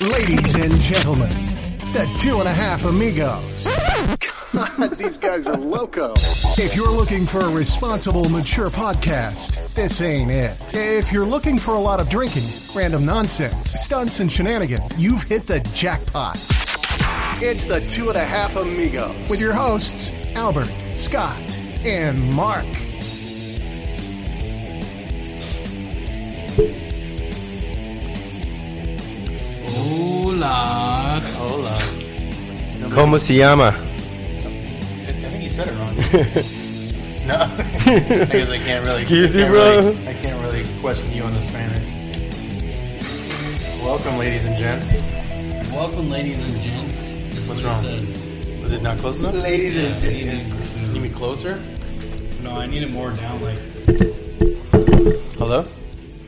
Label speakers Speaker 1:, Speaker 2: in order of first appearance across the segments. Speaker 1: Ladies and gentlemen, the two and a half amigos.
Speaker 2: These guys are loco.
Speaker 1: If you're looking for a responsible, mature podcast, this ain't it. If you're looking for a lot of drinking, random nonsense, stunts, and shenanigans, you've hit the jackpot. It's the two and a half amigos with your hosts, Albert, Scott, and Mark.
Speaker 3: Hola.
Speaker 4: Hola.
Speaker 5: Como se llama?
Speaker 4: I think you said it wrong. no. Because I can't really.
Speaker 5: Excuse
Speaker 4: I
Speaker 5: me,
Speaker 4: can't
Speaker 5: bro.
Speaker 4: really- I can't really question you on the Spanish. Welcome, ladies and gents.
Speaker 3: Welcome, ladies and gents. That's
Speaker 4: What's
Speaker 3: what
Speaker 4: wrong?
Speaker 3: I said.
Speaker 4: Was it not close enough?
Speaker 2: Ladies
Speaker 3: Yeah,
Speaker 2: and
Speaker 3: you
Speaker 4: You
Speaker 3: didn't-
Speaker 4: mean closer?
Speaker 3: No, I need it more down. Like,
Speaker 4: Hello.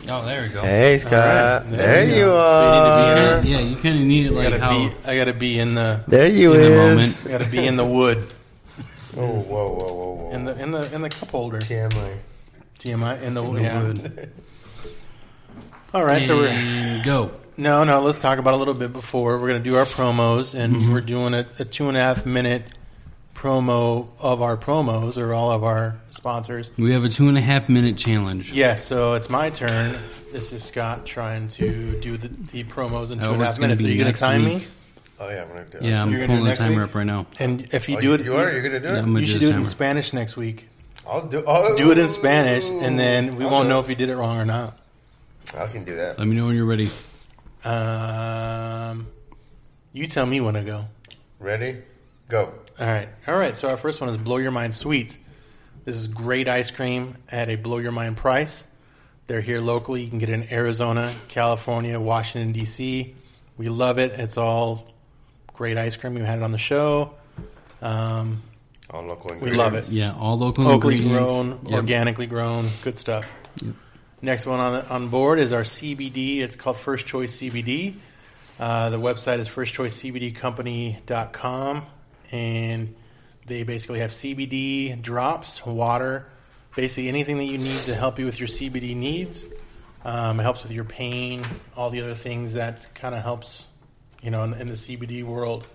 Speaker 3: oh, there we go.
Speaker 5: Hey, Scott.
Speaker 4: Alright, there
Speaker 5: There,
Speaker 4: you
Speaker 5: you
Speaker 4: go.
Speaker 5: are.
Speaker 4: So
Speaker 3: Uh, Yeah, you kind of need it
Speaker 4: I
Speaker 3: like
Speaker 4: gotta
Speaker 3: how
Speaker 4: be. I gotta be in the.
Speaker 5: there you
Speaker 3: in the
Speaker 5: is.
Speaker 3: moment.
Speaker 4: I gotta be in the wood.
Speaker 5: Oh, whoa, whoa, whoa, whoa.
Speaker 4: In the in the in the cup holder.
Speaker 5: camera.
Speaker 4: TMI in the,
Speaker 3: the
Speaker 4: yeah.
Speaker 3: wood.
Speaker 4: All right. So we're.
Speaker 3: And go.
Speaker 4: No, no. Let's talk about it a little bit before we're going to do our promos, and
Speaker 3: Mm-hmm.
Speaker 4: we're doing a, a two and a half minute promo of our promos or all of our sponsors.
Speaker 3: We have a two and a half minute challenge.
Speaker 4: Yeah, so it's my turn. This is Scott trying to do the, the promos in two and a
Speaker 3: Albert's
Speaker 4: half
Speaker 3: Oh, gonna
Speaker 4: minutes.
Speaker 3: be
Speaker 4: Are you going to
Speaker 3: next
Speaker 4: time me?
Speaker 3: week.
Speaker 5: Oh, yeah, I'm going to do it.
Speaker 3: Yeah, I'm
Speaker 4: You're gonna do
Speaker 3: pulling
Speaker 4: it
Speaker 3: the
Speaker 4: next
Speaker 3: timer
Speaker 4: week?
Speaker 3: up right now.
Speaker 4: And if you
Speaker 5: Oh,
Speaker 4: do
Speaker 5: you,
Speaker 4: it,
Speaker 5: You are? You're going to do
Speaker 3: Yeah,
Speaker 5: it?
Speaker 3: I'm gonna
Speaker 4: you should
Speaker 3: the
Speaker 4: do it in
Speaker 3: timer.
Speaker 4: Spanish next week.
Speaker 5: I'll do oh,
Speaker 4: Do it in Spanish, and then we
Speaker 5: I'll
Speaker 4: won't
Speaker 5: do
Speaker 4: know
Speaker 5: it.
Speaker 4: if you did it wrong or not.
Speaker 5: I can do that.
Speaker 3: Let me know when you're ready.
Speaker 4: Um, you tell me when to go.
Speaker 5: Ready? Go.
Speaker 4: All right. All right. So our first one is Blow Your Mind Sweets. This is great ice cream at a blow your mind price. They're here locally. You can get it in Arizona, California, Washington, D.C. We love it. It's all great ice cream. We had it on the show. Um,
Speaker 5: All local
Speaker 4: we love it.
Speaker 3: Yeah, all local
Speaker 4: Locally
Speaker 3: ingredients.
Speaker 4: grown,
Speaker 3: Yep.
Speaker 4: organically grown, good stuff. Next one on, on board is our CBD. It's called First Choice CBD. Uh, the website is firstchoicecbdcompany.com, and they basically have CBD drops, water, basically anything that you need to help you with your CBD needs. Um, it helps with your pain, all the other things that kind of helps, you know, in, in the CBD world.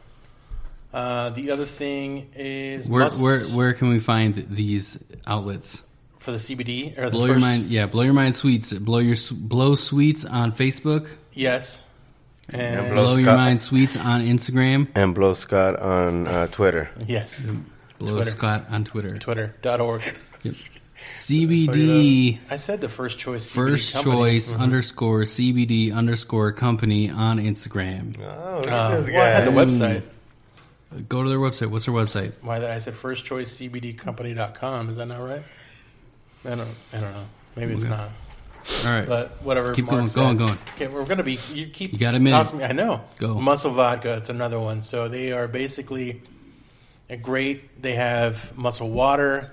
Speaker 4: Uh, the other thing is
Speaker 3: Where,
Speaker 4: must-
Speaker 3: where, where can we find these outlets?
Speaker 4: for the CBD or the
Speaker 3: Blow
Speaker 4: first,
Speaker 3: your mind, yeah. Blow your mind sweets. Blow your s- blow sweets on Facebook.
Speaker 4: Yes, and
Speaker 5: And
Speaker 3: Blow,
Speaker 5: Blow
Speaker 3: your
Speaker 5: Scott.
Speaker 3: mind sweets on Instagram.
Speaker 5: And blow Scott on uh, Twitter.
Speaker 4: yes,
Speaker 3: Blow
Speaker 4: Twitter.
Speaker 3: Scott on Twitter.
Speaker 4: Twitter.org.
Speaker 3: Yep. CBD
Speaker 4: I said the first choice. CBD
Speaker 3: first
Speaker 4: company. Mm-hmm.
Speaker 3: choice underscore CBD underscore company on Instagram.
Speaker 5: Oh, look
Speaker 4: Uh,
Speaker 5: at this
Speaker 4: well, I had the
Speaker 5: guy.
Speaker 4: website.
Speaker 3: Go to their website. What's their website?
Speaker 4: Why that? I said first choice CBDcompany.com. Is that not right? I don't. I don't know. Maybe it's
Speaker 3: Okay.
Speaker 4: not.
Speaker 3: All right.
Speaker 4: But whatever.
Speaker 3: Keep
Speaker 4: Mark
Speaker 3: going,
Speaker 4: said.
Speaker 3: going, going.
Speaker 4: Okay, we're gonna be. You keep.
Speaker 3: You got a minute.
Speaker 4: tossing me- I know.
Speaker 3: Go.
Speaker 4: Muscle vodka. It's another one. So they are basically a great. They have muscle water,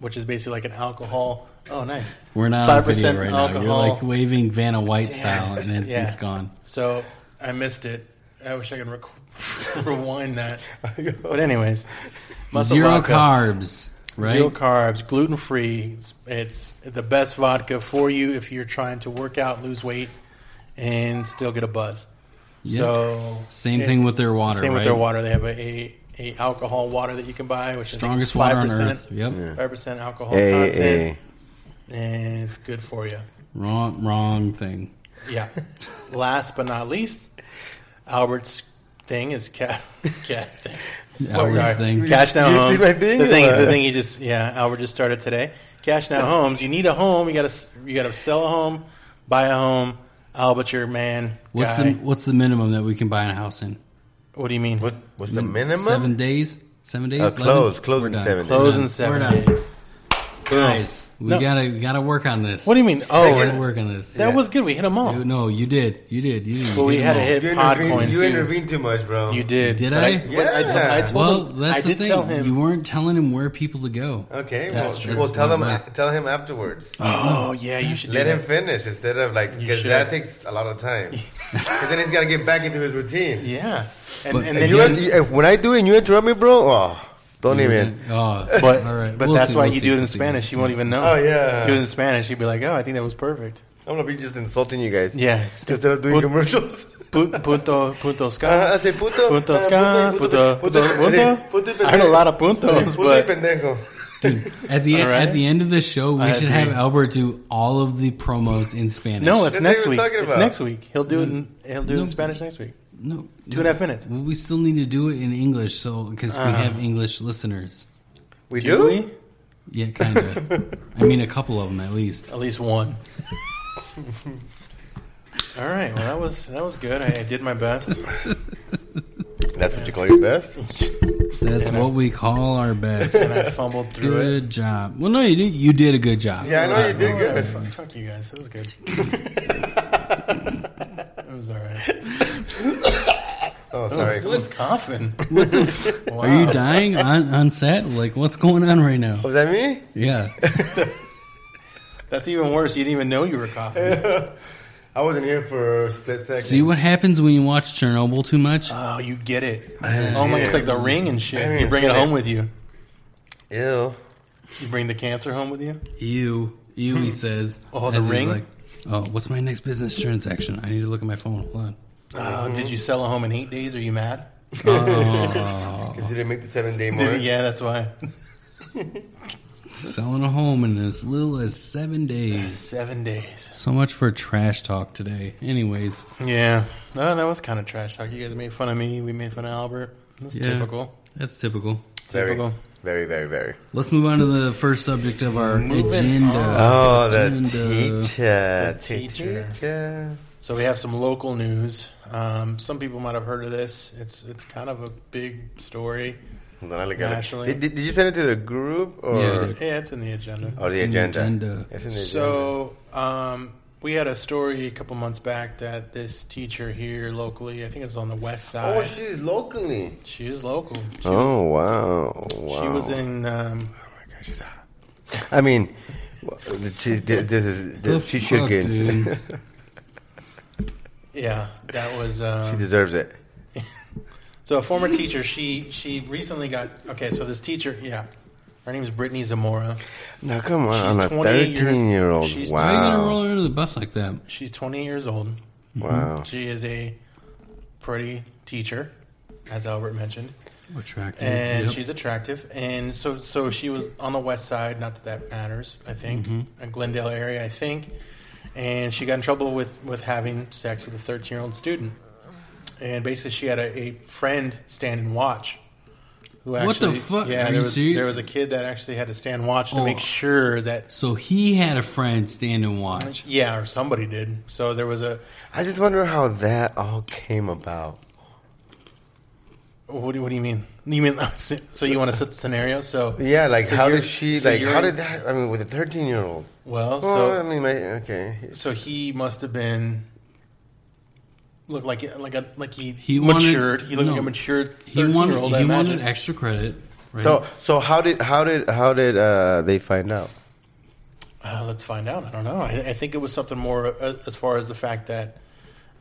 Speaker 4: which is basically like an alcohol. Oh, nice.
Speaker 3: We're not on
Speaker 4: 5%
Speaker 3: video right now. You're like waving Vanna White style, and it,
Speaker 4: Yeah.
Speaker 3: it's gone.
Speaker 4: So I missed it. I wish I could rec- rewind that. But anyways, muscle
Speaker 3: Zero
Speaker 4: vodka.
Speaker 3: carbs, right?
Speaker 4: Zero carbs, gluten free. It's, it's the best vodka for you if you're trying to work out, lose weight, and still get a buzz.
Speaker 3: Yeah.
Speaker 4: So
Speaker 3: Same thing with their water,
Speaker 4: Same with their
Speaker 3: right?
Speaker 4: water. They have a, a, a alcohol water that you can buy, which
Speaker 3: Strongest
Speaker 4: I
Speaker 3: water
Speaker 4: think
Speaker 3: on
Speaker 4: is 5%,
Speaker 3: earth. Yep.
Speaker 4: Five percent alcohol
Speaker 5: Hey,
Speaker 4: content,
Speaker 5: hey.
Speaker 4: and it's good for you.
Speaker 3: Wrong, wrong thing.
Speaker 4: Yeah. Last but not least, Albert's thing is cat cat thing.
Speaker 3: Albert's
Speaker 4: Sorry.
Speaker 3: thing.
Speaker 4: Cash now
Speaker 5: You see
Speaker 4: homes.
Speaker 5: my thing?
Speaker 4: The thing, the
Speaker 5: Uh,
Speaker 4: thing he just yeah, Albert just started today. Cash now homes. You need a home. You gotta s- you gotta sell a home, buy a home. Albert, your man.
Speaker 3: What's
Speaker 4: guy.
Speaker 3: the what's the minimum that we can buy a house in?
Speaker 4: What do you mean?
Speaker 5: What, what's
Speaker 4: Mm,
Speaker 5: the minimum?
Speaker 3: Seven days. Seven days.
Speaker 5: Uh,
Speaker 3: 11?
Speaker 5: close, close
Speaker 3: We're
Speaker 5: in
Speaker 3: done.
Speaker 5: seven days.
Speaker 4: Close in
Speaker 3: We're
Speaker 4: seven
Speaker 3: done.
Speaker 4: days. Boom.
Speaker 3: Guys, we
Speaker 4: No.
Speaker 3: gotta we gotta work on this.
Speaker 4: What do you mean? Oh,
Speaker 3: We
Speaker 4: and-
Speaker 3: gotta work on this.
Speaker 4: that was good. We hit them all.
Speaker 3: You- no, you did. You did. You did.
Speaker 4: Well, we
Speaker 3: You
Speaker 4: had
Speaker 3: did.
Speaker 4: a hit
Speaker 5: You
Speaker 4: pod coin.
Speaker 5: intervened, you intervened too much, bro.
Speaker 4: You did.
Speaker 3: Did
Speaker 4: But
Speaker 3: I?
Speaker 4: but I, told- I told
Speaker 3: Well,
Speaker 4: him-
Speaker 3: that's
Speaker 4: I
Speaker 3: the
Speaker 4: did
Speaker 3: thing.
Speaker 4: tell him.
Speaker 3: You weren't telling him where people to go.
Speaker 5: Okay,
Speaker 4: That's
Speaker 5: well,
Speaker 4: true.
Speaker 5: well, tell him
Speaker 3: That's-
Speaker 5: tell him afterwards.
Speaker 4: oh yeah, you should
Speaker 5: Let
Speaker 4: do
Speaker 5: him
Speaker 4: that.
Speaker 5: finish instead of like
Speaker 4: You
Speaker 5: because
Speaker 4: should.
Speaker 5: that takes a lot of time. Because then he's got to get back into his routine.
Speaker 4: Yeah, and,
Speaker 3: But-
Speaker 4: and
Speaker 5: If
Speaker 4: then
Speaker 5: you,
Speaker 4: you, Mm-hmm.
Speaker 5: you- if- when I do it, and you interrupt me, bro. Oh, don't even.
Speaker 3: Oh,
Speaker 4: But
Speaker 3: all right.
Speaker 4: but
Speaker 3: We'll
Speaker 4: that's
Speaker 3: see,
Speaker 4: why
Speaker 3: we'll
Speaker 4: you
Speaker 3: see,
Speaker 4: do it in
Speaker 3: we'll see.
Speaker 4: Spanish. You won't even know.
Speaker 5: Oh, yeah.
Speaker 4: do it in Spanish. You'd be like, oh, I think that was perfect.
Speaker 5: I'm gonna be just insulting you guys.
Speaker 4: Yeah,
Speaker 5: Instead of doing
Speaker 4: Put-
Speaker 5: commercials.
Speaker 4: Pu- punto, punto ska.
Speaker 5: Ajá, hace puto.
Speaker 4: Punto
Speaker 5: ah,
Speaker 4: ska,
Speaker 5: y
Speaker 4: puto,
Speaker 5: puto,
Speaker 4: puto,
Speaker 5: sí,
Speaker 4: punto.
Speaker 5: puto y
Speaker 4: I heard a
Speaker 5: pendejo.
Speaker 4: lot of
Speaker 5: Sí,
Speaker 4: puntos,
Speaker 5: puto y
Speaker 4: but
Speaker 5: pendejo.
Speaker 3: At the e-
Speaker 4: All right.
Speaker 3: at the end of the show, we
Speaker 4: I
Speaker 3: should
Speaker 4: agree.
Speaker 3: have Albert do all of the promos in Spanish.
Speaker 4: no, it's
Speaker 5: That's what
Speaker 4: next
Speaker 5: we're
Speaker 4: week.
Speaker 5: talking
Speaker 4: It's
Speaker 5: about.
Speaker 4: next week. He'll do it. In, he'll do it
Speaker 3: Mm. No.
Speaker 4: in Spanish next week.
Speaker 3: no
Speaker 4: Two and a half minutes. Uh-huh.
Speaker 3: Well, we still need to do it in English, so because we have English listeners.
Speaker 5: We
Speaker 4: Do
Speaker 5: do?
Speaker 4: we?
Speaker 3: Yeah, kind of. I mean, a couple of them at least.
Speaker 4: At least one. All right. Well, that was that was good. I, I did my best.
Speaker 5: That's what you call your best?
Speaker 3: That's
Speaker 4: Yeah.
Speaker 3: what we call our best.
Speaker 4: And I fumbled through it.
Speaker 3: Good job. Well, no, you did. You did a good job.
Speaker 5: Yeah, I know you did
Speaker 4: Whatever.
Speaker 5: good.
Speaker 4: Fuck, fuck you guys. It was good. it was all right.
Speaker 5: Oh,
Speaker 4: Sorry.
Speaker 5: sorry.
Speaker 4: Someone's coughing. wow.
Speaker 3: Are you dying on on set? Like, what's going on right now?
Speaker 5: Was that me?
Speaker 3: Yeah.
Speaker 4: That's even worse. You didn't even know you were coughing.
Speaker 5: I wasn't here for a split second.
Speaker 3: See what happens when you watch Chernobyl too much.
Speaker 4: Oh, you get it. Oh my! It's like the ring and
Speaker 5: I
Speaker 4: shit.
Speaker 5: haven't
Speaker 4: You bring it
Speaker 5: seen
Speaker 4: home
Speaker 5: it.
Speaker 4: with you.
Speaker 5: Ew.
Speaker 4: You bring the cancer home with you.
Speaker 3: Ew, ew. He says.
Speaker 4: Oh, the
Speaker 3: as he's
Speaker 4: ring?
Speaker 3: oh, what's my next business transaction? I need to look at my phone. Hold on.
Speaker 4: Oh, did you sell a home in eight days? Are you mad?
Speaker 5: Because you didn't make the seven day
Speaker 4: Did
Speaker 5: mark.
Speaker 4: it- yeah, that's why.
Speaker 3: Selling a home in as little as seven days.
Speaker 4: Seven days.
Speaker 3: So much for trash talk today. Anyways,
Speaker 4: Yeah. No, that was kind of trash talk. You guys made fun of me. We made fun of Albert. That's
Speaker 3: Yeah.
Speaker 4: typical.
Speaker 3: that's typical.
Speaker 5: Very,
Speaker 4: Typical.
Speaker 5: very, very, very.
Speaker 3: Let's move on to the first subject of our
Speaker 4: Moving
Speaker 3: agenda.
Speaker 5: Oh, the
Speaker 3: Agenda.
Speaker 5: teacher.
Speaker 4: The teacher. So we have some local news. Um, some people might have heard of this. It's it's kind of a big story.
Speaker 5: Hold on, I look at it.
Speaker 4: Nationally.
Speaker 5: Did, did, did you send it to the group or
Speaker 3: Yeah, it's
Speaker 4: Yeah, it's in the agenda.
Speaker 5: or the
Speaker 3: In the
Speaker 5: agenda?
Speaker 3: agenda.
Speaker 5: Oh, It's in the agenda.
Speaker 4: So um, we had a story a couple months back that this teacher here locally, I think it was on the west side.
Speaker 5: Oh, she's locally.
Speaker 4: she is local. She
Speaker 5: oh wow,
Speaker 4: was,
Speaker 5: wow.
Speaker 4: she was in um,
Speaker 5: Oh my God, she's hot. I mean, w- she, this is
Speaker 3: The
Speaker 5: she
Speaker 3: fuck,
Speaker 5: should get.
Speaker 3: dude?
Speaker 4: yeah, that was
Speaker 5: She
Speaker 4: um,
Speaker 5: deserves it.
Speaker 4: So a former teacher, she she recently got okay. So this teacher, yeah, her name is Brittany Zamora.
Speaker 5: Now come
Speaker 4: She's
Speaker 5: on, I'm a
Speaker 4: 28 years-
Speaker 5: 13 year old.
Speaker 4: she's-
Speaker 3: Why are you gonna
Speaker 5: Wow,
Speaker 3: roll under the bus like that?
Speaker 4: She's 28 years old.
Speaker 5: wow.
Speaker 3: Mm-hmm.
Speaker 4: She is a pretty teacher, as Albert mentioned,
Speaker 3: Attractive.
Speaker 4: and
Speaker 3: Mm-hmm. Yep.
Speaker 4: she's attractive. And so so she was on the west side. Not that that matters, I think,
Speaker 3: Mm-hmm.
Speaker 4: in Glendale area, I think. And she got in trouble with with having sex with a 13 year old student. And basically, she had a, a friend stand and watch. Who
Speaker 3: What the fuck?
Speaker 4: Yeah,
Speaker 3: Are
Speaker 4: there
Speaker 3: you
Speaker 4: was,
Speaker 3: serious?
Speaker 4: there was a kid that actually had to stand watch to
Speaker 3: Oh.
Speaker 4: make sure that
Speaker 3: So he had a friend stand and watch.
Speaker 4: yeah, or somebody did. So there was a
Speaker 5: I just wonder how that all came about.
Speaker 4: What do, what do you mean? You mean so so you want to set the scenario? So
Speaker 5: Yeah, like
Speaker 4: So
Speaker 5: how
Speaker 4: you're-
Speaker 5: did she?
Speaker 4: so
Speaker 5: like
Speaker 4: you're-
Speaker 5: how did that? I mean, with a 13 year old.
Speaker 4: well,
Speaker 5: Well,
Speaker 4: so
Speaker 5: I mean, my, okay.
Speaker 4: so he must have been looked like like a like he,
Speaker 3: He wanted-
Speaker 4: matured. he looked
Speaker 3: no.
Speaker 4: like a matured
Speaker 3: He
Speaker 4: thirteen
Speaker 3: wanted
Speaker 4: year old. I
Speaker 3: he
Speaker 4: imagine.
Speaker 3: wanted extra credit. Right?
Speaker 5: So so how did how did how did uh, they find out?
Speaker 4: Uh, let's find out. I don't know. I, I think it was something more uh, as far as the fact that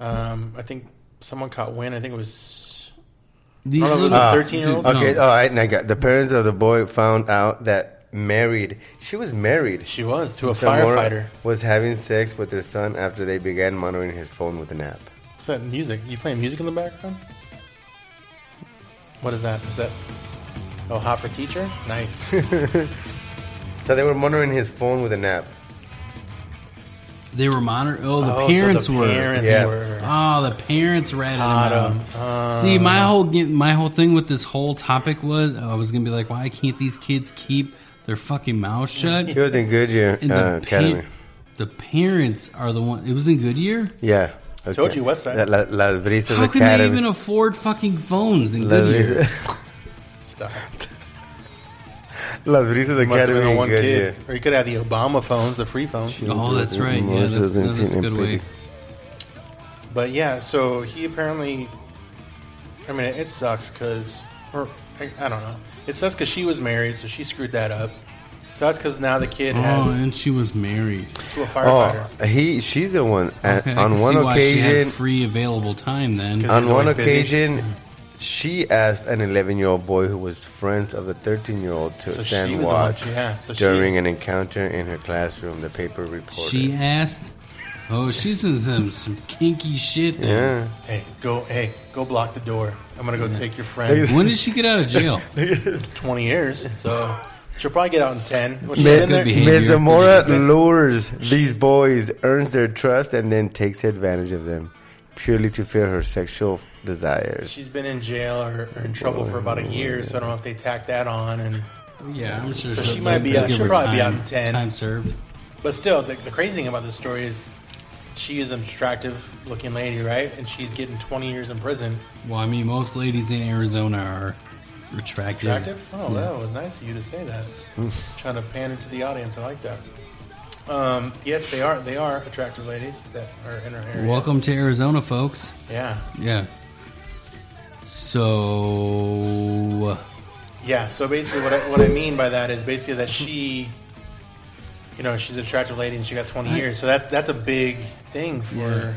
Speaker 4: um, I think someone caught wind. I think it was
Speaker 3: these
Speaker 4: I don't know,
Speaker 3: little-
Speaker 4: was it 13-year-old?
Speaker 3: dude, no.
Speaker 5: Okay, all right, and I got the parents of the boy found out that married she was married.
Speaker 4: she was to a
Speaker 5: Samora
Speaker 4: firefighter.
Speaker 5: was having sex with their son after they began monitoring his phone with an app.
Speaker 4: What's that music? You playing music in the background? What is that? Is that oh hot for teacher? Nice.
Speaker 5: So they were monitoring his phone with an app.
Speaker 3: They were monitoring. Oh, the
Speaker 4: Oh, so
Speaker 3: parents were.
Speaker 4: Parents
Speaker 5: Yes.
Speaker 4: were.
Speaker 3: Oh, the parents ratted him
Speaker 4: Got
Speaker 3: out.
Speaker 4: 'em. Uh,
Speaker 3: See, my whole ge- my whole thing with this whole topic was I was gonna be like, why can't these kids keep their fucking mouth shut?
Speaker 5: He was in Goodyear
Speaker 3: And
Speaker 5: uh,
Speaker 3: the, pa-
Speaker 5: Academy.
Speaker 3: the parents are the one. It was in Goodyear.
Speaker 5: Yeah. Okay.
Speaker 4: Told you, West Side.
Speaker 5: La- La- Las Brisas
Speaker 3: How can they
Speaker 5: Academy.
Speaker 3: even afford fucking phones in
Speaker 5: Las
Speaker 3: Goodyear?
Speaker 5: Brisas-
Speaker 4: Stop.
Speaker 5: Las
Speaker 4: Must
Speaker 5: Brisas
Speaker 4: have
Speaker 5: Academy
Speaker 4: been the
Speaker 5: in
Speaker 4: one
Speaker 5: Goodyear.
Speaker 4: kid, or you could have the Obama phones, the free phones.
Speaker 3: Oh, that's right. Yeah,
Speaker 5: Most
Speaker 3: that's,
Speaker 5: of them
Speaker 3: no, that's a
Speaker 5: didn't
Speaker 3: good way.
Speaker 5: pretty-
Speaker 4: But yeah, so he apparently. I mean, it sucks because, or I, I don't know. It sucks because she was married, so she screwed that up. Sucks because now the kid
Speaker 3: Oh,
Speaker 4: has
Speaker 3: and she was married.
Speaker 4: to a
Speaker 5: Oh,
Speaker 4: firefighter.
Speaker 5: he she's the one.
Speaker 3: Okay,
Speaker 5: And
Speaker 3: I
Speaker 5: on
Speaker 3: can
Speaker 5: one
Speaker 3: see why she had
Speaker 5: occasion,
Speaker 3: free available time then.
Speaker 4: 'Cause
Speaker 5: on
Speaker 4: he's
Speaker 5: one
Speaker 4: always busy.
Speaker 5: occasion, she asked an 11 year old boy who was friends of the 13 year old to
Speaker 4: So she
Speaker 5: stand
Speaker 4: was the one-
Speaker 5: watch
Speaker 4: yeah, so she-
Speaker 5: during an encounter in her classroom. The paper reported.
Speaker 3: She asked Oh, she's in some, some kinky shit. Then.
Speaker 5: Yeah.
Speaker 4: Hey, go! Hey, go block the door. I'm gonna go take your friend.
Speaker 3: When did she get out of jail?
Speaker 4: Twenty years, so she'll probably get out in ten. Well, she's
Speaker 5: Mi-
Speaker 4: been there.
Speaker 3: be.
Speaker 5: Ms.
Speaker 3: Behavior.
Speaker 5: Zamora lures these boys, earns their trust, and then takes advantage of them purely to fill her sexual desires.
Speaker 4: She's been in jail or, or in trouble for
Speaker 3: Oh,
Speaker 4: about a year, so I don't know if they tack that on. And
Speaker 3: Yeah, I'm sure
Speaker 4: she
Speaker 3: she'll-
Speaker 4: might be
Speaker 3: they'll
Speaker 4: out-
Speaker 3: give
Speaker 4: she'll
Speaker 3: her
Speaker 4: probably be
Speaker 3: time-
Speaker 4: out in 10.
Speaker 3: Time served.
Speaker 4: but still, the, the crazy thing about this story is she is an attractive-looking lady, right? And she's getting twenty years in prison.
Speaker 3: Well, I mean, most ladies in Arizona are attractive.
Speaker 4: Attractive? Oh, that was nice of you to say that. Trying to pan into the audience, I like that. Um, yes, they are. They are attractive ladies that are in our area.
Speaker 3: Welcome to Arizona, folks.
Speaker 4: Yeah,
Speaker 3: Yeah. So
Speaker 4: yeah. So basically, what I, what I mean by that is basically that she, you know, she's an attractive lady and she got twenty
Speaker 3: I-
Speaker 4: years. So that's that's a big thing for.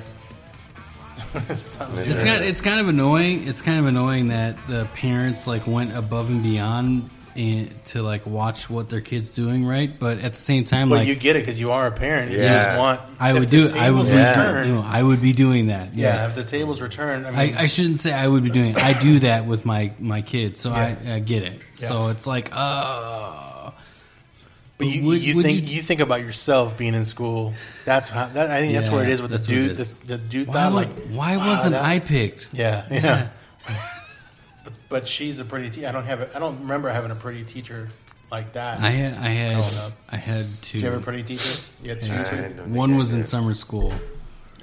Speaker 4: it's not
Speaker 3: it's
Speaker 4: zero.
Speaker 3: kind it's kind of annoying. It's kind of annoying that the parents like went above and beyond in, to like watch what their kids doing, right? But at the same time,
Speaker 4: But
Speaker 3: like
Speaker 4: you get it because you are a parent.
Speaker 5: Yeah.
Speaker 4: You want.
Speaker 3: I
Speaker 4: if
Speaker 3: would
Speaker 4: the
Speaker 3: do, I would
Speaker 4: tables
Speaker 3: be,
Speaker 5: Yeah.
Speaker 4: return-
Speaker 3: no, I would be doing that.
Speaker 4: Yeah,
Speaker 3: Yes.
Speaker 4: if the tables return, I mean,
Speaker 3: I, I shouldn't say I would be doing it. I do that with my my kids, so I, I get it.
Speaker 4: Yeah.
Speaker 3: So it's like, oh,
Speaker 4: But you,
Speaker 3: would-
Speaker 4: you
Speaker 3: would
Speaker 4: think
Speaker 3: you-
Speaker 4: you, think about yourself being in school. That's how. That, I think that's
Speaker 3: Yeah,
Speaker 4: where it is with the
Speaker 3: that's what it
Speaker 4: dude.
Speaker 3: is.
Speaker 4: The, the dude
Speaker 3: why,
Speaker 4: thought
Speaker 3: wa-
Speaker 4: like,
Speaker 3: why
Speaker 4: wow,
Speaker 3: wasn't
Speaker 4: Ah, that-
Speaker 3: I picked?
Speaker 4: Yeah, yeah.
Speaker 3: Yeah.
Speaker 4: but, but she's a pretty. Te- I don't have. A, I don't remember having a pretty teacher like that.
Speaker 3: I had I
Speaker 4: Growing
Speaker 3: had
Speaker 4: up.
Speaker 3: I had two.
Speaker 4: Did you have a pretty teacher? You had two.
Speaker 5: I
Speaker 4: too?
Speaker 5: don't think
Speaker 3: One
Speaker 5: I
Speaker 3: was in
Speaker 5: did.
Speaker 3: summer school.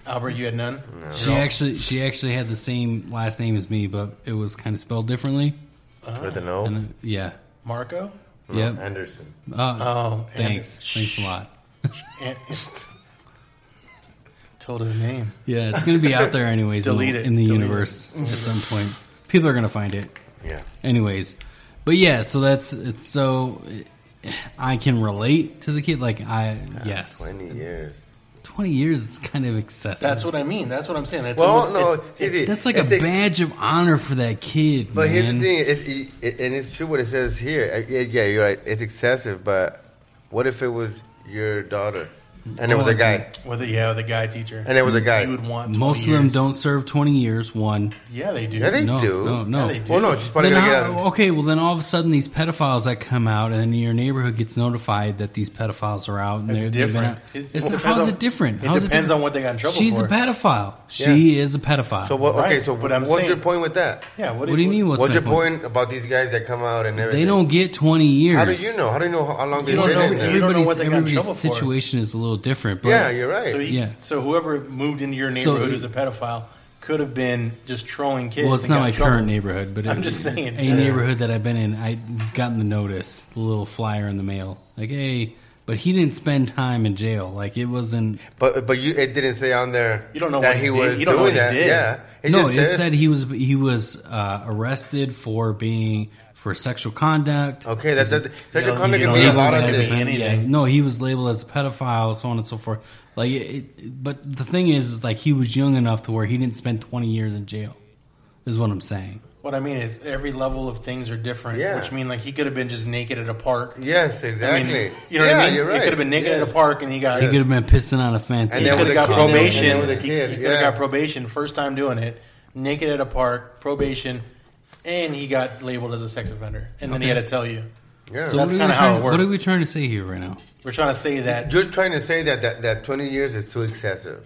Speaker 4: Albert, you had none.
Speaker 3: She actually she actually had the same last name as me, but it was kind of spelled differently.
Speaker 5: With an O?
Speaker 3: And uh, yeah,
Speaker 4: Marco.
Speaker 3: yep.
Speaker 5: Anderson.
Speaker 3: Uh,
Speaker 4: Oh,
Speaker 3: thanks, thanks a lot.
Speaker 4: And, told his name.
Speaker 3: Yeah, it's gonna be out there anyways. in the-
Speaker 4: Delete it.
Speaker 3: in the
Speaker 4: Delete it.
Speaker 3: universe at some point. People are gonna find it.
Speaker 5: Yeah.
Speaker 3: anyways but yeah so that's it's so i can relate to the kid like i yes 20.
Speaker 5: 20 years.
Speaker 3: years is kind of excessive
Speaker 4: That's what I mean. That's what I'm saying. That's
Speaker 5: Well,
Speaker 4: almost-
Speaker 5: no.
Speaker 4: it's-
Speaker 5: it- it-
Speaker 3: that's like
Speaker 5: I
Speaker 3: a
Speaker 5: think-
Speaker 3: badge of honor for that kid
Speaker 5: But here's
Speaker 3: man.
Speaker 5: the thing, it, it, it, and it's true what it says here. Uh, Yeah, yeah, you're right. It's excessive, but what if it was your daughter? And it was
Speaker 3: Oh,
Speaker 5: a guy.
Speaker 4: with the, yeah, with a guy teacher.
Speaker 5: And it was a guy.
Speaker 4: You would want 20
Speaker 3: most of them
Speaker 4: years.
Speaker 3: don't serve 20 years one
Speaker 4: Yeah, they do.
Speaker 5: Yeah, they
Speaker 3: no,
Speaker 5: do.
Speaker 3: no no
Speaker 4: Yeah, they do.
Speaker 5: Well, no, she's probably
Speaker 3: Then
Speaker 5: going to get
Speaker 3: how-
Speaker 5: out.
Speaker 3: okay well then all of a sudden these pedophiles that come out and then your neighborhood gets notified that these pedophiles are out and
Speaker 4: It's
Speaker 3: they're they've been
Speaker 4: different.
Speaker 3: out.
Speaker 4: It-
Speaker 3: it's
Speaker 4: it
Speaker 3: not,
Speaker 4: depends
Speaker 3: how's
Speaker 4: on-
Speaker 3: it different
Speaker 4: it
Speaker 3: How's
Speaker 4: depends on what they got in trouble
Speaker 3: she's
Speaker 4: for.
Speaker 3: a pedophile she is a pedophile
Speaker 5: So what? Okay,
Speaker 4: Right,
Speaker 5: so
Speaker 4: but I'm
Speaker 5: what's your
Speaker 4: saying-
Speaker 5: point with that?
Speaker 4: Yeah, what,
Speaker 3: What do you mean? oh, What's,
Speaker 5: What's,
Speaker 3: my
Speaker 5: your
Speaker 3: point?
Speaker 5: point about these guys that come out and everything?
Speaker 3: They don't get 20 years.
Speaker 5: How do you know? How do you know how how long
Speaker 4: You
Speaker 5: they've
Speaker 4: don't
Speaker 5: been
Speaker 4: know-
Speaker 5: in
Speaker 4: you
Speaker 5: there?
Speaker 4: don't- know
Speaker 3: Everybody's,
Speaker 4: what they got in trouble
Speaker 3: everybody's
Speaker 4: for.
Speaker 3: situation is a little different. But
Speaker 5: Yeah, you're right.
Speaker 4: So, he,
Speaker 3: Yeah.
Speaker 4: so whoever moved into your neighborhood who's a pedophile could have been just trolling kids.
Speaker 3: Well, it's
Speaker 4: and
Speaker 3: not
Speaker 4: got
Speaker 3: my
Speaker 4: in trouble.
Speaker 3: current neighborhood, but
Speaker 4: I'm
Speaker 3: it-
Speaker 4: just saying.
Speaker 3: a
Speaker 4: Yeah.
Speaker 3: neighborhood that I've been in, I've gotten the notice, the little flyer in the mail, like, hey, but he didn't spend time in jail. Like it wasn't.
Speaker 5: but but you, it didn't say on there.
Speaker 4: You don't know
Speaker 5: that
Speaker 4: what
Speaker 5: he
Speaker 4: he
Speaker 5: was
Speaker 4: did. You don't
Speaker 5: doing
Speaker 4: know what
Speaker 5: that.
Speaker 4: he did.
Speaker 5: Yeah,
Speaker 3: no,
Speaker 5: just
Speaker 3: it said he was he was uh, arrested for being for sexual conduct.
Speaker 5: Okay, that's that.
Speaker 4: you
Speaker 5: Sexual
Speaker 4: know,
Speaker 5: conduct
Speaker 4: you
Speaker 5: can
Speaker 4: know,
Speaker 5: be a
Speaker 4: labeled
Speaker 5: lot of
Speaker 4: as a
Speaker 5: things.
Speaker 4: man.
Speaker 3: Yeah,
Speaker 4: anything.
Speaker 3: no, he was labeled as a pedophile, so on and so forth. Like, it, it- but the thing is, is like he was young enough to where he didn't spend twenty years in jail. Is what I'm saying.
Speaker 4: What I mean is every level of things are different.
Speaker 5: Yeah.
Speaker 4: Which mean like he could have been just naked at a park.
Speaker 5: Yes,
Speaker 4: I mean,
Speaker 5: exactly.
Speaker 4: you know
Speaker 5: yeah,
Speaker 4: what I mean?
Speaker 5: You're right.
Speaker 4: He could have been naked
Speaker 5: yeah.
Speaker 4: at a park and he got.
Speaker 3: He could have been pissing on a fence.
Speaker 5: And
Speaker 4: he
Speaker 5: then
Speaker 4: could
Speaker 5: with
Speaker 4: have
Speaker 5: a
Speaker 4: got
Speaker 5: kid,
Speaker 4: probation.
Speaker 5: and then with a
Speaker 4: He-
Speaker 5: kid,
Speaker 4: he could have
Speaker 5: yeah.
Speaker 4: got probation first time doing it. Naked at a park, probation, and he got labeled as a sex offender. And then he
Speaker 3: Okay.
Speaker 4: had to tell you.
Speaker 5: Yeah.
Speaker 4: that's
Speaker 3: so what are, we
Speaker 4: kinda how
Speaker 3: trying,
Speaker 4: it
Speaker 3: what are
Speaker 4: works.
Speaker 3: we trying to say here right now?
Speaker 4: We're trying to say that
Speaker 5: You're trying to say that, that that 20 years is too excessive.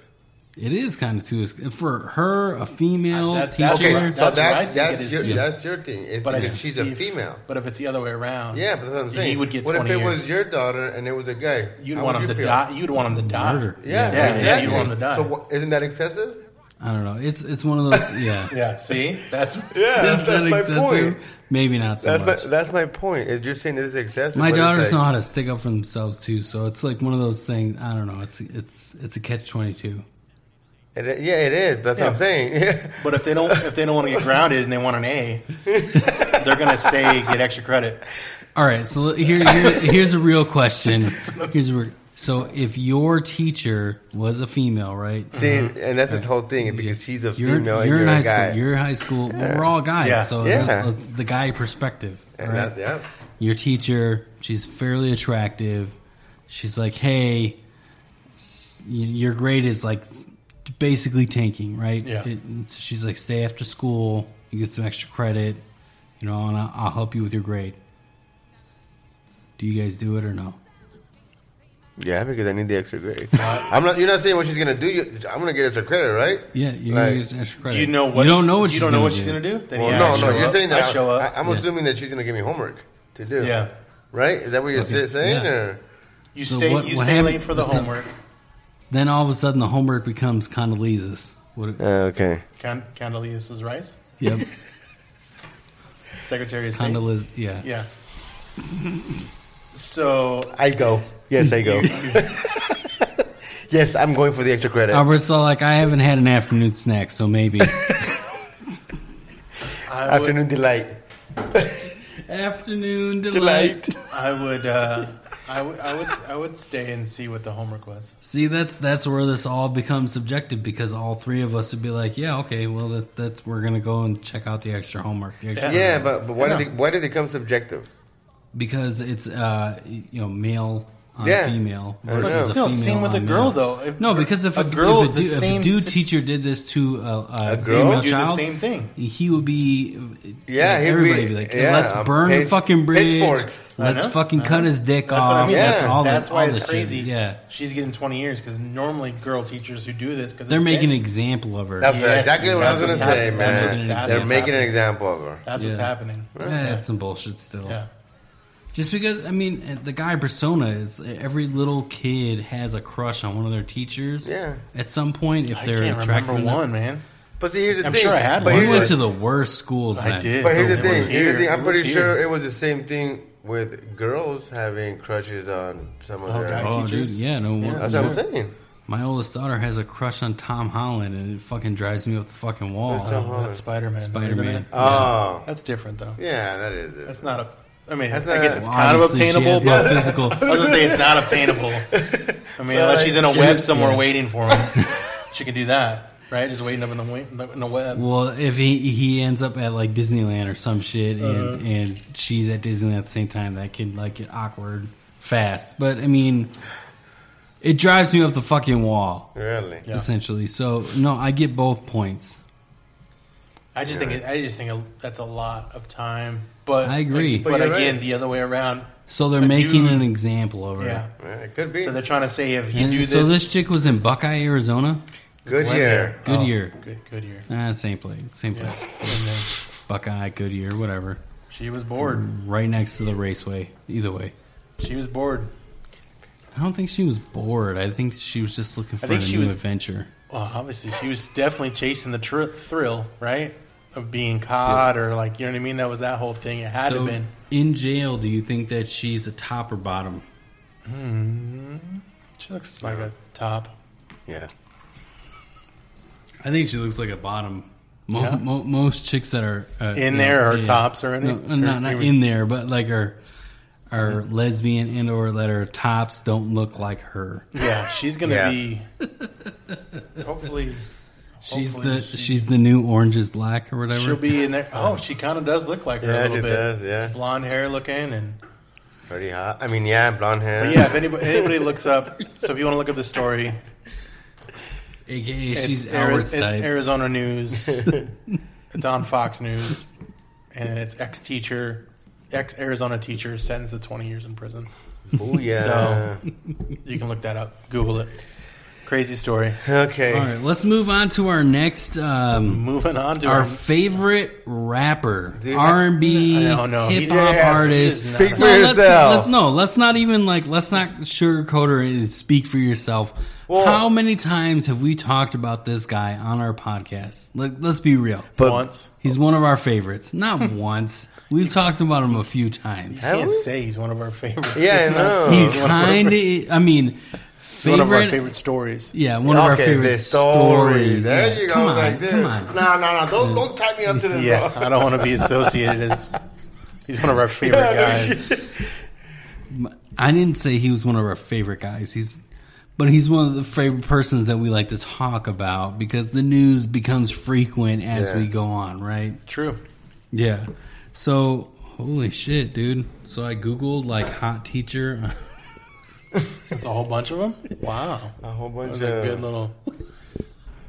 Speaker 3: It is kind of too for her, a female
Speaker 4: That-
Speaker 3: teacher.
Speaker 4: that's
Speaker 5: Okay,
Speaker 4: what I-
Speaker 5: so
Speaker 4: that's what I
Speaker 5: that's
Speaker 4: think it
Speaker 5: that's
Speaker 4: is
Speaker 5: your,
Speaker 4: too.
Speaker 5: that's your thing. It's
Speaker 4: But I
Speaker 5: because she's
Speaker 4: see
Speaker 5: a
Speaker 4: if-
Speaker 5: female.
Speaker 4: but if it's the other way around,
Speaker 5: Yeah, but that's what I'm saying.
Speaker 4: He would get
Speaker 5: what
Speaker 4: 20
Speaker 5: if it
Speaker 4: years.
Speaker 5: was your daughter and it was a guy?
Speaker 4: You'd
Speaker 5: How
Speaker 4: want him
Speaker 5: would you
Speaker 4: to
Speaker 5: feel?
Speaker 4: die. You'd want him to die.
Speaker 3: Murder.
Speaker 5: Yeah,
Speaker 4: yeah, yeah,
Speaker 5: exactly.
Speaker 4: you want him to die.
Speaker 5: So what, isn't that excessive?
Speaker 3: I don't know. It's it's one of those. Yeah,
Speaker 4: Yeah, see, that's
Speaker 5: Yeah,
Speaker 3: Is
Speaker 5: that's,
Speaker 3: that
Speaker 5: my
Speaker 3: excessive?
Speaker 5: point.
Speaker 3: Maybe not so
Speaker 5: That's
Speaker 3: much.
Speaker 5: my, that's my point. Is you're saying this is excessive.
Speaker 3: My
Speaker 5: but it's
Speaker 3: daughters
Speaker 5: like-
Speaker 3: know how to stick up for themselves too, so it's like one of those things. I don't know. It's it's it's a catch twenty two.
Speaker 5: It, i- yeah, it is. That's what I'm
Speaker 4: Yeah.
Speaker 5: saying. Yeah.
Speaker 4: But if they don't, if they don't want to get grounded and they want an A, they're gonna stay get extra credit.
Speaker 3: All right, so let- here, here here's a real question. Here's a, re- so if your teacher was a female, right?
Speaker 5: See,
Speaker 4: Uh-huh.
Speaker 5: and that's the whole thing. Because she's a
Speaker 3: You're,
Speaker 5: female
Speaker 3: you're in
Speaker 5: and
Speaker 3: high
Speaker 5: you're a guy.
Speaker 3: school. You're in high school. well, We're all guys,
Speaker 4: Yeah.
Speaker 3: so
Speaker 5: Yeah.
Speaker 3: that's- that's the guy perspective.
Speaker 5: and
Speaker 3: right?
Speaker 5: that, yeah.
Speaker 3: Your teacher, she's fairly attractive. She's like, hey, s- y- your grade is like basically tanking, right?
Speaker 4: Yeah.
Speaker 3: It- and so she's like, stay after school, you get some extra credit, you know, and I'll, I'll help you with your grade. Do you guys do it or no?
Speaker 5: Yeah, because I need the extra grade. I'm not. You're not saying what she's gonna do. You, I'm gonna get extra credit, right?
Speaker 3: Yeah, you
Speaker 5: Like,
Speaker 3: get extra credit.
Speaker 4: Do you know what?
Speaker 3: you don't know what
Speaker 4: you
Speaker 3: she's
Speaker 4: don't know
Speaker 3: gonna
Speaker 4: what
Speaker 3: do.
Speaker 4: she's gonna do. Then
Speaker 5: Well,
Speaker 4: yeah, I
Speaker 5: no,
Speaker 4: show
Speaker 5: no. You're
Speaker 4: up.
Speaker 5: saying that
Speaker 4: I show up.
Speaker 5: I, am assuming that she's gonna give me homework to do.
Speaker 4: yeah,
Speaker 5: Right? Is that what you're
Speaker 3: Okay.
Speaker 5: saying?
Speaker 3: Yeah.
Speaker 5: Or
Speaker 4: you
Speaker 3: So
Speaker 4: stay.
Speaker 3: what-
Speaker 4: you
Speaker 3: what
Speaker 4: stay
Speaker 3: happened-
Speaker 4: late for the
Speaker 3: listen.
Speaker 4: homework.
Speaker 3: Then all of a sudden, the homework becomes Condoleezza's. What?
Speaker 5: Uh, okay.
Speaker 4: Con- Condoleezza Rice,
Speaker 3: Yep,
Speaker 4: Secretary of State.
Speaker 3: Condoleezza. Yeah.
Speaker 4: yeah. So
Speaker 5: I go. Yes, I go. yes, I'm going for the extra credit.
Speaker 3: Albert's all like, I haven't had an afternoon snack, so maybe
Speaker 4: I would,
Speaker 5: Afternoon delight.
Speaker 3: afternoon delight.
Speaker 5: Delight.
Speaker 4: I would, uh, I would, I would, I would stay and see what the homework was.
Speaker 3: See, that's that's where this all becomes subjective because all three of us would be like, yeah, okay, well, that, that's we're gonna go and check out the extra homework. the extra-
Speaker 5: Yeah, but, but why
Speaker 4: Yeah.
Speaker 5: did they, why did they come subjective?
Speaker 3: because it's uh, you know male on
Speaker 5: Yeah.
Speaker 3: female
Speaker 5: I know.
Speaker 3: versus
Speaker 5: But
Speaker 3: a
Speaker 4: still,
Speaker 3: female
Speaker 4: same with
Speaker 3: on
Speaker 4: a girl,
Speaker 3: male.
Speaker 4: though. If-
Speaker 3: no, because if a,
Speaker 4: a girl,
Speaker 3: if a,
Speaker 4: the
Speaker 3: du- if a
Speaker 4: same
Speaker 3: dude
Speaker 4: si-
Speaker 3: teacher did this to a, a,
Speaker 5: A girl?
Speaker 4: Do
Speaker 3: female
Speaker 4: the
Speaker 3: child,
Speaker 4: same thing.
Speaker 3: He would be
Speaker 5: Yeah, he'd
Speaker 3: everybody
Speaker 5: be-
Speaker 3: would be like,
Speaker 5: yeah,
Speaker 3: let's burn the
Speaker 5: pitch-
Speaker 3: fucking bridge,
Speaker 5: pitchforks.
Speaker 4: I
Speaker 3: let's
Speaker 4: know,
Speaker 3: fucking
Speaker 4: I
Speaker 3: cut
Speaker 4: know.
Speaker 3: his dick
Speaker 4: Uh-huh. That's what
Speaker 3: off.
Speaker 4: I mean.
Speaker 3: That's
Speaker 5: Yeah.
Speaker 3: all. the-
Speaker 4: That's why
Speaker 3: all
Speaker 4: it's
Speaker 3: the shit.
Speaker 4: crazy.
Speaker 3: Yeah,
Speaker 4: she's getting 20 years because normally girl teachers who do this because
Speaker 3: they're making an example of her.
Speaker 5: That's
Speaker 4: Yes,
Speaker 5: exactly what I was
Speaker 4: that's
Speaker 5: gonna
Speaker 4: what's
Speaker 5: say,
Speaker 4: happening. That's
Speaker 5: man.
Speaker 3: what it is.
Speaker 5: They're
Speaker 3: That's
Speaker 5: making an
Speaker 4: happening.
Speaker 5: example of her.
Speaker 4: That's what's
Speaker 3: Yeah.
Speaker 4: happening.
Speaker 3: Yeah, it's some bullshit still.
Speaker 4: Yeah.
Speaker 3: Just because, I mean, the guy persona is every little kid has a crush on one of their teachers.
Speaker 5: Yeah.
Speaker 3: At some point, if
Speaker 4: I
Speaker 3: they're
Speaker 4: can't
Speaker 3: attractive
Speaker 4: remember
Speaker 3: enough-
Speaker 4: one, man.
Speaker 5: But see, here's the
Speaker 4: I'm
Speaker 5: thing.
Speaker 4: sure I had one.
Speaker 5: but
Speaker 3: We
Speaker 5: here's
Speaker 3: went
Speaker 5: the-
Speaker 3: to the worst schools.
Speaker 4: I
Speaker 3: then.
Speaker 4: did.
Speaker 5: But here's the
Speaker 4: It was
Speaker 5: thing. Here's the thing.
Speaker 4: here.
Speaker 5: I'm
Speaker 4: It
Speaker 5: pretty
Speaker 4: was
Speaker 5: sure
Speaker 4: here.
Speaker 5: it was the same thing with girls having crushes on some of
Speaker 4: Oh,
Speaker 5: their.
Speaker 4: God.
Speaker 3: Oh, dude,
Speaker 4: Teachers?
Speaker 3: yeah, no wonder.
Speaker 5: That's what I'm saying.
Speaker 3: My oldest daughter has a crush on Tom Holland, and it fucking drives me up the fucking wall.
Speaker 5: Who's Tom Holland?
Speaker 4: Oh, that's Spider Man.
Speaker 3: Spider-Man.
Speaker 5: Oh,
Speaker 4: That's different, though.
Speaker 5: yeah, that is it.
Speaker 4: That's not a. I mean,
Speaker 5: That's
Speaker 4: I
Speaker 5: not-
Speaker 4: guess it's
Speaker 3: Well,
Speaker 4: kind of
Speaker 3: obviously, she
Speaker 4: obtainable,
Speaker 3: has no
Speaker 4: but
Speaker 3: physical.
Speaker 4: I was gonna say it's not obtainable. I mean, unless she's in a web somewhere
Speaker 3: yeah.
Speaker 4: waiting for him, she can do that, right? Just waiting up in the wa- in the web.
Speaker 3: Well, if he he ends up at like Disneyland or some shit, and
Speaker 4: Uh-huh.
Speaker 3: and she's at Disneyland at the same time, that can like get awkward fast. But I mean, it drives me up the fucking wall,
Speaker 5: really.
Speaker 4: Yeah.
Speaker 3: essentially. So no, I get both points.
Speaker 4: I just think it, I just think it- that's a lot of time. But
Speaker 3: I agree.
Speaker 4: But,
Speaker 5: But you're
Speaker 4: again,
Speaker 5: right.
Speaker 4: the other way around.
Speaker 3: So they're
Speaker 4: A
Speaker 3: making
Speaker 4: dude-
Speaker 3: an example of her.
Speaker 4: Yeah.
Speaker 5: Yeah, it could be.
Speaker 4: So they're trying to say if you
Speaker 3: And
Speaker 4: do this,
Speaker 3: so this chick was in Buckeye, Arizona.
Speaker 5: Good year.
Speaker 4: Oh,
Speaker 3: Goodyear.
Speaker 4: good, good year.
Speaker 3: Ah, same place, same place.
Speaker 4: And then
Speaker 3: Buckeye, Goodyear, whatever.
Speaker 4: she was bored.
Speaker 3: Right next to the raceway. Either way,
Speaker 4: She was bored.
Speaker 3: I don't think she was bored. I think she was just looking for a
Speaker 4: think she
Speaker 3: new
Speaker 4: was-
Speaker 3: adventure.
Speaker 4: Well, obviously, she was definitely chasing the tr- thrill, right? Of being caught, or like, you know what I mean? That was that whole thing. It had to
Speaker 3: so
Speaker 4: been.
Speaker 3: in jail, do you think that she's a top or bottom?
Speaker 4: She looks like a top.
Speaker 5: Yeah.
Speaker 3: I think she looks like a bottom. Mo-
Speaker 4: Yeah.
Speaker 3: mo- most chicks that are uh,
Speaker 4: In
Speaker 3: you
Speaker 4: there are
Speaker 3: yeah.
Speaker 4: tops already?
Speaker 3: No,
Speaker 4: Or
Speaker 3: uh, not not
Speaker 4: they were-
Speaker 3: in there, but like are are lesbian and or that are tops don't look like her.
Speaker 4: Yeah, she's gonna
Speaker 5: Yeah.
Speaker 4: be. Hopefully,
Speaker 3: She's
Speaker 4: Hopefully
Speaker 3: the
Speaker 4: she-
Speaker 3: she's the new Orange is Black or whatever.
Speaker 4: she'll be in there. Oh, she kind of does look like her
Speaker 5: Yeah,
Speaker 4: a little
Speaker 5: she
Speaker 4: bit.
Speaker 5: does, yeah.
Speaker 4: blonde hair looking, and
Speaker 5: Pretty hot. I mean, yeah, blonde hair.
Speaker 4: but yeah. If anybody, anybody looks up, so if you want to look up the story,
Speaker 3: AKA
Speaker 4: it's
Speaker 3: she's
Speaker 4: Ari-
Speaker 3: Albert's
Speaker 4: it's
Speaker 3: type.
Speaker 4: Arizona News. it's on Fox News, and it's ex teacher, ex Arizona teacher sentenced to twenty years in prison.
Speaker 5: Oh yeah.
Speaker 4: You can look that up. Google it. Crazy story.
Speaker 5: Okay.
Speaker 3: All right, let's move on to our next um,
Speaker 4: Moving on to
Speaker 3: our
Speaker 4: our.
Speaker 3: favorite rapper,
Speaker 5: Dude,
Speaker 3: R and B,
Speaker 4: I don't know. He's-
Speaker 3: hip hop
Speaker 5: Yes,
Speaker 3: artist.
Speaker 4: he's not-
Speaker 5: Speak for
Speaker 3: No, let's,
Speaker 5: yourself.
Speaker 3: let's no, let's not even like let's not sugarcoat or uh, speak for yourself.
Speaker 5: Well-
Speaker 3: How many times have we talked about this guy on our podcast? Let, let's be real.
Speaker 5: but
Speaker 4: once
Speaker 3: He's one of our favorites. Not once. We've talked about him a few times.
Speaker 4: you
Speaker 5: Have
Speaker 4: can't
Speaker 5: we?
Speaker 4: say he's one of our favorites.
Speaker 5: Yeah,
Speaker 4: It's
Speaker 5: I
Speaker 4: not-
Speaker 5: know.
Speaker 3: He's
Speaker 5: He's
Speaker 3: kind of, I mean,
Speaker 4: one of our
Speaker 3: favorite.
Speaker 4: favorite stories.
Speaker 3: Yeah, one of our
Speaker 5: okay,
Speaker 3: favorite
Speaker 5: the story.
Speaker 3: stories.
Speaker 5: There
Speaker 3: Yeah.
Speaker 5: you go.
Speaker 3: Come on,
Speaker 5: like this.
Speaker 3: come on.
Speaker 5: No, no, no. Don't don't tie me up to this.
Speaker 4: Yeah,
Speaker 5: bro.
Speaker 4: I don't want to be associated as he's one of our favorite
Speaker 5: Yeah, no
Speaker 4: guys.
Speaker 5: shit.
Speaker 3: I didn't say he was one of our favorite guys. He's, but he's one of the favorite persons that we like to talk about because the news becomes frequent as
Speaker 5: Yeah.
Speaker 3: we go on, right?
Speaker 4: True.
Speaker 3: Yeah. So holy shit, dude. So I googled like hot teacher
Speaker 4: That's a whole bunch of them. Wow,
Speaker 5: A whole
Speaker 4: that
Speaker 5: bunch
Speaker 4: was
Speaker 5: of
Speaker 4: a good little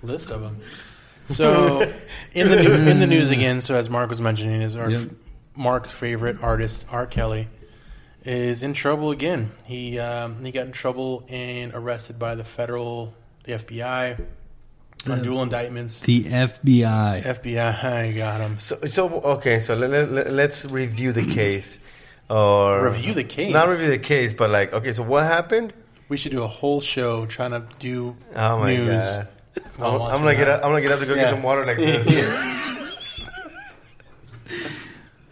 Speaker 4: list of them. So in the new, in the news again. So as Mark was mentioning, is our
Speaker 3: Yep.
Speaker 4: Mark's favorite artist R. Kelly is in trouble again. He um, he got in trouble and arrested by the federal the FBI on dual indictments.
Speaker 3: The FBI.
Speaker 4: FBI got him.
Speaker 5: So, so okay, so let, let, let's review the case, or
Speaker 4: Review the case?
Speaker 5: Not review the case, but like, okay, so what happened?
Speaker 4: We should do a whole show trying to do
Speaker 5: Oh my
Speaker 4: news.
Speaker 5: god!
Speaker 4: while
Speaker 5: I'm,
Speaker 4: watching
Speaker 5: I'm gonna get
Speaker 4: that.
Speaker 5: up. I'm gonna get up to go
Speaker 4: Yeah.
Speaker 5: get some water like this.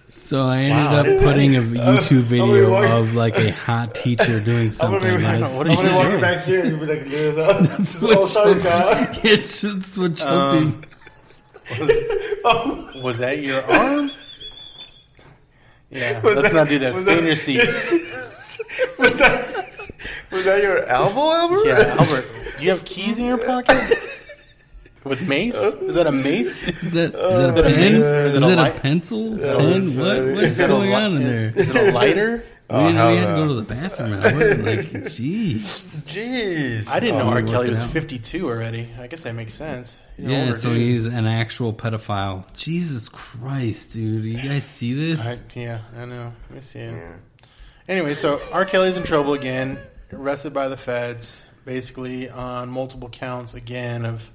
Speaker 3: So I ended
Speaker 4: Wow,
Speaker 3: up
Speaker 4: dude.
Speaker 3: putting a YouTube
Speaker 5: gonna be
Speaker 3: video
Speaker 5: walking-
Speaker 3: of like a hot teacher doing
Speaker 5: I'm gonna
Speaker 3: something.
Speaker 5: be,
Speaker 3: and
Speaker 5: I'm
Speaker 3: it's-
Speaker 4: What is
Speaker 5: gonna
Speaker 4: she
Speaker 5: walk
Speaker 4: doing?
Speaker 5: back here and be like this. oh,
Speaker 3: Switch-
Speaker 5: sorry, God.
Speaker 3: switch- it should switch up these.
Speaker 5: Oh,
Speaker 4: Was that your arm? Yeah, let's
Speaker 5: that-
Speaker 4: not do that.
Speaker 5: was
Speaker 4: Stay in
Speaker 5: that-
Speaker 4: your seat.
Speaker 5: was that was that your elbow, Albert?
Speaker 4: Yeah, Albert, do you have keys in your pocket? With mace? Is that a mace?
Speaker 3: Is that, is that a
Speaker 4: that a
Speaker 3: pen?
Speaker 4: pencil?
Speaker 3: Is
Speaker 4: Is that a
Speaker 3: that a
Speaker 4: light?
Speaker 3: pencil?
Speaker 5: that a-
Speaker 3: Pen? What? What is
Speaker 4: that a
Speaker 3: going
Speaker 4: light?
Speaker 3: on in there?
Speaker 4: Is it a lighter?
Speaker 5: Oh,
Speaker 3: we, didn't-
Speaker 5: hell
Speaker 3: we had to
Speaker 5: no.
Speaker 3: go to the bathroom. and I wasn't like, jeez.
Speaker 5: Jeez.
Speaker 4: I didn't know
Speaker 3: Oh,
Speaker 4: R.
Speaker 3: we're
Speaker 4: Kelly
Speaker 3: working
Speaker 4: was
Speaker 3: out.
Speaker 4: 52 already. I guess that makes sense. He's an
Speaker 3: Yeah,
Speaker 4: older
Speaker 3: so
Speaker 4: dude.
Speaker 3: he's an actual pedophile. Jesus Christ, dude! You guys see
Speaker 4: I,
Speaker 3: this?
Speaker 4: yeah, I know. Let me see. Anyway, so R. Kelly's in trouble again, arrested by the feds, basically on multiple counts again of.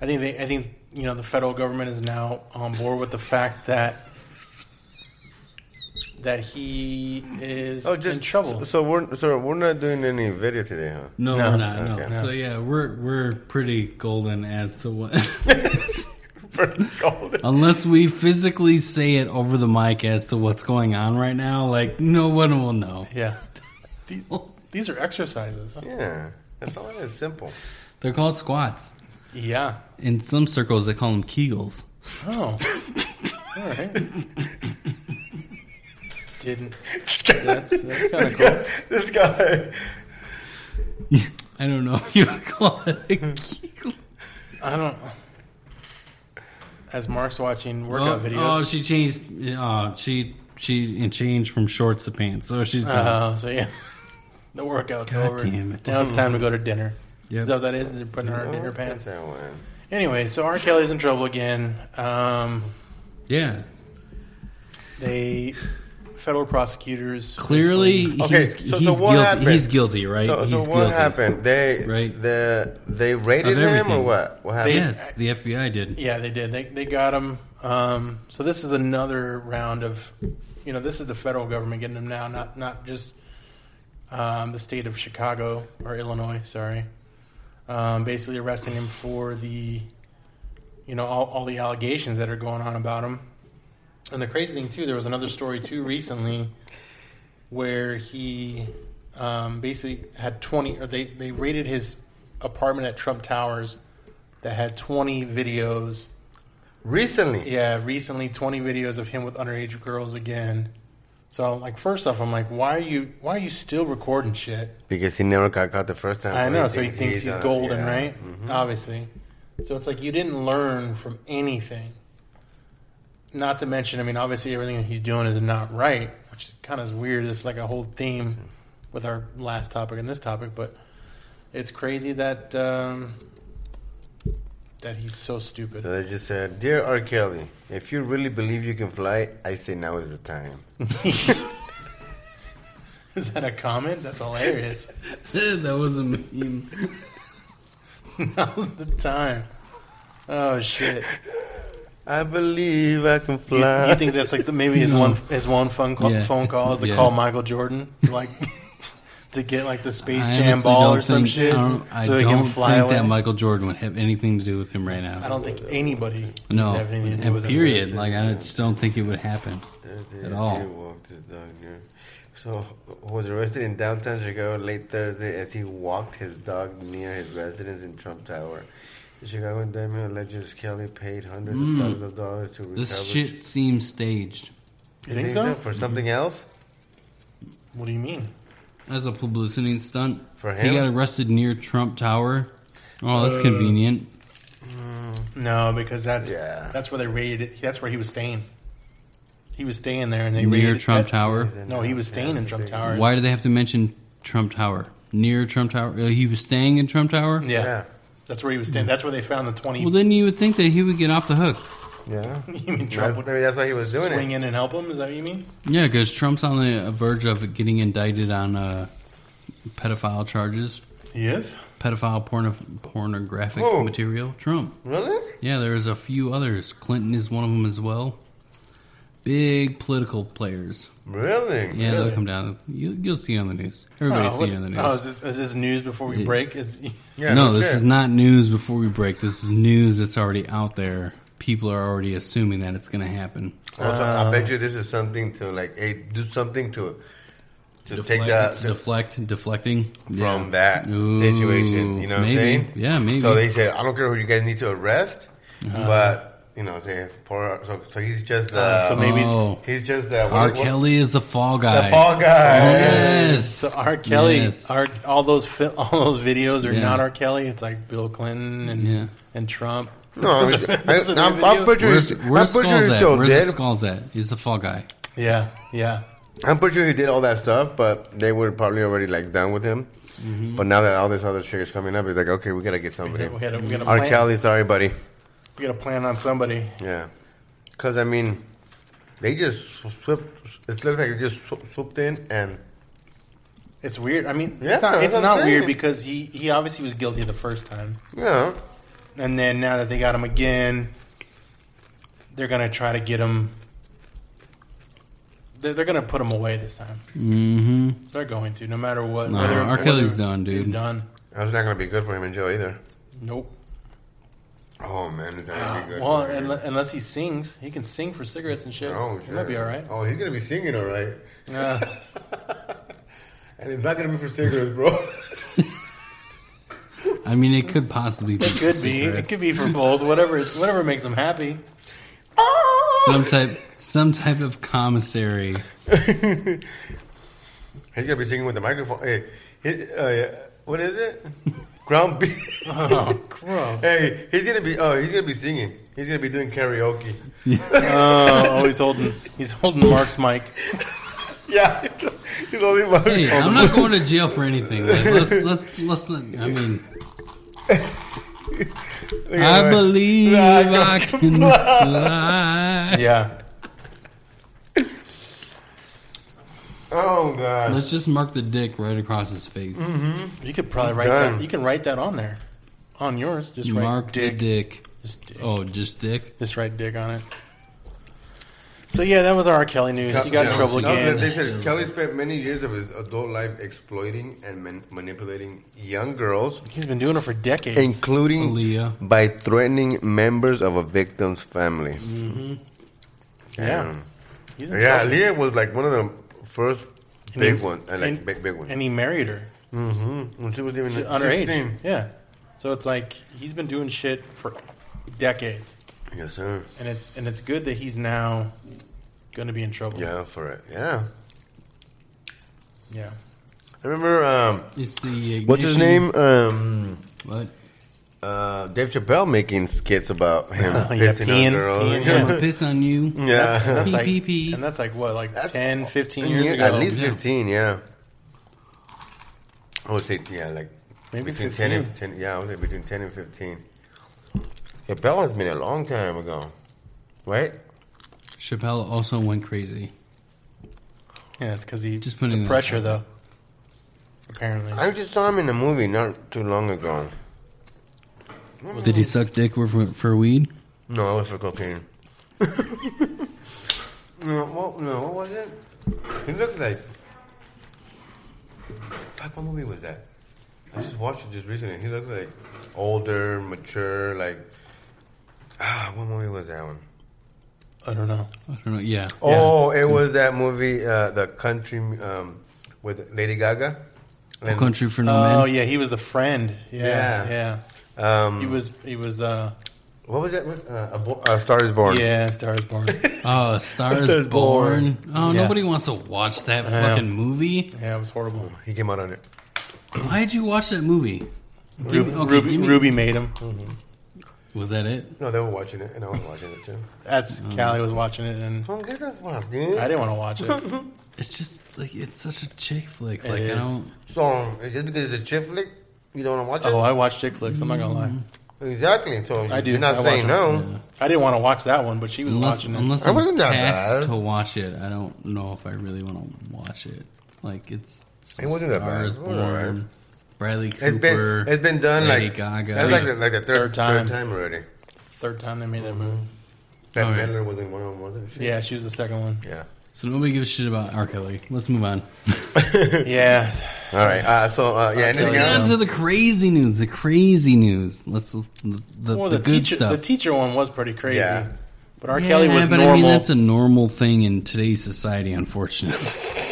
Speaker 4: I think they. I think you know the federal government is now on board with the fact that that he is
Speaker 5: Oh, just
Speaker 4: in trouble.
Speaker 5: So we're so we're not doing any video today, huh?
Speaker 3: No,
Speaker 4: No.
Speaker 3: we're not. No.
Speaker 5: Okay.
Speaker 3: So yeah, we're we're pretty golden as to what.
Speaker 5: Pretty
Speaker 4: Oh,
Speaker 5: cold.
Speaker 3: Unless we physically say it over the mic as to what's going on right now, like no one will know.
Speaker 4: yeah, these, these are exercises.
Speaker 5: Yeah, that's all. It's simple.
Speaker 3: They're called squats.
Speaker 4: Yeah.
Speaker 3: In some circles, they call them kegels.
Speaker 4: Oh. All right. Didn't. That's, that's kind of cool.
Speaker 5: This guy.
Speaker 3: I don't know if you would call it a kegel.
Speaker 4: I don't. As Mark's watching
Speaker 3: Oh,
Speaker 4: workout videos.
Speaker 3: oh, she changed. Oh, she she and changed from shorts to pants, so she's done.
Speaker 4: Uh, so yeah, the workout's
Speaker 3: God
Speaker 4: over.
Speaker 3: damn it.
Speaker 4: Now it's time to go to dinner.
Speaker 3: Yep.
Speaker 4: Is that what that is? They're putting her in her
Speaker 5: Look at
Speaker 4: pants.
Speaker 5: Oh, that one.
Speaker 4: Anyway, so R. Kelly's in trouble again. Um,
Speaker 3: Yeah,
Speaker 4: they, federal prosecutors,
Speaker 3: clearly
Speaker 5: Okay,
Speaker 3: he's,
Speaker 5: so- so
Speaker 3: he's
Speaker 5: what
Speaker 3: guilty.
Speaker 5: happened?
Speaker 3: He's guilty, right?
Speaker 5: So,
Speaker 3: he's
Speaker 5: so what
Speaker 3: guilty.
Speaker 5: happened? They
Speaker 3: Right.
Speaker 5: the they raided
Speaker 3: Of
Speaker 5: him or
Speaker 3: everything.
Speaker 5: what? What happened?
Speaker 3: Yes, the FBI did.
Speaker 4: Yeah, they did. They they got him. Um, so this is another round of, you know, this is the federal government getting him now, not not just um, the state of Chicago or Illinois. Sorry, um, basically arresting him for the, you know, all, all the allegations that are going on about him. And the crazy thing too, there was another story too recently, where he um, basically had twenty, or they they raided his apartment at Trump Towers that had 20 videos.
Speaker 5: Recently.
Speaker 4: Yeah, recently 20 videos of him with underage girls again. So like first off, I'm like, why are you why are you still recording shit?
Speaker 5: Because he never got caught the first time.
Speaker 4: I know, so he
Speaker 5: think
Speaker 4: thinks he's
Speaker 5: uh,
Speaker 4: golden,
Speaker 5: yeah.
Speaker 4: right? Obviously. So it's like you didn't learn from anything. Not to mention, I mean, obviously everything that he's doing is not right, which kind of is weird. It's like a whole theme with our last topic and this topic, but it's crazy that um, that he's so stupid.
Speaker 5: So they just said, Dear R. Kelly, if you really believe you can fly, I say now is the time.
Speaker 4: Is that a comment? That's hilarious.
Speaker 3: that was a meme.
Speaker 4: That was the time. Oh shit!
Speaker 5: I believe I can
Speaker 4: You,
Speaker 5: fly.
Speaker 4: you think that's like the, maybe his
Speaker 3: No.
Speaker 4: one his one phone call,
Speaker 3: Yeah,
Speaker 4: phone call
Speaker 3: it's-
Speaker 4: is to
Speaker 3: yeah.
Speaker 4: call Michael Jordan, like to get like the Space
Speaker 3: I
Speaker 4: Jam
Speaker 3: honestly
Speaker 4: ball
Speaker 3: don't
Speaker 4: or some
Speaker 3: think-
Speaker 4: shit,
Speaker 3: I don't, I
Speaker 4: so he
Speaker 3: don't
Speaker 4: can fly
Speaker 3: think
Speaker 4: away.
Speaker 3: that Michael Jordan would have anything to do with him right now.
Speaker 4: I don't think anybody
Speaker 3: no,
Speaker 4: has anything to do
Speaker 3: and
Speaker 4: with it.
Speaker 3: period. Like I just don't think it would happen.
Speaker 5: Thursday,
Speaker 3: At
Speaker 5: I
Speaker 3: all.
Speaker 5: did walk the dog near- So was arrested in downtown Chicago late Thursday as he walked his dog near his residence in Trump Tower. The Chicago indictment alleges Kelly paid hundreds of thousands of dollars to recover.
Speaker 3: Mm. This shit Mm-hmm. seems staged.
Speaker 4: You think so?
Speaker 5: For something else?
Speaker 4: What do you mean?
Speaker 3: That's a publicity stunt.
Speaker 5: For
Speaker 3: He
Speaker 5: him?
Speaker 3: got arrested near Trump Tower. Oh, that's convenient.
Speaker 4: No, because that's
Speaker 5: Yeah.
Speaker 4: that's where they raided. It. That's where he was staying. He was staying there, and they
Speaker 3: Near
Speaker 4: raided
Speaker 3: Trump
Speaker 4: that-
Speaker 3: Tower.
Speaker 4: No, he was staying in Trump Tower.
Speaker 3: Why do they have to mention Trump Tower, near Trump Tower. Uh, He was staying in Trump Tower.
Speaker 4: Yeah.
Speaker 5: Yeah.
Speaker 4: That's where he was standing. That's where they found the 20
Speaker 3: Well, then you would think that he would get off the hook.
Speaker 5: Yeah.
Speaker 4: You mean Trump
Speaker 5: That's,
Speaker 4: would
Speaker 5: maybe that's why he was doing
Speaker 4: swing
Speaker 5: it.
Speaker 4: in and help him? Is that what you mean?
Speaker 3: Yeah, because Trump's on the verge of getting indicted on uh, pedophile charges,
Speaker 4: He is.
Speaker 3: pedophile porno- pornographic
Speaker 5: Whoa.
Speaker 3: material. Trump.
Speaker 5: Really?
Speaker 3: Yeah, there's a few others. Clinton is one of them as well. Big political players.
Speaker 5: Really?
Speaker 3: Yeah,
Speaker 4: Really?
Speaker 3: they'll come down. You, you'll see it on the news. Everybody see it on the news.
Speaker 4: Oh, is this, is this news before we
Speaker 3: Yeah.
Speaker 4: break? Is,
Speaker 5: Yeah,
Speaker 3: no,
Speaker 5: for
Speaker 3: this
Speaker 5: sure.
Speaker 3: is not news before we break. This is news that's already out there. People are already assuming that it's going to happen.
Speaker 5: Also,
Speaker 3: uh,
Speaker 5: I bet you this is something to like, hey, do something to to take
Speaker 3: Deflect-
Speaker 5: that
Speaker 3: it's deflect, deflecting
Speaker 5: from
Speaker 3: Yeah.
Speaker 5: that
Speaker 3: Ooh,
Speaker 5: situation. You know
Speaker 3: maybe.
Speaker 5: what I'm saying?
Speaker 3: Yeah, maybe. Uh-huh.
Speaker 5: So they said, I don't care who you guys need to arrest, but you know, they poor. So, so he's just the
Speaker 4: Uh, so maybe-
Speaker 3: oh,
Speaker 5: he's just the
Speaker 3: R.
Speaker 5: what- what-
Speaker 3: Kelly is the fall guy.
Speaker 5: the fall guy.
Speaker 3: Yes.
Speaker 4: So R. Kelly,
Speaker 3: Yes.
Speaker 4: R, all those fi- all those videos are
Speaker 3: Yeah.
Speaker 4: not R. Kelly. It's like Bill Clinton and
Speaker 3: Yeah.
Speaker 4: and Trump.
Speaker 5: No, I mean,
Speaker 4: Those are
Speaker 5: I,
Speaker 4: the
Speaker 5: I'm, I'm
Speaker 4: videos.
Speaker 5: pretty
Speaker 3: Where's,
Speaker 5: sure. I'm
Speaker 3: where's
Speaker 5: pretty sure
Speaker 3: Skulls
Speaker 5: he
Speaker 3: at?
Speaker 5: still
Speaker 3: Where's the
Speaker 5: did.
Speaker 3: Skulls at? He's the fall guy.
Speaker 4: Yeah, yeah.
Speaker 5: I'm pretty sure he did all that stuff, but they were probably already like done with him.
Speaker 3: Mm-hmm.
Speaker 5: But now that all this other shit is coming up, it's like, okay, we gotta get somebody.
Speaker 4: We gotta, we gotta
Speaker 5: R.
Speaker 4: plan.
Speaker 5: Kelly, sorry, buddy.
Speaker 4: We gotta plan on somebody.
Speaker 5: Yeah, because I mean, they just swept. It looks like they just swo- swooped in and
Speaker 4: It's weird. I mean,
Speaker 5: Yeah,
Speaker 4: it's not,
Speaker 5: that's
Speaker 4: it's
Speaker 5: what
Speaker 4: not
Speaker 5: I'm
Speaker 4: weird
Speaker 5: saying.
Speaker 4: because he, he obviously was guilty the first time,
Speaker 5: yeah,
Speaker 4: and then now that they got him again, they're gonna try to get him. They're, they're gonna put him away this time.
Speaker 3: Mm-hmm.
Speaker 4: They're going to, no matter what.
Speaker 3: Nah,
Speaker 4: whether-
Speaker 3: R. Kelly's
Speaker 4: whether
Speaker 3: done, dude.
Speaker 4: He's done.
Speaker 5: that's not gonna be good for him in jail either.
Speaker 4: Nope. Ah,
Speaker 5: Oh man, it's not gonna be good.
Speaker 4: Well,
Speaker 5: for him.
Speaker 4: unle- unless he sings, he can sing for cigarettes and shit.
Speaker 5: oh,
Speaker 4: he
Speaker 5: shit.
Speaker 4: might be all right. Uh,
Speaker 5: Oh, he's gonna be singing all right,
Speaker 4: Yeah.
Speaker 5: and it's not gonna be for cigarettes, bro.
Speaker 3: I mean, it could possibly be.
Speaker 4: it could be. It could be for both. Whatever. Whatever makes him happy.
Speaker 3: some type, some type of commissary.
Speaker 5: he's gonna be singing with the microphone. Hey, his, uh, yeah, what is it? Ground beef.
Speaker 4: Oh, gross.
Speaker 5: hey, he's gonna be. Oh, he's gonna be singing. He's gonna be doing karaoke.
Speaker 4: Oh, oh, he's holding. He's holding Mark's mic.
Speaker 5: Yeah, he's, he's only.
Speaker 3: Hey, I'm not going to jail for anything. Like, let's, let's, let's. I mean, I believe I can fly.
Speaker 4: Yeah.
Speaker 5: Oh god.
Speaker 3: Let's just mark the dick right across his face.
Speaker 4: You could probably write
Speaker 5: Done.
Speaker 4: that. You can write that on there, on yours. Just write
Speaker 3: mark
Speaker 4: dick.
Speaker 3: the dick.
Speaker 4: Just dick.
Speaker 3: Oh, just dick.
Speaker 4: Just write dick on it. So yeah, that was our R. Kelly news. He got in
Speaker 5: Yeah.
Speaker 4: trouble
Speaker 5: No, They
Speaker 4: again.
Speaker 5: said Kelly spent many years of his adult life exploiting and man- manipulating young girls,
Speaker 4: He's been doing it for decades.
Speaker 5: including
Speaker 3: Aaliyah.
Speaker 5: by threatening members of a victim's family.
Speaker 4: Mm. yeah. He's in
Speaker 5: Yeah,
Speaker 4: trouble.
Speaker 5: Leah was like one of the first
Speaker 4: And
Speaker 5: big
Speaker 4: he-
Speaker 5: ones, uh, like
Speaker 4: and-
Speaker 5: big big ones.
Speaker 4: And he married her.
Speaker 5: mm-hmm. When she was even
Speaker 4: She's underage.
Speaker 5: 16.
Speaker 4: Yeah. So it's like he's been doing shit for decades,
Speaker 5: Yes, sir.
Speaker 4: and it's and it's good that he's now going to be in trouble.
Speaker 5: Yeah, for it. Yeah,
Speaker 4: Yeah.
Speaker 5: I remember. Um,
Speaker 3: It's the uh, ignition.
Speaker 5: what's his name? Um,
Speaker 3: What?
Speaker 5: uh, Dave Chappelle making skits about him
Speaker 4: yeah,
Speaker 5: pissing
Speaker 4: peeing-
Speaker 5: on girls.
Speaker 4: peeing,
Speaker 3: I'm
Speaker 4: yeah.
Speaker 3: gonna piss on you.
Speaker 5: yeah.
Speaker 4: That's, that's
Speaker 3: Pee,
Speaker 4: like,
Speaker 3: pee, pee.
Speaker 4: And that's like what, like
Speaker 5: That's-
Speaker 4: ten, fifteen 10, 15
Speaker 5: Yeah,
Speaker 4: years ago?
Speaker 5: At least
Speaker 3: Yeah.
Speaker 5: 15, yeah. I would say, yeah, like
Speaker 4: Maybe
Speaker 5: between 10 and
Speaker 4: 15.
Speaker 5: 10. Yeah, I would say between 10 and 15. Yeah, Bell has been a long time ago, right?
Speaker 3: Chappelle also went crazy.
Speaker 4: Yeah, it's because he
Speaker 3: Just
Speaker 4: just
Speaker 3: put
Speaker 4: put
Speaker 3: it in
Speaker 4: the
Speaker 3: there.
Speaker 4: pressure, though. Apparently.
Speaker 5: I just saw him in a movie not too long ago.
Speaker 3: Did he suck dick for, for weed?
Speaker 5: No, it was for cocaine. no, what, no, what was it? He looks like. Fuck, what movie was that? I just watched it just recently. He looks like older, mature, like. Ah, what movie was that one?
Speaker 4: I don't know.
Speaker 3: I don't know. Yeah.
Speaker 5: Oh, it was that movie, uh, the country um, with Lady Gaga.
Speaker 3: No
Speaker 5: And,
Speaker 3: Country for No
Speaker 4: Oh,
Speaker 3: Man.
Speaker 4: yeah, he was the friend. Yeah.
Speaker 5: Yeah.
Speaker 4: Yeah.
Speaker 5: Um,
Speaker 4: He was, he was, uh,
Speaker 5: what was that? With, uh, a, Bo- a Star is Born.
Speaker 4: yeah, Star is Born.
Speaker 3: Oh, Star
Speaker 5: Star
Speaker 3: is
Speaker 5: is
Speaker 3: Born.
Speaker 5: Born.
Speaker 3: Oh,
Speaker 4: Yeah.
Speaker 3: nobody wants to watch that
Speaker 4: know.
Speaker 3: fucking movie.
Speaker 4: yeah, it was horrible.
Speaker 5: He came out on it.
Speaker 3: Why'd you watch that movie? Give
Speaker 4: Ruby,
Speaker 3: me- okay,
Speaker 4: Ruby,
Speaker 3: give me-
Speaker 4: Ruby made him.
Speaker 3: Was that it?
Speaker 5: No, they were watching it, and I was watching it too.
Speaker 4: That's Callie was watching it, and
Speaker 5: Don't get the fuck, dude.
Speaker 4: I didn't want to watch it.
Speaker 3: It's just like it's such a chick flick. Like I
Speaker 4: is.
Speaker 3: don't.
Speaker 5: So just because it's a chick flick, you don't want to
Speaker 4: Oh,
Speaker 5: watch
Speaker 4: I watch chick flicks. I'm not gonna lie.
Speaker 5: it. exactly. So
Speaker 4: I do.
Speaker 5: You're not
Speaker 4: I watch
Speaker 5: saying
Speaker 4: them.
Speaker 5: no.
Speaker 4: I didn't want to watch that one, but she was
Speaker 3: Unless,
Speaker 4: watching it.
Speaker 3: unless
Speaker 5: It
Speaker 3: I'm
Speaker 5: wasn't that
Speaker 3: tasked
Speaker 5: bad.
Speaker 3: to watch it, I don't know if I really want to watch it. Like it's
Speaker 5: It wasn't that
Speaker 3: Star
Speaker 5: bad.
Speaker 3: is
Speaker 5: It was all right.
Speaker 3: Born, Bradley
Speaker 5: It's
Speaker 3: Cooper.
Speaker 5: been it's been done
Speaker 3: Lady
Speaker 5: like
Speaker 3: Gaga.
Speaker 5: that's like the, like the
Speaker 4: Third
Speaker 5: third, third
Speaker 4: time.
Speaker 5: time already.
Speaker 4: Third time they made that movie.
Speaker 5: That
Speaker 3: All right.
Speaker 5: Miller was in one of them, wasn't she?
Speaker 4: Yeah, she was the second one.
Speaker 5: Yeah.
Speaker 3: so nobody gives a shit about R. Kelly. Let's move on.
Speaker 4: Yeah,
Speaker 5: All right. Uh, so uh, yeah, anything
Speaker 4: Okay.
Speaker 3: Let's get
Speaker 5: else?
Speaker 3: on to the crazy news. The crazy news. Let's the, the,
Speaker 4: well,
Speaker 3: the
Speaker 4: the,
Speaker 3: good
Speaker 4: teacher,
Speaker 3: stuff.
Speaker 4: the teacher one was pretty crazy.
Speaker 5: Yeah.
Speaker 4: But R. Kelly was
Speaker 3: but
Speaker 4: normal.
Speaker 3: I mean that's a normal thing in today's society, unfortunately.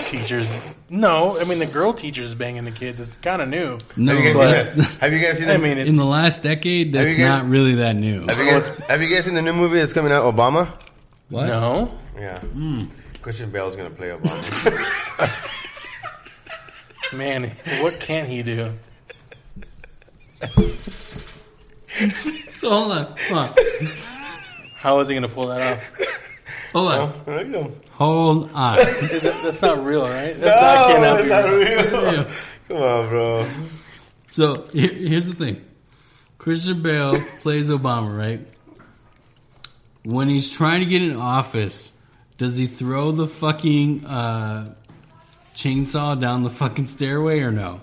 Speaker 4: teachers. No, I mean the girl teachers banging the kids. It's kind of new.
Speaker 3: No,
Speaker 5: have, you guys
Speaker 3: that's,
Speaker 5: seen that? have you guys seen
Speaker 4: I
Speaker 5: the-
Speaker 4: mean,
Speaker 3: in
Speaker 4: it's,
Speaker 3: the last decade,
Speaker 5: Have you
Speaker 3: that's
Speaker 5: guys-
Speaker 3: not really that new.
Speaker 5: Have you guys have you guys seen the new movie that's coming out? Obama.
Speaker 3: What?
Speaker 4: no.
Speaker 5: Yeah. Christian Bale's gonna play Obama.
Speaker 4: Man, what can he do?
Speaker 3: So hold on, hold on,
Speaker 4: How is he going to pull that off?
Speaker 3: hold on,
Speaker 5: there you go.
Speaker 3: hold on.
Speaker 4: Is it, that's not real, right? That's not,
Speaker 5: Oh,
Speaker 4: cannot
Speaker 5: that's
Speaker 4: be
Speaker 5: not
Speaker 4: real.
Speaker 5: real.
Speaker 3: Yeah.
Speaker 5: Come on, bro.
Speaker 3: So here, here's the thing: Christian Bale plays Obama, right? When he's trying to get in office, does he throw the fucking uh, chainsaw down the fucking stairway or no?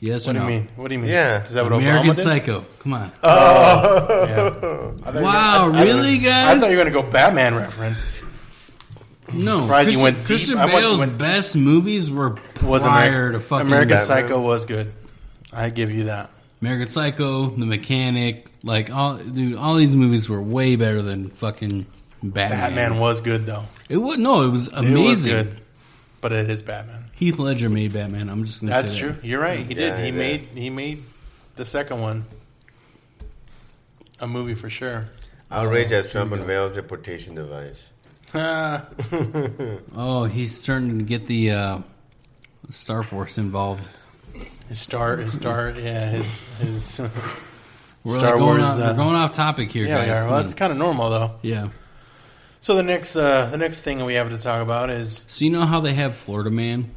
Speaker 3: Yes
Speaker 4: What
Speaker 3: or
Speaker 4: do you
Speaker 3: no?
Speaker 4: mean? What do you mean?
Speaker 5: Yeah.
Speaker 4: Is that what
Speaker 3: American
Speaker 4: Obama did?
Speaker 3: Psycho. Come on.
Speaker 4: I thought you were gonna-
Speaker 3: wow,
Speaker 4: I- I thought-
Speaker 3: really,
Speaker 4: I thought
Speaker 3: guys?
Speaker 4: you were going to go Batman reference.
Speaker 3: no.
Speaker 4: surprised you
Speaker 3: Christian,
Speaker 4: went deep.
Speaker 3: Christian
Speaker 4: I went-
Speaker 3: Bale's
Speaker 4: went deep.
Speaker 3: best movies were
Speaker 4: Was
Speaker 3: prior
Speaker 4: Ameri-
Speaker 3: to fucking
Speaker 4: American
Speaker 5: Batman.
Speaker 4: Psycho was good. I give you that.
Speaker 3: American Psycho, The Mechanic, like all dude, all these movies were way better than fucking Batman.
Speaker 4: Batman was good though.
Speaker 3: It was no, it was
Speaker 4: It
Speaker 3: amazing.
Speaker 4: was good, but it is Batman.
Speaker 3: Heath Ledger made Batman. I'm just gonna
Speaker 4: That's
Speaker 3: say
Speaker 4: true.
Speaker 3: that.
Speaker 4: You're right. He
Speaker 5: Yeah,
Speaker 4: did. He
Speaker 5: he did.
Speaker 4: made. He made the second one a movie for sure.
Speaker 5: Outrage as Trump unveils deportation device.
Speaker 4: Ah,
Speaker 3: Oh, he's starting to get the uh, Star Force involved.
Speaker 4: his star. His star. Yeah. His. His.
Speaker 3: We're
Speaker 4: Star
Speaker 3: like going
Speaker 4: Wars,
Speaker 3: Off,
Speaker 4: uh,
Speaker 3: we're going off topic here,
Speaker 4: yeah.
Speaker 3: guys.
Speaker 4: We are.
Speaker 3: Come
Speaker 4: Well,
Speaker 3: on.
Speaker 4: that's kind of normal though.
Speaker 3: yeah.
Speaker 4: So the next. Uh, the next thing we have to talk about is.
Speaker 3: So you know how they have Florida Man,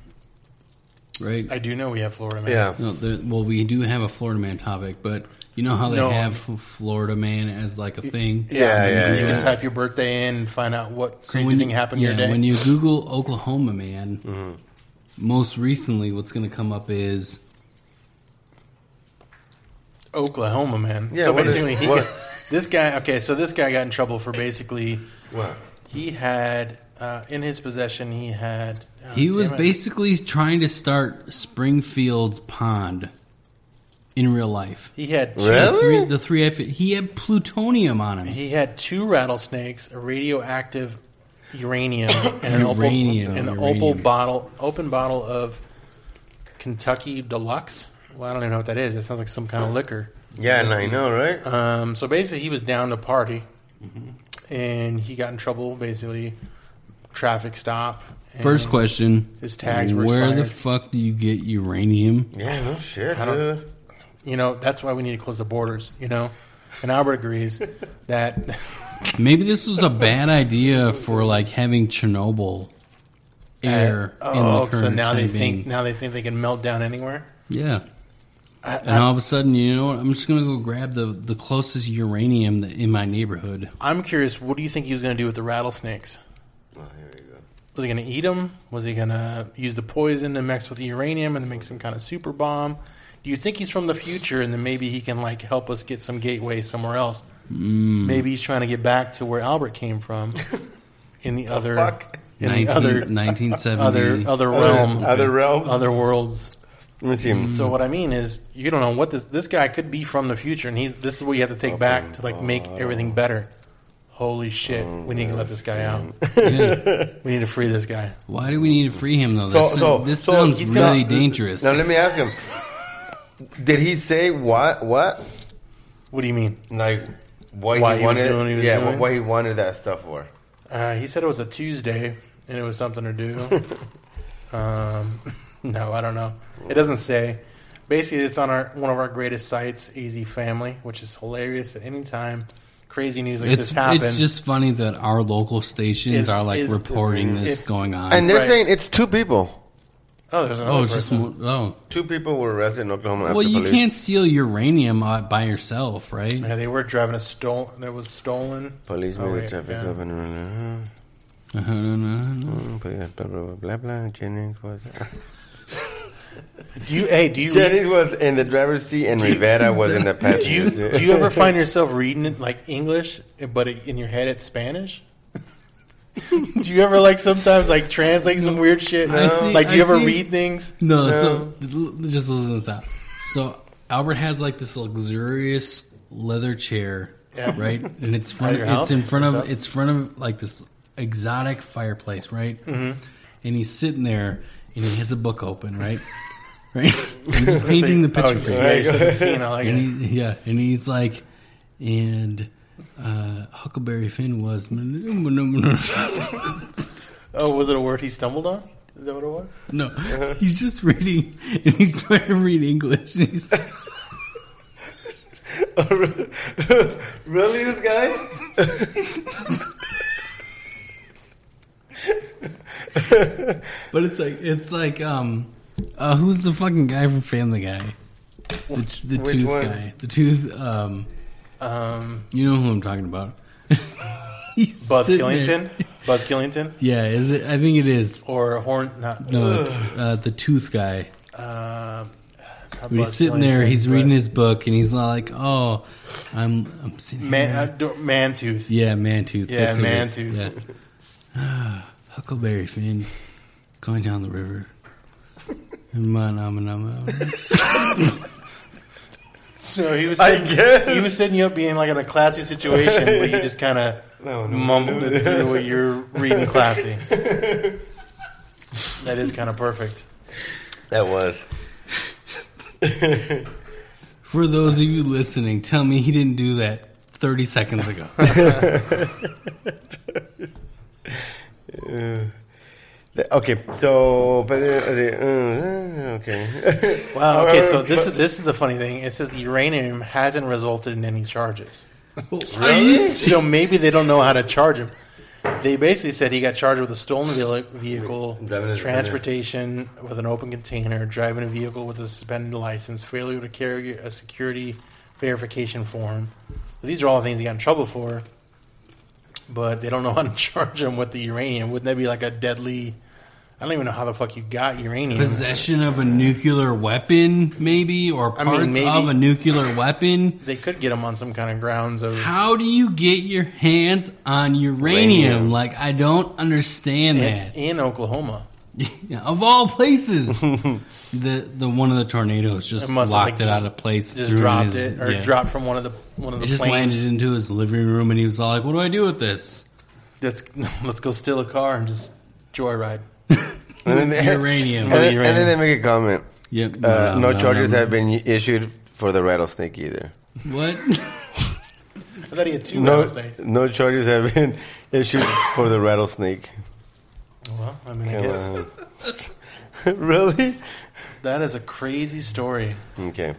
Speaker 3: right?
Speaker 4: I do know we have Florida man.
Speaker 5: Yeah.
Speaker 3: no, there- well, we do have a Florida Man topic, but you know how they
Speaker 4: No.
Speaker 3: have F- Florida Man as like a thing.
Speaker 4: Yeah.
Speaker 5: Yeah,
Speaker 4: you
Speaker 5: yeah,
Speaker 4: can- you
Speaker 5: yeah.
Speaker 4: can type your birthday in and find out what
Speaker 3: So
Speaker 4: crazy
Speaker 3: when
Speaker 4: thing
Speaker 3: you-
Speaker 4: happened
Speaker 3: yeah,
Speaker 4: your day.
Speaker 3: When you Google Oklahoma Man, most recently, what's going to come up is
Speaker 4: Oklahoma man.
Speaker 5: Yeah,
Speaker 4: so
Speaker 5: what is-
Speaker 4: basically, he,
Speaker 5: what-
Speaker 4: this guy. Okay, so this guy got in trouble for basically.
Speaker 5: What?
Speaker 4: He had uh, in his possession. He had. oh,
Speaker 3: He was
Speaker 4: damn it.
Speaker 3: basically trying to start Springfield's pond in real life.
Speaker 4: He had two,
Speaker 5: Really?
Speaker 3: The three, the three F- he had plutonium on him.
Speaker 4: he had two rattlesnakes, a radioactive uranium, and an opal,
Speaker 3: Uranium,
Speaker 4: an
Speaker 3: uranium.
Speaker 4: opal bottle, open bottle of Kentucky Deluxe. Well, I don't even know what that is. It sounds like some kind of liquor.
Speaker 5: Yeah, and I know, right?
Speaker 4: Um, so basically, he was down to party,
Speaker 3: Mm-hmm.
Speaker 4: and he got in trouble. Basically, traffic stop. and
Speaker 3: First question:
Speaker 4: His tags were
Speaker 3: Where the
Speaker 4: expired.
Speaker 3: fuck do you get uranium?
Speaker 5: Yeah, no shit,
Speaker 4: I don't-
Speaker 5: dude.
Speaker 4: You know that's why we need to close the borders. You know, and Albert agrees that.
Speaker 3: Maybe this was a bad idea for like having Chernobyl air in the
Speaker 4: Uh, oh,
Speaker 3: current
Speaker 4: so now
Speaker 3: time
Speaker 4: they
Speaker 3: being.
Speaker 4: think now they think they can melt down anywhere.
Speaker 3: yeah.
Speaker 4: I,
Speaker 3: And all of a sudden, you know what? I'm just gonna go grab the, the closest uranium that, in my neighborhood.
Speaker 4: am curious. What do you think he was going to do with the rattlesnakes?
Speaker 5: Oh, here we go.
Speaker 4: Was he going to eat them? Was he going to use the poison to mix with the uranium and make some kind of super bomb? Do you think he's from the future and then maybe he can like help us get some gateway somewhere else? Maybe he's trying to get back to where Albert came from in the other
Speaker 5: Fuck.
Speaker 4: in
Speaker 3: 19,
Speaker 4: the other
Speaker 3: 1970.
Speaker 4: other other realm,
Speaker 5: Other, other realms.
Speaker 4: other worlds.
Speaker 5: Let me see.
Speaker 3: Mm,
Speaker 4: So what I mean is, you don't know what this this guy could be from the future, and he's this is what you have to take back to like make everything better. Holy shit! We need to let this guy out.
Speaker 3: Yeah.
Speaker 4: We need to free this guy.
Speaker 3: Why do we need to free him though? This,
Speaker 5: So- so-
Speaker 3: this
Speaker 5: so
Speaker 3: sounds
Speaker 5: he's
Speaker 3: really
Speaker 5: gonna-
Speaker 3: dangerous.
Speaker 5: Now let me ask him. Did he say what? What?
Speaker 4: What do you mean?
Speaker 5: Like why,
Speaker 4: Why
Speaker 5: he,
Speaker 4: he was
Speaker 5: wanted?
Speaker 4: doing what he was
Speaker 5: yeah,
Speaker 4: doing?
Speaker 5: why he wanted that stuff for?
Speaker 3: Mm.
Speaker 4: Uh, he said it was a Tuesday, and it was something to do. um, no, I don't know. It doesn't say. Basically, it's on our one of our greatest sites, Easy Family, which is hilarious at any time. Crazy news like
Speaker 3: It's
Speaker 4: this happens.
Speaker 3: it's just funny that our local stations
Speaker 4: Is-
Speaker 3: are like
Speaker 4: is-
Speaker 3: reporting this
Speaker 4: it's-
Speaker 3: going on.
Speaker 5: And they're
Speaker 4: Right.
Speaker 5: saying it's two people.
Speaker 4: oh, there's another
Speaker 3: oh, it's
Speaker 4: person.
Speaker 3: just mo- oh.
Speaker 5: Two people were arrested in Oklahoma.
Speaker 3: Well,
Speaker 5: after
Speaker 3: you
Speaker 5: police.
Speaker 3: can't steal uranium uh, by yourself, right?
Speaker 4: Yeah, they were driving a stole. That was stolen.
Speaker 5: Police
Speaker 4: Oh,
Speaker 5: made
Speaker 4: wait,
Speaker 5: a traffic
Speaker 4: yeah.
Speaker 5: stop and run. Mm-hmm.
Speaker 3: Uh-huh.
Speaker 5: Blah blah blah blah. Jennings was
Speaker 4: Do you? Hey, do you? Read,
Speaker 5: Jennings was in the driver's seat and Rivera was in the
Speaker 4: do you?
Speaker 5: passenger seat.
Speaker 4: Do you ever find yourself reading it like English, but it, in your head it's Spanish? do you ever like sometimes like translate some weird shit?
Speaker 3: I see-
Speaker 4: like, do you
Speaker 3: I
Speaker 4: ever
Speaker 3: see-
Speaker 4: read things?
Speaker 3: No, so l- just listen to this out. So Albert has like this luxurious leather chair,
Speaker 4: Yeah.
Speaker 3: right? And it's front,
Speaker 4: At your
Speaker 3: it's
Speaker 4: house?
Speaker 3: in front
Speaker 4: His
Speaker 3: of
Speaker 4: house?
Speaker 3: it's front of like this exotic fireplace, right? Mm-hmm. And he's sitting there, and he has a book open, right? Right, I'm just painting the picture.
Speaker 4: Oh,
Speaker 3: for you.
Speaker 4: yeah, you said the scene. I like it.
Speaker 3: And he, yeah, and he's like, and uh, Huckleberry Finn was.
Speaker 4: Oh, was it a word he stumbled on? Is that what it was?
Speaker 3: No, he's just reading, and he's trying to read English. And he's,
Speaker 5: really, this guy?
Speaker 3: but it's like it's like um, uh, who's the fucking guy from Family Guy? The, the
Speaker 5: which
Speaker 3: tooth
Speaker 5: one?
Speaker 3: guy. The tooth. Um,
Speaker 4: Um,
Speaker 3: you know who I'm talking about. He's
Speaker 4: Buzz
Speaker 3: sitting there.
Speaker 4: Killington. Buzz Killington
Speaker 3: Yeah, is it? I think it is.
Speaker 4: or Horn? Not
Speaker 3: No, it's uh, the tooth guy.
Speaker 4: Uh, not
Speaker 3: But he's
Speaker 4: Buzz
Speaker 3: sitting there.
Speaker 4: Killington,
Speaker 3: He's
Speaker 4: but
Speaker 3: reading his book, and he's like, "Oh, I'm I'm sitting
Speaker 4: man,
Speaker 3: here.
Speaker 4: uh, do- Mantooth.
Speaker 3: Yeah, Mantooth.
Speaker 4: Yeah,
Speaker 3: That's what it is.
Speaker 4: Mantooth.
Speaker 3: Yeah. Ah, Huckleberry Finn going down the river. Manama-nama.
Speaker 4: So he was
Speaker 5: I
Speaker 4: setting,
Speaker 5: guess.
Speaker 4: he was setting you up being like in a classy situation where you just kind of
Speaker 5: No, no,
Speaker 4: mumbled it through what you're reading classy. that is kind of perfect.
Speaker 5: That was.
Speaker 3: For those of you listening, tell me he didn't do that 30 seconds ago.
Speaker 5: Uh, the- okay, so but uh, the- uh, okay.
Speaker 4: Wow. Uh, Okay. So this is this is the funny thing. It says the uranium hasn't resulted in any charges.
Speaker 3: Are you serious?
Speaker 4: So maybe they don't know how to charge him. They basically said he got charged with a stolen ve- vehicle,
Speaker 5: Driving a-
Speaker 4: transportation with an open container, driving a vehicle with a suspended license, failure to carry a security verification form. These are all things he got in trouble for, but they don't know how to charge him with the uranium. Wouldn't that be like a deadly? I don't even know how the fuck you got uranium.
Speaker 3: Possession of a nuclear weapon, maybe, or
Speaker 4: I
Speaker 3: parts
Speaker 4: mean, maybe.
Speaker 3: of a nuclear weapon.
Speaker 4: They could get him on some kind of grounds of.
Speaker 3: How do you get your hands on uranium?
Speaker 5: Uranium.
Speaker 3: Like, I don't understand
Speaker 4: in,
Speaker 3: that.
Speaker 4: in Oklahoma,
Speaker 3: of all places, the the one of the tornadoes just
Speaker 4: It must have,
Speaker 3: locked
Speaker 4: like,
Speaker 3: it
Speaker 4: just-
Speaker 3: out of place.
Speaker 4: just
Speaker 3: threw in
Speaker 4: dropped
Speaker 3: his-
Speaker 4: it or
Speaker 3: yeah.
Speaker 4: dropped from one of the one of the
Speaker 3: It just
Speaker 4: planes.
Speaker 3: landed into his living room, and he was all like, "What do I do with this?"
Speaker 4: Let's let's go steal a car and just joyride.
Speaker 5: And then they-
Speaker 3: Uranium.
Speaker 5: And then,
Speaker 4: Uranium.
Speaker 5: and then they make a comment.
Speaker 3: Yep.
Speaker 5: Uh, no, charges have been issued for the rattlesnake either.
Speaker 3: What?
Speaker 4: I thought he had two
Speaker 5: No,
Speaker 4: rattlesnakes.
Speaker 5: no charges have been issued for the rattlesnake.
Speaker 4: Well, I mean, I
Speaker 5: Come
Speaker 4: guess
Speaker 5: on. really?
Speaker 4: that is a crazy story.
Speaker 5: Okay.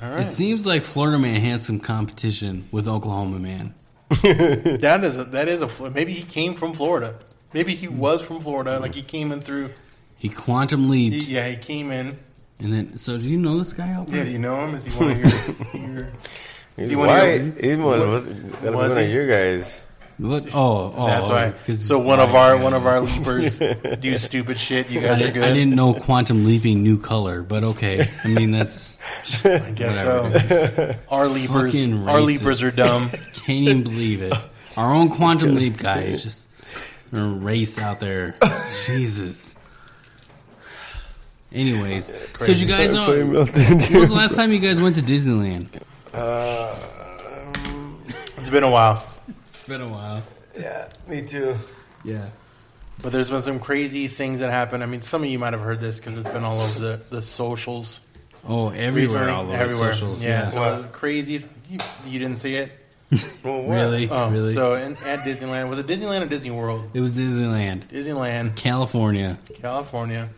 Speaker 4: All
Speaker 3: it
Speaker 4: right,
Speaker 3: seems like Florida man had some competition with Oklahoma man.
Speaker 4: that is a, that is a fl- maybe he came from Florida. Maybe he was from Florida. Like he came in through.
Speaker 3: He quantum leaped,
Speaker 4: he- yeah, he came in.
Speaker 3: and then. So, do you know this guy? Albert?
Speaker 4: Yeah, do you know him? Is he one of your? your
Speaker 5: He's
Speaker 4: he one of your-
Speaker 5: white. He's one of, us- one
Speaker 4: was
Speaker 5: of
Speaker 4: he?
Speaker 5: you guys.
Speaker 3: What? Oh, oh.
Speaker 4: That's why.
Speaker 3: 'cause
Speaker 4: So
Speaker 3: he's
Speaker 4: one of
Speaker 3: black,
Speaker 4: our
Speaker 3: yeah.
Speaker 4: one of our leapers do stupid shit. You
Speaker 3: I,
Speaker 4: guys are
Speaker 3: didn't-
Speaker 4: good.
Speaker 3: I didn't know quantum leaping new color, but okay. I mean, that's
Speaker 4: I guess so. Our leapers,
Speaker 3: Fucking
Speaker 4: our
Speaker 3: racist.
Speaker 4: leapers are dumb.
Speaker 3: can't even believe it. Our own quantum leap guy is just a race out there. Jesus. Anyways, so did you guys know
Speaker 5: Well,
Speaker 3: When was the last time you guys went to Disneyland?
Speaker 4: It's been a while,
Speaker 3: It's been a while.
Speaker 5: yeah, me too.
Speaker 3: Yeah.
Speaker 4: but there's been some crazy things that happened. I mean, some of you might have heard this because it's been all over the, the socials.
Speaker 3: Oh, everywhere,
Speaker 4: recently.
Speaker 3: all over
Speaker 4: everywhere.
Speaker 3: socials.
Speaker 4: yeah,
Speaker 3: Yeah.
Speaker 4: so
Speaker 5: What?
Speaker 4: it was crazy. You, you didn't see it.
Speaker 5: Well, what?
Speaker 3: Really,
Speaker 4: Oh,
Speaker 3: really.
Speaker 4: so in, at Disneyland was it Disneyland or Disney World?
Speaker 3: it was Disneyland,
Speaker 4: Disneyland,
Speaker 3: California.
Speaker 4: California.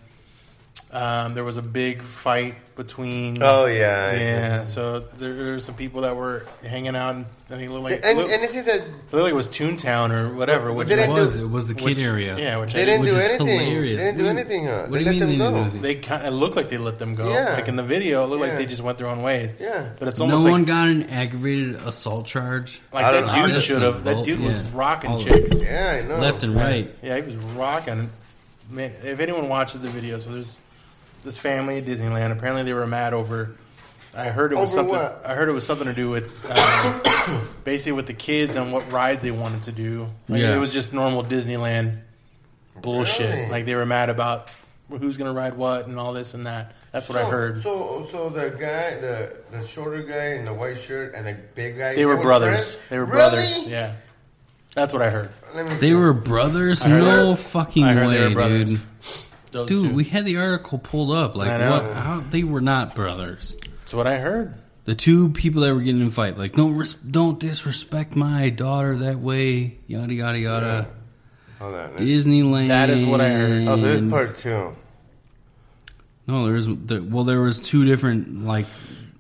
Speaker 4: Um, there was a big fight between.
Speaker 5: Oh, yeah, I see.
Speaker 4: yeah. So there, there were some people that were hanging out, and I think it looked like
Speaker 5: And,
Speaker 4: looked,
Speaker 5: and it is that
Speaker 4: looked like it was Toontown or whatever. Which
Speaker 5: They
Speaker 3: It
Speaker 5: didn't
Speaker 3: was.
Speaker 5: do-
Speaker 3: It was the kid
Speaker 4: which-
Speaker 3: area.
Speaker 4: Yeah, which
Speaker 5: they
Speaker 4: I-
Speaker 5: didn't
Speaker 3: Which
Speaker 5: do
Speaker 3: is
Speaker 5: anything.
Speaker 3: hilarious.
Speaker 5: They didn't do
Speaker 3: What do you-
Speaker 5: anything. Huh?
Speaker 3: what do
Speaker 5: they
Speaker 3: you
Speaker 5: let them
Speaker 3: mean they
Speaker 5: go.
Speaker 3: didn't do anything?
Speaker 4: They kind of looked like they let them go.
Speaker 5: Yeah.
Speaker 4: Like in the video, it looked
Speaker 5: Yeah.
Speaker 4: like they just went their own ways.
Speaker 5: Yeah.
Speaker 4: But it's
Speaker 3: No
Speaker 4: almost
Speaker 3: one
Speaker 4: like,
Speaker 3: got an aggravated assault charge.
Speaker 5: I
Speaker 4: like
Speaker 5: don't
Speaker 4: that
Speaker 5: know.
Speaker 4: dude
Speaker 5: That's
Speaker 4: should have. That
Speaker 3: revolt-
Speaker 4: dude was
Speaker 3: yeah.
Speaker 4: rocking
Speaker 3: All of
Speaker 4: chicks.
Speaker 5: Yeah, I know.
Speaker 3: Left and right.
Speaker 4: Yeah, he was rocking. Man, if anyone watches the video, so there's this family at Disneyland. Apparently, they were mad over. I heard it was
Speaker 5: Over
Speaker 4: something.
Speaker 5: what?
Speaker 4: I heard it was something to do with um, basically with the kids and what rides they wanted to do. Like,
Speaker 3: Yeah.
Speaker 4: it was just normal Disneyland bullshit.
Speaker 5: Really?
Speaker 4: Like they were mad about who's going to ride what and all this and that. That's what
Speaker 5: so,
Speaker 4: I heard.
Speaker 5: So, so the guy, the the shorter guy in the white shirt and the big guy.
Speaker 4: they were brothers.
Speaker 5: friends?
Speaker 4: They were
Speaker 5: Really?
Speaker 4: brothers. Yeah, that's what I heard.
Speaker 5: Let me
Speaker 3: They
Speaker 5: see.
Speaker 3: were brothers.
Speaker 4: heard
Speaker 3: No
Speaker 4: that.
Speaker 3: fucking
Speaker 4: I heard they
Speaker 3: way,
Speaker 4: were brothers.
Speaker 3: dude.
Speaker 4: Those
Speaker 3: Dude,
Speaker 4: two.
Speaker 3: we had the article pulled up. Like
Speaker 4: I know.
Speaker 3: what? How they were not brothers.
Speaker 4: that's what I heard.
Speaker 3: The two people that were getting in a fight, like don't res- don't disrespect my daughter that way. Yada yada yada.
Speaker 5: Hold on.
Speaker 3: Disneyland.
Speaker 4: That is what I heard.
Speaker 5: Oh, so this is part two.
Speaker 3: No, there was there, well, there was two different like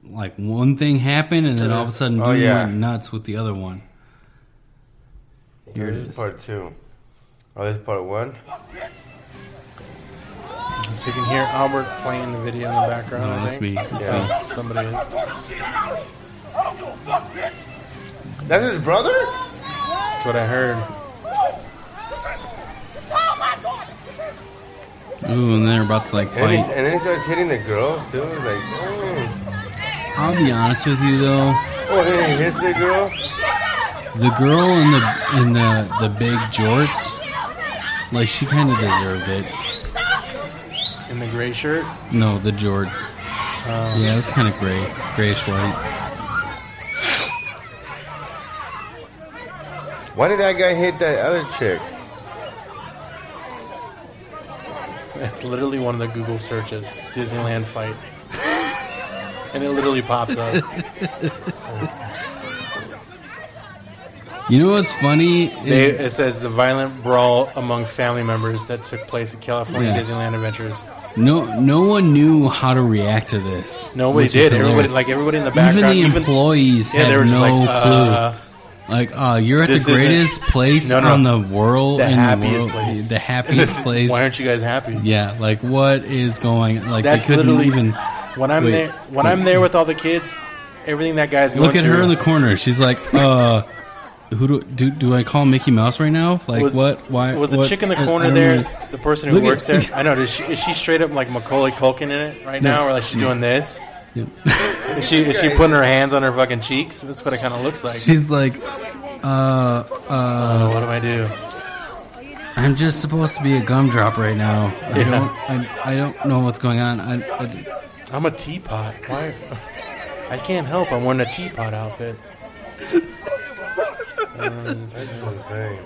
Speaker 3: like one thing happened, and then all of a sudden, dude
Speaker 5: Oh, yeah.
Speaker 3: went nuts with the other one. Here it
Speaker 5: This is
Speaker 3: is.
Speaker 5: part two. Oh, this is part one.
Speaker 4: So you can hear Albert playing the video in the background.
Speaker 3: No,
Speaker 4: I
Speaker 3: Oh, that's
Speaker 4: think.
Speaker 3: me. That's
Speaker 5: Yeah.
Speaker 3: me.
Speaker 4: Somebody is.
Speaker 5: That's his brother.
Speaker 4: That's what I heard.
Speaker 3: Ooh, and they're about to like
Speaker 5: And, then he,
Speaker 3: fight.
Speaker 5: and then he starts hitting the girl too. Like, oh,
Speaker 3: I'll be honest with you though,
Speaker 5: oh then he hits the girl.
Speaker 3: the girl in the in the the big jorts, like she kind of deserved it.
Speaker 4: In the gray shirt.
Speaker 3: No, the jorts.
Speaker 4: Oh.
Speaker 3: yeah, it was kind of gray, grayish white.
Speaker 5: Why did that guy hit that other chick?
Speaker 4: That's literally one of the Google searches. Disneyland fight. and it literally pops up.
Speaker 3: You know what's funny? Is
Speaker 4: They, it says the violent brawl among family members that took place at California
Speaker 3: Yeah.
Speaker 4: Disneyland Adventures.
Speaker 3: no, no one knew how to react to this.
Speaker 4: Nobody
Speaker 3: which is
Speaker 4: did. Everybody
Speaker 3: hilarious.
Speaker 4: like everybody in the
Speaker 3: even
Speaker 4: background.
Speaker 3: the employees
Speaker 4: yeah,
Speaker 3: had
Speaker 4: they were
Speaker 3: no
Speaker 4: just like,
Speaker 3: clue.
Speaker 4: uh,
Speaker 3: like, oh, you're at the
Speaker 4: this isn't-
Speaker 3: greatest place
Speaker 4: No, no.
Speaker 3: on the world,
Speaker 4: the
Speaker 3: in
Speaker 4: happiest
Speaker 3: the world,
Speaker 4: place.
Speaker 3: the happiest place.
Speaker 4: Why aren't you guys happy?
Speaker 3: yeah, like what is going? Like
Speaker 4: That's
Speaker 3: they couldn't
Speaker 4: literally
Speaker 3: even.
Speaker 4: when I'm
Speaker 3: wait,
Speaker 4: there. When I'm there with all the kids, everything that guy's going
Speaker 3: Look at her
Speaker 4: through
Speaker 3: in the corner. She's like, uh, who do do, do I call Mickey Mouse right now? Like
Speaker 4: was,
Speaker 3: what? Why
Speaker 4: was the
Speaker 3: what-
Speaker 4: chick in the
Speaker 3: I- I
Speaker 4: corner
Speaker 3: don't
Speaker 4: there?
Speaker 3: really-
Speaker 4: The person who
Speaker 3: Look at-
Speaker 4: works there. I know. Is she, is she straight up like Macaulay Culkin in it right now, or like she's doing this? Is she is she putting her hands on her fucking cheeks? That's what it kind of looks like.
Speaker 3: She's like, uh,
Speaker 4: Oh, what do I do?
Speaker 3: I'm just supposed to be a gumdrop right now. I
Speaker 4: Yeah.
Speaker 3: don't, I, I don't know what's going on. I, I,
Speaker 4: I'm a teapot. Why? I can't help. I'm wearing a teapot outfit.
Speaker 5: That's insane.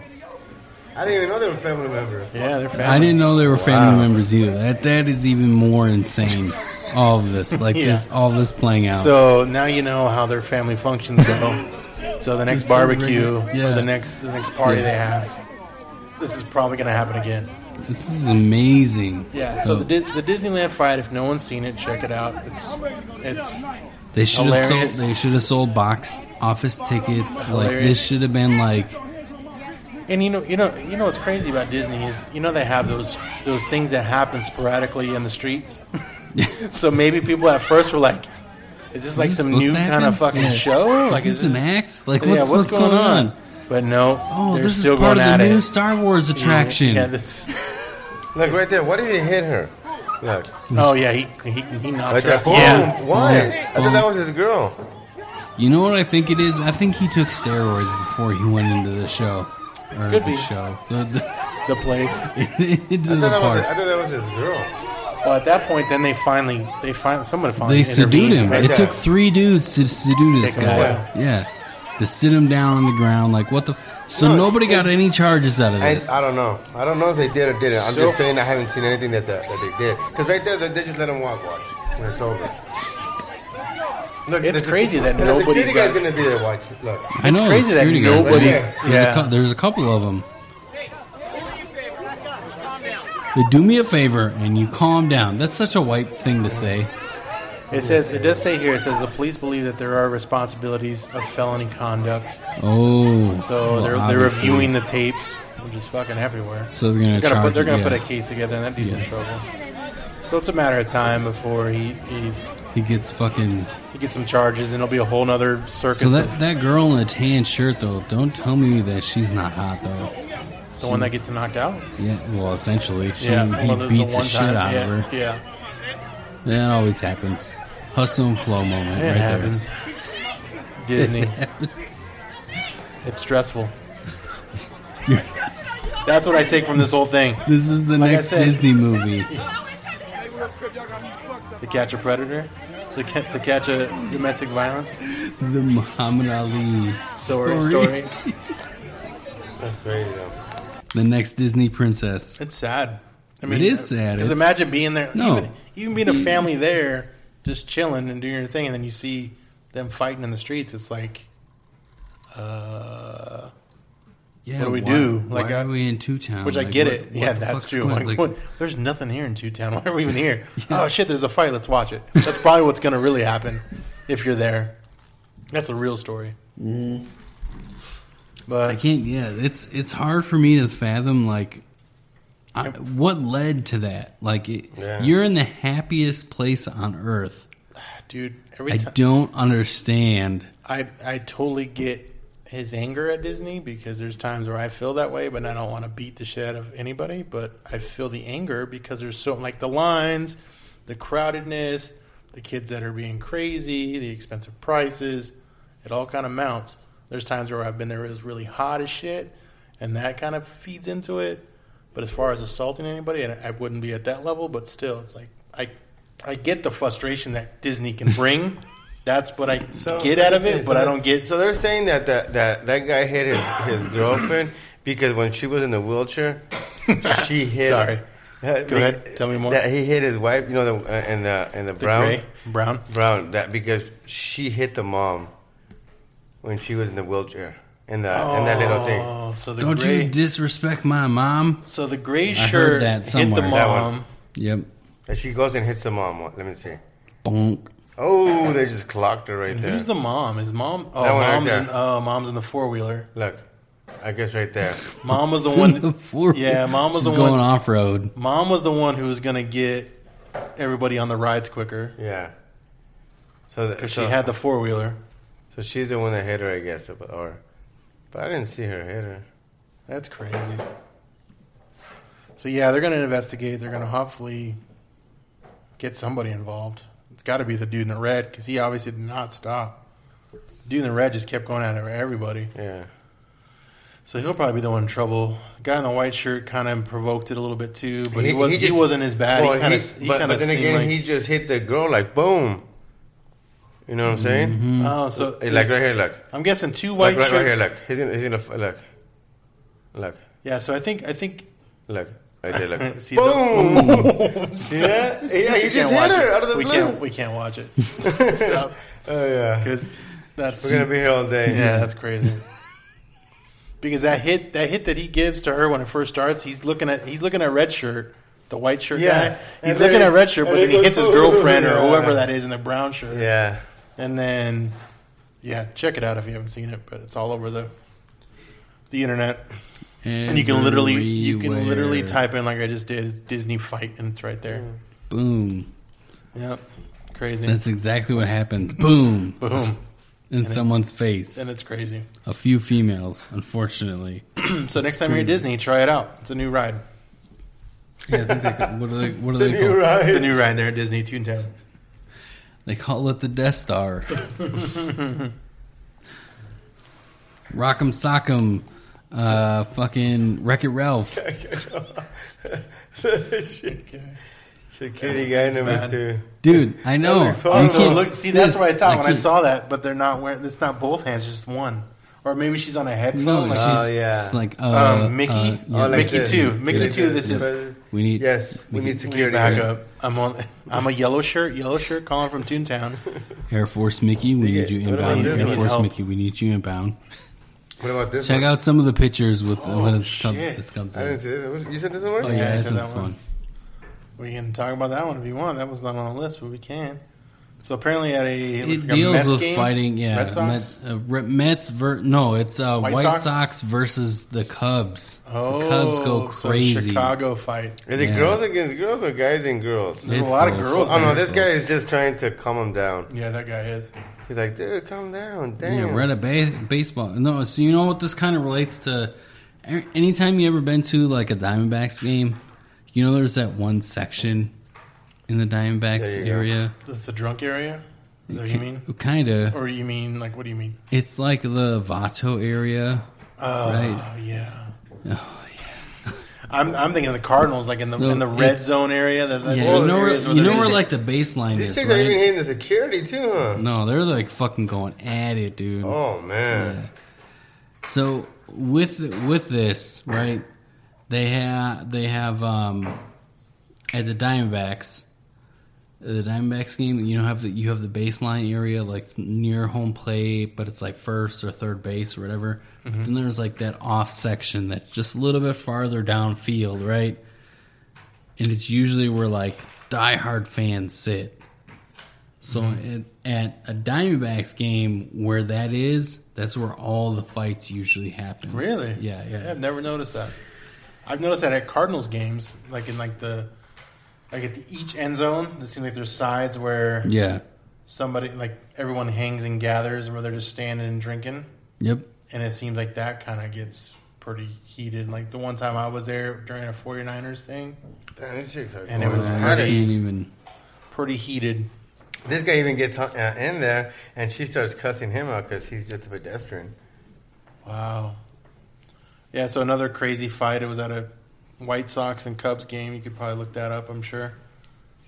Speaker 5: I didn't even know they were family members.
Speaker 4: Yeah, they're family.
Speaker 3: I didn't know they were family
Speaker 5: Wow.
Speaker 3: members either. That that is even more insane. all of this, like
Speaker 4: Yeah.
Speaker 3: this, all this playing out.
Speaker 4: So now you know how their family functions go. so the next
Speaker 3: Just so
Speaker 4: barbecue,
Speaker 3: regular. Yeah.
Speaker 4: or the next the next party
Speaker 3: Yeah.
Speaker 4: they have. This is probably going to happen again.
Speaker 3: this is amazing.
Speaker 4: Yeah, so
Speaker 3: Oh,
Speaker 4: the, Di- the Disneyland fight. If no one's seen it, check it out. It's it's
Speaker 3: they should have sold.
Speaker 4: hilarious.
Speaker 3: They should have sold box office tickets. Like
Speaker 4: Hilarious.
Speaker 3: this should have been like
Speaker 4: and you know you know you know what's crazy about Disney is you know they have those those things that happen sporadically in the streets. so maybe people at first were like, "Is this like
Speaker 3: this
Speaker 4: some
Speaker 3: supposed
Speaker 4: new
Speaker 3: to
Speaker 4: kind
Speaker 3: happen?
Speaker 4: of fucking
Speaker 3: Yeah.
Speaker 4: show?
Speaker 3: Is
Speaker 4: like
Speaker 3: this an act? Like, what's- what's going on?
Speaker 4: But no,
Speaker 3: oh,
Speaker 4: they're
Speaker 3: this is
Speaker 4: still
Speaker 3: part
Speaker 4: going
Speaker 3: of the
Speaker 4: at
Speaker 3: new
Speaker 4: it.
Speaker 3: Star Wars attraction.
Speaker 4: Yeah, this,
Speaker 5: Look right there. Why did he hit her? Look.
Speaker 4: oh yeah, he he, he knocks
Speaker 5: Right
Speaker 4: her
Speaker 5: there.
Speaker 4: out.
Speaker 5: Boom.
Speaker 4: Yeah,
Speaker 5: Why?
Speaker 3: Yeah.
Speaker 5: I thought that was his girl.
Speaker 3: You know what I think it is? I think he took steroids before he went into the show. Or
Speaker 4: Could
Speaker 3: the
Speaker 4: be.
Speaker 3: show. The, the,
Speaker 4: the place.
Speaker 3: into
Speaker 5: I
Speaker 3: the
Speaker 5: thought, that was, I
Speaker 3: park.
Speaker 5: thought that was his girl.
Speaker 4: Well, at that point, then they finally they find someone finally
Speaker 3: They subdued
Speaker 4: intervened,
Speaker 3: him.
Speaker 4: right?
Speaker 5: right
Speaker 3: It
Speaker 5: there.
Speaker 3: took three dudes to subdue this
Speaker 4: Take him
Speaker 3: guy. Yeah. To sit him down on the ground. Like, what the. So
Speaker 5: No,
Speaker 3: nobody got any charges out of
Speaker 5: I,
Speaker 3: this.
Speaker 5: I don't know. I don't know if they did or didn't. I'm
Speaker 4: So-
Speaker 5: just saying I haven't seen anything that that, that they did. Because right there, they, they just let him walk. Watch when it's over. Look,
Speaker 4: It's
Speaker 5: the-
Speaker 4: crazy that
Speaker 5: the
Speaker 4: nobody
Speaker 5: security guy's
Speaker 4: got-
Speaker 5: gonna be there. Watch. Look.
Speaker 3: I know.
Speaker 4: crazy
Speaker 3: the
Speaker 4: that
Speaker 3: security guards,
Speaker 4: nobody-
Speaker 3: There's, there's
Speaker 4: yeah.
Speaker 3: a, cou- there's a couple of them. They do me a favor and you calm down. That's such a white thing to say.
Speaker 4: It says it does say here. It says the police believe that there are responsibilities of felony conduct,
Speaker 3: Oh,
Speaker 4: so
Speaker 3: well,
Speaker 4: they're they're
Speaker 3: obviously.
Speaker 4: reviewing the tapes, which is fucking everywhere.
Speaker 3: So they're gonna
Speaker 4: they're gonna,
Speaker 3: charge
Speaker 4: put, they're
Speaker 3: it,
Speaker 4: gonna
Speaker 3: yeah.
Speaker 4: put a case together, and that dude's in
Speaker 3: Yeah.
Speaker 4: trouble. So it's a matter of time before he he's,
Speaker 3: He gets fucking.
Speaker 4: he gets some charges, and it'll be a whole nother
Speaker 3: So
Speaker 4: circus.
Speaker 3: that
Speaker 4: of
Speaker 3: that girl in the tan shirt though, don't tell me that she's not hot though.
Speaker 4: the one that gets knocked out.
Speaker 3: Yeah, well, essentially, she he
Speaker 4: well, the- the
Speaker 3: beats the,
Speaker 4: one
Speaker 3: shit
Speaker 4: time,
Speaker 3: out
Speaker 4: yeah,
Speaker 3: of her.
Speaker 4: Yeah,
Speaker 3: That always happens. Hustle and flow moment,
Speaker 4: it
Speaker 3: right
Speaker 4: happens. Disney. It's stressful. That's what I take from this whole thing.
Speaker 3: there. This is the
Speaker 4: Like I
Speaker 3: next
Speaker 4: said-
Speaker 3: Disney movie.
Speaker 4: To catch a predator, to, ca- to catch a domestic violence
Speaker 3: The Muhammad Ali
Speaker 4: story. Story.
Speaker 5: That's crazy though.
Speaker 3: The next Disney princess.
Speaker 4: It's sad. I
Speaker 3: It is sad.
Speaker 4: Because
Speaker 3: It's-
Speaker 4: imagine being there.
Speaker 3: No.
Speaker 4: Even, even being a family there, just chilling and doing your thing, and then you see them fighting in the streets. It's like, uh,
Speaker 3: Yeah,
Speaker 4: What do we
Speaker 3: why-
Speaker 4: do?
Speaker 3: Why
Speaker 4: Like,
Speaker 3: are
Speaker 4: I-
Speaker 3: we in Two Town?
Speaker 4: which I
Speaker 3: Like,
Speaker 4: get
Speaker 3: what-
Speaker 4: it.
Speaker 3: what
Speaker 4: Yeah,
Speaker 3: the
Speaker 4: that's
Speaker 3: fuck's
Speaker 4: true.
Speaker 3: going-
Speaker 4: Like,
Speaker 3: like,
Speaker 4: what- there's nothing here in Two Town. Why are we even here? Oh shit! There's a fight. Let's watch it. That's probably what's going to really happen if you're there. That's a real story.
Speaker 3: I
Speaker 4: But
Speaker 3: can't. Yeah, it's it's hard for me to fathom like I, what led to that. Like it,
Speaker 5: Yeah.
Speaker 3: you're in the happiest place on earth.
Speaker 4: dude, every
Speaker 3: I
Speaker 4: time
Speaker 3: don't understand.
Speaker 4: I I totally get his anger at Disney because there's times where I feel that way, but I don't want to beat the shit out of anybody. But I feel the anger because there's so like the lines, the crowdedness, the kids that are being crazy, the expensive prices. It all kind of mounts. There's times where I've been there it was really hot as shit, and that kind of feeds into it. But as far as assaulting anybody, and I wouldn't be at that level, but still, it's like I, I get the frustration that Disney can bring. That's what I get out of it, but I don't get.
Speaker 5: So they're saying that that that, that guy hit his, his girlfriend because when she was in the wheelchair, she hit.
Speaker 4: Sorry.
Speaker 5: Uh,
Speaker 4: Go ahead. Tell me more.
Speaker 5: That he hit his wife, you know, the, uh, and the and the,
Speaker 4: The
Speaker 5: brown
Speaker 4: gray, brown.
Speaker 5: brown that because she hit the mom when she was in the wheelchair and the and that little thing.
Speaker 4: Oh, so the
Speaker 3: Don't
Speaker 4: gray.
Speaker 3: you disrespect my mom?
Speaker 4: so the gray
Speaker 3: heard
Speaker 4: shirt
Speaker 3: that
Speaker 4: hit the
Speaker 3: somewhere.
Speaker 5: That one.
Speaker 4: mom.
Speaker 3: Yep.
Speaker 5: And she goes and hits the mom. uh, Let me see.
Speaker 3: Bonk.
Speaker 5: Oh, they just clocked her right there.
Speaker 4: Who's the mom? Is mom? Oh,
Speaker 5: That one right
Speaker 4: mom's
Speaker 5: there.
Speaker 4: in. Oh, mom's in the four wheeler.
Speaker 5: Look, I guess right there.
Speaker 4: Mom was the one.
Speaker 3: The four-
Speaker 4: yeah, mom was
Speaker 3: She's
Speaker 4: the
Speaker 3: going
Speaker 4: one.
Speaker 3: off road.
Speaker 4: Mom was the one who was gonna get everybody on the rides quicker
Speaker 5: Yeah. So
Speaker 4: because
Speaker 5: that
Speaker 4: she had the four wheeler.
Speaker 5: So she's the one that hit her, I guess, or- or, but I didn't see her hit her.
Speaker 4: That's crazy. So yeah, they're going to investigate. They're going to hopefully get somebody involved. It's got to be the dude in the red because he obviously did not stop. Dude in the red just kept going at everybody.
Speaker 5: Yeah,
Speaker 4: So he'll probably be the one in trouble. Guy in the white shirt kind of provoked it a little bit too, but he, was he,
Speaker 5: just-
Speaker 4: wasn't as bad.
Speaker 5: well,
Speaker 4: he kind
Speaker 5: he-
Speaker 4: of he
Speaker 5: but,
Speaker 4: kind
Speaker 5: but
Speaker 4: of
Speaker 5: then
Speaker 4: seemed
Speaker 5: again,
Speaker 4: like
Speaker 5: he just hit the girl like boom. You know what I'm saying?
Speaker 4: oh so
Speaker 5: Hey, Like right here, look,
Speaker 4: I'm guessing two
Speaker 5: like
Speaker 4: white
Speaker 5: right, right
Speaker 4: shirts.
Speaker 5: here, look. He's gonna, he's gonna f- look, look,
Speaker 4: Yeah, so I think I think
Speaker 5: look, right there, look.
Speaker 4: See the-
Speaker 5: boom! see that? Yeah, you
Speaker 4: we can't
Speaker 5: just hit
Speaker 4: watch
Speaker 5: her
Speaker 4: it.
Speaker 5: out of the
Speaker 4: we
Speaker 5: blue.
Speaker 4: can't we can't watch it. Stop
Speaker 5: Oh yeah,
Speaker 4: because that's
Speaker 5: we're gonna be here all day.
Speaker 4: Yeah, that's crazy. because that hit, that hit that he gives to her when it first starts, he's looking at he's looking at red shirt, the white shirt
Speaker 5: Yeah.
Speaker 4: guy. He's
Speaker 5: And
Speaker 4: looking
Speaker 5: then-
Speaker 4: at red shirt,
Speaker 5: and
Speaker 4: but then
Speaker 5: then
Speaker 4: he hits his
Speaker 5: goes, "Ooh,"
Speaker 4: girlfriend or
Speaker 5: yeah.
Speaker 4: whoever that is in the brown shirt.
Speaker 5: yeah.
Speaker 4: And then, yeah, check it out if you haven't seen it, but it's all over the the internet. And you can literally you can literally
Speaker 3: Everywhere.
Speaker 4: type in like I just did it's Disney fight and it's right there.
Speaker 5: Mm.
Speaker 3: Boom.
Speaker 4: Yep, crazy.
Speaker 3: That's exactly what happened. Boom.
Speaker 4: Boom,
Speaker 3: In someone's face.
Speaker 4: and it's crazy.
Speaker 3: A few females, unfortunately.
Speaker 4: So next time you're at Disney, try it out. It's a new ride.
Speaker 3: Yeah, I think they call, what are they, what are they
Speaker 5: You're
Speaker 3: called?
Speaker 5: right.
Speaker 4: It's a new ride there at Disney Toontown.
Speaker 3: They call it the Death Star. Rock'em Sock'em. Uh, fucking Wreck It Ralph.
Speaker 5: Security guy number
Speaker 4: bad.
Speaker 5: two.
Speaker 3: Dude, I know.
Speaker 5: looks
Speaker 3: I
Speaker 5: awesome.
Speaker 4: So
Speaker 3: can't-
Speaker 4: look, see, that's
Speaker 3: this-
Speaker 4: what I thought when I
Speaker 3: can't-
Speaker 4: saw that. But they're not wearing. It's not both hands, just one. Or maybe she's on a headphone.
Speaker 3: No,
Speaker 4: like
Speaker 3: she's,
Speaker 5: Oh, yeah.
Speaker 3: she's like, uh,
Speaker 4: um, Mickey,
Speaker 3: uh, yeah.
Speaker 5: Oh, like
Speaker 4: Mickey
Speaker 5: this.
Speaker 4: too. Mickey
Speaker 5: Like
Speaker 4: too. This
Speaker 5: this.
Speaker 4: is
Speaker 3: we need.
Speaker 5: Yes, we need
Speaker 4: security
Speaker 5: security.
Speaker 4: back
Speaker 5: guy.
Speaker 4: up. I'm on. I'm a yellow shirt. Yellow shirt calling from Toontown.
Speaker 3: Air Force Mickey, we need you
Speaker 5: what about
Speaker 3: inbound.
Speaker 5: this
Speaker 3: Air
Speaker 5: one?
Speaker 3: Force
Speaker 4: Help.
Speaker 3: Mickey, we need you inbound.
Speaker 5: What about this?
Speaker 3: Check
Speaker 5: one?
Speaker 3: out some of the pictures with when it's come,
Speaker 4: Oh, shit.
Speaker 3: this comes
Speaker 5: I
Speaker 3: out.
Speaker 5: didn't see this. What- You said this one worked?
Speaker 3: Oh
Speaker 4: Yeah, I
Speaker 3: yeah, this
Speaker 4: said
Speaker 3: one's
Speaker 4: that one.
Speaker 3: fun.
Speaker 4: We can talk about that one if you want. That was not on the list, but we can. So apparently at a it
Speaker 3: It
Speaker 4: looks like a
Speaker 3: deals
Speaker 4: Mets
Speaker 3: with
Speaker 4: game?
Speaker 3: fighting. Yeah,
Speaker 4: Red Sox?
Speaker 3: Met- uh, Re- Mets ver- no, it's uh,
Speaker 4: White
Speaker 3: White,
Speaker 4: Sox?
Speaker 3: Sox? versus the Cubs.
Speaker 4: Oh,
Speaker 3: the Cubs go
Speaker 4: so
Speaker 3: crazy.
Speaker 4: Chicago fight.
Speaker 5: Is it
Speaker 3: Yeah.
Speaker 5: girls against girls or guys and girls?
Speaker 4: There's a lot of girls
Speaker 5: Oh no,
Speaker 4: there.
Speaker 5: this guy is just trying to calm him down.
Speaker 4: Yeah, that guy is.
Speaker 5: He's like, dude, calm down. Damn.
Speaker 3: Yeah, read a ba- baseball. No, so you know what this kind of relates to? A- Anytime you ever been to like a Diamondbacks game, you know there's that one section in the Diamondbacks
Speaker 5: There you go.
Speaker 3: area.
Speaker 4: That's the drunk area. Is that what you mean?
Speaker 3: Kind of.
Speaker 4: Or you mean like what do you mean?
Speaker 3: It's like the Vato area.
Speaker 4: Oh
Speaker 3: Right.
Speaker 4: yeah.
Speaker 3: Oh,
Speaker 4: I'm I'm thinking of the Cardinals, like in the
Speaker 3: So
Speaker 4: in the red
Speaker 3: it's-
Speaker 4: zone area. That, that
Speaker 3: yeah,
Speaker 4: those
Speaker 3: you know where,
Speaker 4: areas
Speaker 3: you know
Speaker 4: they-
Speaker 3: where like the baseline
Speaker 5: These
Speaker 3: is,
Speaker 5: things are even
Speaker 3: right? Mm.
Speaker 5: hitting the security too, huh?
Speaker 3: No, they're like fucking going at it, dude.
Speaker 5: Oh man.
Speaker 3: So with with this, right? They have they have um at the Diamondbacks, the Diamondbacks game. You know, have the you have the baseline area like it's near home plate, but it's like first or third base or whatever. But then there's like that off section that's just a little bit farther downfield, right? And it's usually where like diehard fans sit. So at, at a Diamondbacks game where that is, that's where all the fights usually happen.
Speaker 4: Really?
Speaker 3: Yeah, yeah.
Speaker 4: I've never noticed that. I've noticed that at Cardinals games, like in like the like at the, each end zone, it seems like there's sides where
Speaker 3: Yeah.
Speaker 4: somebody like everyone hangs and gathers where they're just standing and drinking,
Speaker 3: Yep.
Speaker 4: and it seems like that kind of gets pretty heated. Like the one time I was there during a 49ers thing,
Speaker 5: Damn, these chicks are
Speaker 4: And it
Speaker 5: going
Speaker 4: was
Speaker 5: at
Speaker 3: I
Speaker 4: hard.
Speaker 5: it.
Speaker 3: can't even.
Speaker 4: pretty heated.
Speaker 5: This guy even gets uh, in there, and she starts cussing him out because he's just a pedestrian.
Speaker 4: Wow. Yeah, so another crazy fight. It was at a White Sox and Cubs game. You could probably look that up, I'm sure.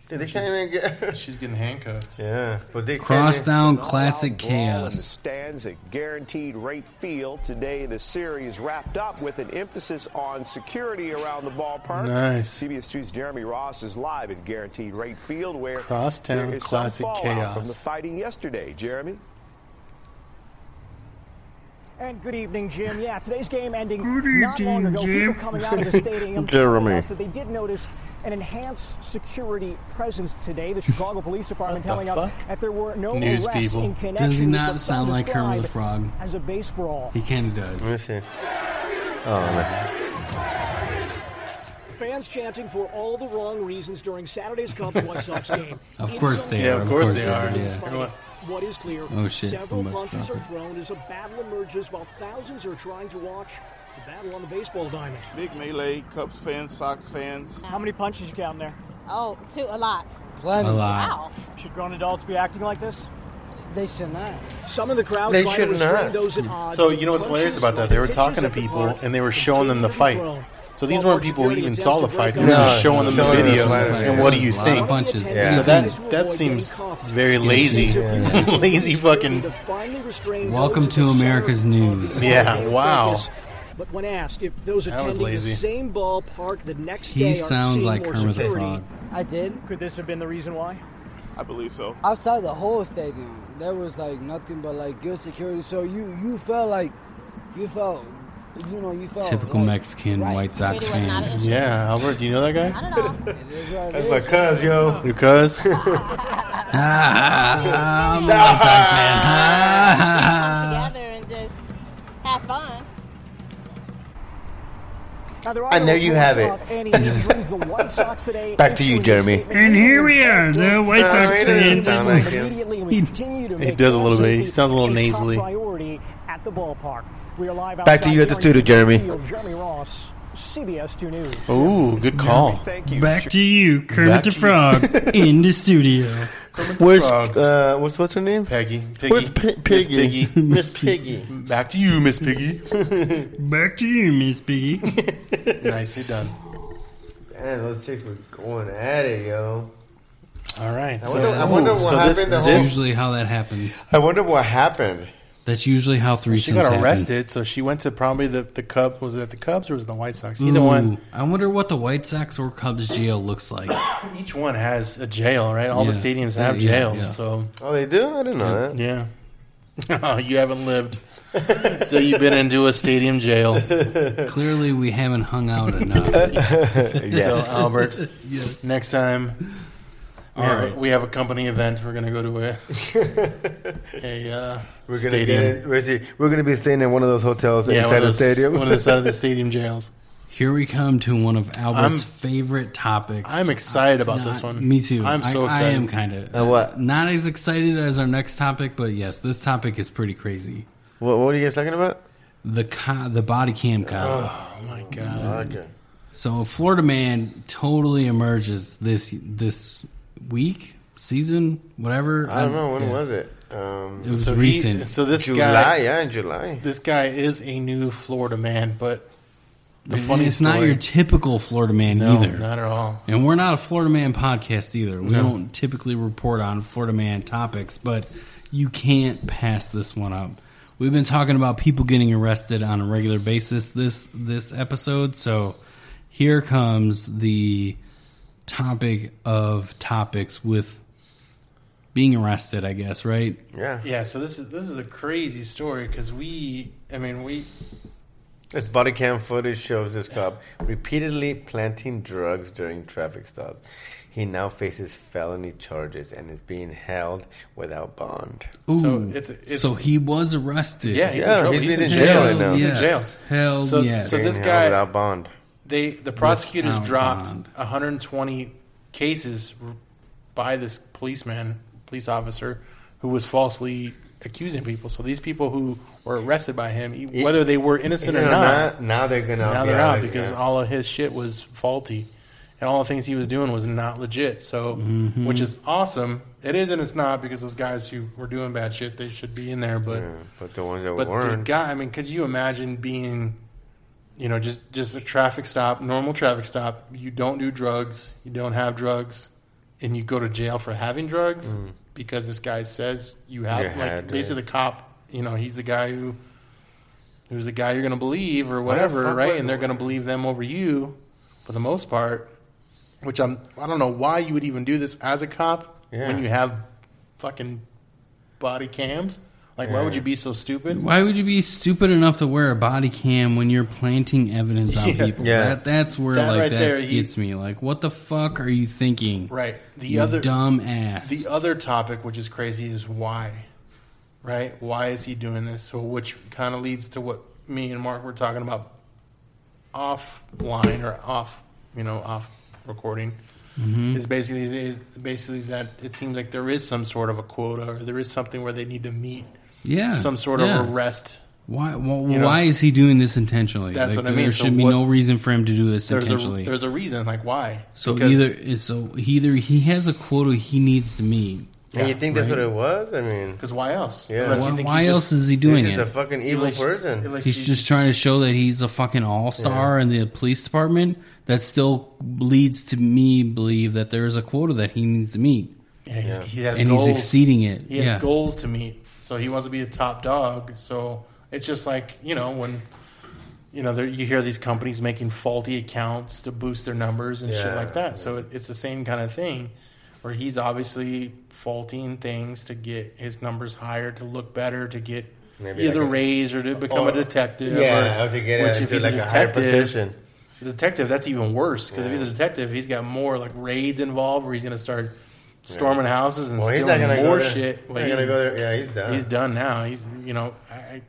Speaker 5: Dude, they can't even get. Her.
Speaker 4: She's getting handcuffed.
Speaker 5: Yeah, but they
Speaker 3: Cross
Speaker 5: can't
Speaker 3: down
Speaker 6: An
Speaker 3: classic
Speaker 6: all-out brawl In the
Speaker 3: chaos.
Speaker 6: stands at guaranteed rate field today. The series wrapped up with an emphasis on security around the ballpark.
Speaker 4: Nice.
Speaker 6: CBS 2's Jeremy Ross is live at guaranteed rate field where
Speaker 4: Crosstown
Speaker 6: there is some
Speaker 4: classic
Speaker 6: fallout
Speaker 4: chaos.
Speaker 6: from the fighting yesterday. Jeremy.
Speaker 7: And good evening, Jim. Yeah, today's game ending not long ago. People coming out of the stadium telling us that they did notice an enhanced security presence today. The Chicago Police Department
Speaker 4: What the
Speaker 7: telling us
Speaker 4: fuck?
Speaker 7: that there were no
Speaker 4: News
Speaker 7: arrests
Speaker 4: people.
Speaker 7: in
Speaker 4: Does
Speaker 7: connection
Speaker 3: Does he
Speaker 7: with
Speaker 3: not
Speaker 7: what's
Speaker 3: sound like Kermit the
Speaker 7: described
Speaker 3: Frog?
Speaker 7: as a base brawl.
Speaker 3: He kind of does.
Speaker 5: Let me see. Oh man.
Speaker 7: Fans chanting for all the wrong reasons during Saturday's Cubs White Sox game.
Speaker 3: Of
Speaker 7: In
Speaker 3: course
Speaker 7: some
Speaker 3: they
Speaker 4: Yeah,
Speaker 3: are.
Speaker 4: of course they are.
Speaker 3: Yeah.
Speaker 4: Yeah. Everyone-
Speaker 7: What is clear,
Speaker 3: Oh, shit.
Speaker 7: several
Speaker 3: I'm about to
Speaker 7: punches
Speaker 3: drop
Speaker 7: are
Speaker 3: it.
Speaker 7: thrown as a battle emerges while thousands are trying to watch the battle on the baseball diamond.
Speaker 8: Big melee, Cubs fans, Sox fans.
Speaker 7: How many punches you counting there?
Speaker 9: Oh, two, a lot.
Speaker 3: A lot.
Speaker 9: Wow.
Speaker 7: Should grown adults be acting like this?
Speaker 10: They should not.
Speaker 7: Some in the crowd
Speaker 5: They
Speaker 7: trying
Speaker 5: should
Speaker 7: to restrain
Speaker 5: not.
Speaker 7: those at odds.
Speaker 4: So, you know what's
Speaker 7: Punches
Speaker 4: hilarious about that?
Speaker 7: from
Speaker 4: They were
Speaker 7: pitchers
Speaker 4: talking to
Speaker 7: at the
Speaker 4: people
Speaker 7: park
Speaker 4: and they were showing them the
Speaker 7: continued
Speaker 4: fight.
Speaker 7: to grow.
Speaker 4: So these
Speaker 7: While
Speaker 4: weren't people who
Speaker 7: security
Speaker 4: even
Speaker 7: attempts
Speaker 4: saw
Speaker 7: to
Speaker 4: the
Speaker 7: break
Speaker 4: fight. They
Speaker 7: up
Speaker 4: were
Speaker 5: No,
Speaker 4: just showing them the
Speaker 5: showing them
Speaker 4: video.
Speaker 5: the fight.
Speaker 4: And what do you
Speaker 3: Yeah.
Speaker 4: think?
Speaker 3: Punches.
Speaker 5: Yeah.
Speaker 4: So that that seems very lazy, lazy fucking.
Speaker 3: Welcome to America's news.
Speaker 4: Yeah, wow.
Speaker 7: But when asked if those
Speaker 4: That was
Speaker 7: attending the
Speaker 4: lazy.
Speaker 7: same ballpark the next day
Speaker 3: He
Speaker 7: are
Speaker 3: sounds
Speaker 7: seeing
Speaker 3: like
Speaker 7: more
Speaker 3: Kermit the
Speaker 7: security,
Speaker 3: Frog.
Speaker 10: I did.
Speaker 7: could this have been the reason why?
Speaker 8: I believe so.
Speaker 10: Outside the whole stadium, there was like nothing but like good security. So you you felt like you felt you know you felt
Speaker 3: Typical
Speaker 10: like,
Speaker 3: Mexican
Speaker 10: right.
Speaker 3: White Sox
Speaker 9: Really was not
Speaker 3: fan.
Speaker 9: an issue.
Speaker 4: Yeah, Albert, do you know that guy?
Speaker 9: I don't know.
Speaker 10: It is what it
Speaker 5: That's
Speaker 10: is.
Speaker 5: my cuz, yo.
Speaker 4: Because
Speaker 3: Ah, I'm a White Sox fan.
Speaker 10: Uh,
Speaker 9: Come together and just have fun.
Speaker 7: Now, there are
Speaker 5: And
Speaker 7: no
Speaker 5: there you
Speaker 7: reports
Speaker 5: have it.
Speaker 7: of Any injuries. The White Sox today
Speaker 5: Back to you,
Speaker 7: issuing a
Speaker 5: Jeremy.
Speaker 7: statement
Speaker 11: And here we are,
Speaker 7: indicating
Speaker 11: the White
Speaker 7: that
Speaker 5: Sox
Speaker 7: the
Speaker 5: fans.
Speaker 7: team
Speaker 5: Sound
Speaker 7: will
Speaker 5: like him.
Speaker 7: immediately and continue to
Speaker 4: he
Speaker 7: make
Speaker 4: does a little bit. He
Speaker 7: safety
Speaker 4: sounds a little
Speaker 7: top
Speaker 4: nasally.
Speaker 7: priority at the ballpark. We are live
Speaker 5: Back to
Speaker 7: outside
Speaker 5: you at the
Speaker 7: Guaranteed
Speaker 5: studio, Jeremy.
Speaker 7: Field. Jeremy Ross, CBS 2 News.
Speaker 4: Ooh, good call.
Speaker 6: Thank you.
Speaker 11: Back to you, Kermit
Speaker 4: Back
Speaker 11: the
Speaker 4: to you.
Speaker 11: Frog, in the studio.
Speaker 5: Where's
Speaker 4: Frog.
Speaker 5: uh, what's what's her name?
Speaker 4: Peggy,
Speaker 5: Where's
Speaker 4: Piggy,
Speaker 5: P-
Speaker 4: Miss
Speaker 5: Piggy? Miss Piggy.
Speaker 4: Back to you, Miss Piggy.
Speaker 11: Back to you, Miss Piggy.
Speaker 4: Nicely done.
Speaker 5: Man, those chicks were going at it, yo.
Speaker 4: All right.
Speaker 5: I wonder, I wonder
Speaker 4: ooh,
Speaker 5: what
Speaker 4: so
Speaker 5: happened.
Speaker 4: this-
Speaker 5: the
Speaker 3: That's
Speaker 5: whole,
Speaker 3: usually how that happens.
Speaker 5: I wonder what happened.
Speaker 3: That's usually how threesomes
Speaker 4: She got
Speaker 3: happen.
Speaker 4: arrested, so she went to probably the the Cubs. Was it the Cubs or was it the White Sox? Either one.
Speaker 3: Ooh, I wonder what the White Sox or Cubs jail looks like.
Speaker 4: Each one has a jail, right? All the
Speaker 3: Yeah.
Speaker 4: stadiums have
Speaker 3: Yeah,
Speaker 4: jails.
Speaker 3: yeah.
Speaker 4: So
Speaker 5: Oh, they do? I didn't know that.
Speaker 4: yeah, you haven't lived. So you've been into a stadium jail.
Speaker 3: Clearly, we haven't hung out enough.
Speaker 4: So Albert,
Speaker 3: Yes.
Speaker 4: next time, we,
Speaker 3: All
Speaker 4: have
Speaker 3: right.
Speaker 4: a, we have a company event. We're gonna go to a a uh,
Speaker 5: We're gonna
Speaker 4: stadium.
Speaker 5: get it. We're, see, we're gonna be staying in one of those hotels
Speaker 4: Yeah, one
Speaker 5: inside
Speaker 4: of
Speaker 5: the
Speaker 4: those-
Speaker 5: stadium.
Speaker 4: one of the side of the stadium jails.
Speaker 3: Here we come to one of Albert's
Speaker 4: I'm-
Speaker 3: favorite topics. Uh,
Speaker 4: I'm excited about
Speaker 3: Not-
Speaker 4: this one.
Speaker 3: Me too.
Speaker 4: I'm so
Speaker 3: I, I
Speaker 4: excited.
Speaker 3: am kind of
Speaker 5: Uh, what?
Speaker 3: not as excited as our next topic, but yes, this topic is pretty crazy.
Speaker 5: What, what are you guys talking about?
Speaker 3: The co- the body cam cop.
Speaker 4: Oh my god!
Speaker 5: okay.
Speaker 3: So a Florida man totally emerges this this week, season, whatever.
Speaker 5: I don't know when
Speaker 3: yeah.
Speaker 5: was it. Um,
Speaker 3: It was
Speaker 4: So he-
Speaker 3: recent.
Speaker 4: so this
Speaker 5: July,
Speaker 4: guy,
Speaker 5: yeah, in July.
Speaker 4: this guy is a new Florida man, but the
Speaker 3: And
Speaker 4: funny
Speaker 3: it's
Speaker 4: story,
Speaker 3: not your typical Florida man
Speaker 4: no,
Speaker 3: either.
Speaker 4: not at all.
Speaker 3: And we're not a Florida Man podcast either. We
Speaker 4: No.
Speaker 3: don't typically report on Florida Man topics, but you can't pass this one up. We've been talking about people getting arrested on a regular basis this this episode, so here comes the topic of topics with being arrested, I guess, right?
Speaker 5: Yeah.
Speaker 4: Yeah, so this is this is a crazy story because we, I mean, we
Speaker 5: This body cam footage shows this cop repeatedly planting drugs during traffic stops. He now faces felony charges and is being held without bond.
Speaker 4: So
Speaker 3: Ooh.
Speaker 4: it's- it's-
Speaker 3: so he was arrested.
Speaker 4: yeah, he's
Speaker 5: Yeah,
Speaker 4: in trouble.
Speaker 5: he's been in
Speaker 3: Hell
Speaker 5: jail right now.
Speaker 4: He's in jail.
Speaker 3: yes. Hell
Speaker 4: So-
Speaker 3: yes.
Speaker 4: so
Speaker 5: Being
Speaker 4: this
Speaker 5: held
Speaker 4: guy-
Speaker 5: without bond.
Speaker 4: They the prosecutors
Speaker 3: Without
Speaker 4: dropped
Speaker 3: bond.
Speaker 4: 120 cases r- by this policeman, police officer, who was falsely accusing people. So these people who were arrested by him, e- whether they were
Speaker 5: You
Speaker 4: innocent
Speaker 5: know,
Speaker 4: or not,
Speaker 5: now, now they're gonna
Speaker 4: now
Speaker 5: be
Speaker 4: they're out
Speaker 5: of it,
Speaker 4: because
Speaker 5: yeah.
Speaker 4: all of his shit was faulty, and all the things he was doing was not legit. So,
Speaker 5: Mm-hmm.
Speaker 4: which is awesome. It is and it's not because those guys who were doing bad shit, they should be in there, but.
Speaker 5: Yeah, but the ones that
Speaker 4: But the
Speaker 5: weren't.
Speaker 4: guy, I mean, could you imagine being, you know, just just a traffic stop, normal traffic stop. You don't do drugs, you don't have drugs, and you go to jail for having drugs because this guy says you have.
Speaker 5: Mm. You
Speaker 4: like
Speaker 5: had,
Speaker 4: basically, the cop, you know, he's the guy who, who's the guy you're going to believe or
Speaker 5: Why the
Speaker 4: whatever,
Speaker 5: fuck
Speaker 4: right?
Speaker 5: would-
Speaker 4: And they're going to believe them over you, for the most part. Which I'm, I don't know why you would even do this as a cop
Speaker 5: Yeah.
Speaker 4: when you have fucking body cams. Like, why would
Speaker 5: Yeah.
Speaker 4: you be so stupid?
Speaker 3: Why would you be stupid enough to wear a body cam when you're planting evidence on
Speaker 4: Yeah.
Speaker 3: people?
Speaker 5: Yeah.
Speaker 3: That, that's where
Speaker 4: That
Speaker 3: like
Speaker 4: right
Speaker 3: that
Speaker 4: there, he-
Speaker 3: gets me. Like, what the fuck are you thinking?
Speaker 4: Right. The
Speaker 3: you
Speaker 4: other
Speaker 3: dumb ass.
Speaker 4: the other topic which is crazy is why. Right? Why is he doing this? So which kind of leads to what me and Mark were talking about offline or off, you know, off recording.
Speaker 3: Mm-hmm.
Speaker 4: Is basically is basically that it seems like there is some sort of a quota or there is something where they need to meet
Speaker 3: yeah.
Speaker 4: some sort
Speaker 3: yeah.
Speaker 4: of arrest.
Speaker 3: Why? Well,
Speaker 4: you know?
Speaker 3: why is he doing this intentionally?
Speaker 4: That's
Speaker 3: Like,
Speaker 4: what I mean.
Speaker 3: There
Speaker 4: So
Speaker 3: should be
Speaker 4: what-
Speaker 3: no reason for him to do this
Speaker 4: There's
Speaker 3: intentionally.
Speaker 4: a there's a reason like why.
Speaker 3: so
Speaker 4: Because-
Speaker 3: either so either he has a quota he needs to meet.
Speaker 5: and you think that's what it was? I mean,
Speaker 4: because why else?
Speaker 5: Yeah.
Speaker 4: Unless you
Speaker 3: Why,
Speaker 4: think he
Speaker 3: why
Speaker 4: just-
Speaker 3: else is he
Speaker 5: this
Speaker 3: doing
Speaker 5: is
Speaker 3: it?
Speaker 5: a fucking evil
Speaker 4: unless-
Speaker 5: person.
Speaker 4: unless
Speaker 3: He's
Speaker 4: you
Speaker 3: just trying to show that he's a fucking all star in the police department. That still leads to me believe that there is a quota that he needs to meet,
Speaker 4: Yeah, he's,
Speaker 5: Yeah.
Speaker 4: he has
Speaker 3: and
Speaker 4: goals.
Speaker 3: he's exceeding it.
Speaker 4: He has
Speaker 3: yeah.
Speaker 4: goals to meet, so he wants to be the top dog. So it's just like you know when you know there, you hear these companies making faulty accounts to boost their numbers and shit
Speaker 5: Yeah.
Speaker 4: like that. So it, it's the same kind of thing where he's obviously faulting things to get his numbers higher, to look better, to get
Speaker 5: Maybe
Speaker 4: either
Speaker 5: like a-
Speaker 4: raised or to become
Speaker 5: or-
Speaker 4: a detective.
Speaker 5: yeah,
Speaker 4: or,
Speaker 5: or to get
Speaker 4: which
Speaker 5: a-
Speaker 4: if
Speaker 5: to
Speaker 4: he's
Speaker 5: like a higher position.
Speaker 4: the detective, that's even worse because if
Speaker 5: Yeah.
Speaker 4: he's a detective, he's got more like raids involved where he's going to start storming houses and
Speaker 5: well, he's not
Speaker 4: stealing
Speaker 5: gonna
Speaker 4: more
Speaker 5: go there.
Speaker 4: shit. Well,
Speaker 5: he's not gonna go there. Yeah, he's done.
Speaker 4: he's done now. He's you know, I, I-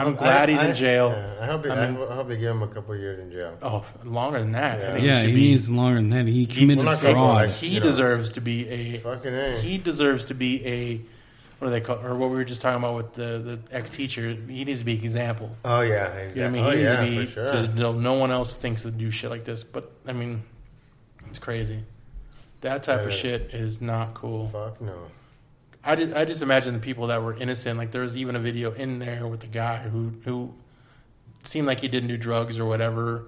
Speaker 4: I'm,
Speaker 5: I'm-
Speaker 4: glad
Speaker 5: I-
Speaker 4: he's
Speaker 5: I-
Speaker 4: in jail.
Speaker 5: yeah, I hope. He,
Speaker 4: I
Speaker 5: I,
Speaker 4: mean-
Speaker 5: I hope they give him a couple years in jail.
Speaker 4: Oh, longer than that.
Speaker 5: Yeah.
Speaker 4: I think
Speaker 3: Yeah,
Speaker 4: should
Speaker 3: he
Speaker 4: be-
Speaker 3: needs longer than that. He committed
Speaker 5: not gonna go
Speaker 3: fraud.
Speaker 5: like-
Speaker 4: he
Speaker 5: you know.
Speaker 4: deserves to be a
Speaker 5: Fucking A.
Speaker 4: he deserves to be a what do they call or what we were just talking about with the the ex teacher. He needs to be example.
Speaker 5: Oh yeah,
Speaker 4: You know
Speaker 5: exactly.
Speaker 4: what I mean?
Speaker 5: oh,
Speaker 4: he
Speaker 5: yeah,
Speaker 4: needs
Speaker 5: for sure.
Speaker 4: to be to, no, no one else thinks to do shit like this. But I mean, it's crazy. That type of
Speaker 5: Yeah.
Speaker 4: shit is not cool.
Speaker 5: Fuck no.
Speaker 4: I just, I just imagine the people that were innocent. Like there was even a video in there with the guy who who seemed like he didn't do drugs or whatever,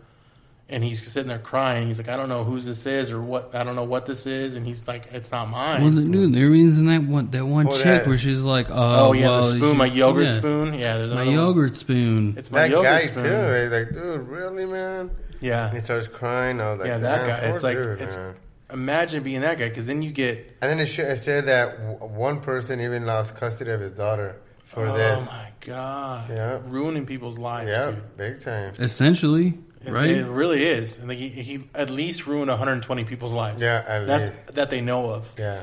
Speaker 4: and he's sitting there crying. He's like, I don't know whose this is or what. I don't know what this is, and he's like, it's not mine.
Speaker 3: Well, dude, there is in that one that one
Speaker 5: Oh,
Speaker 3: chick
Speaker 5: that-
Speaker 3: where she's like, "Oh,
Speaker 4: oh yeah,
Speaker 3: well,
Speaker 4: the spoon, my
Speaker 3: she-
Speaker 4: yogurt
Speaker 3: yeah,
Speaker 4: spoon. Yeah, there's
Speaker 3: my
Speaker 4: another one.
Speaker 3: yogurt spoon."
Speaker 4: It's my
Speaker 5: That
Speaker 4: yogurt
Speaker 5: guy
Speaker 4: spoon.
Speaker 5: too. He's like, dude, really, man?
Speaker 4: Yeah,
Speaker 5: And he starts crying. I was like,
Speaker 4: yeah, that
Speaker 5: "Damn,
Speaker 4: guy.
Speaker 5: poor
Speaker 4: It's like,
Speaker 5: dude,
Speaker 4: it's,
Speaker 5: man."
Speaker 4: imagine being that guy because then you get
Speaker 5: And then it, sh- it said that w- one person even lost custody of his daughter for
Speaker 4: oh
Speaker 5: this.
Speaker 4: my god! ruining people's lives.
Speaker 5: Yeah,
Speaker 4: dude.
Speaker 5: big time.
Speaker 3: Essentially,
Speaker 4: It-
Speaker 3: right?
Speaker 4: It really is. And like, he, he at least ruined 120 people's lives.
Speaker 5: Yeah, at
Speaker 4: that's
Speaker 5: least.
Speaker 4: that they know of.
Speaker 5: Yeah,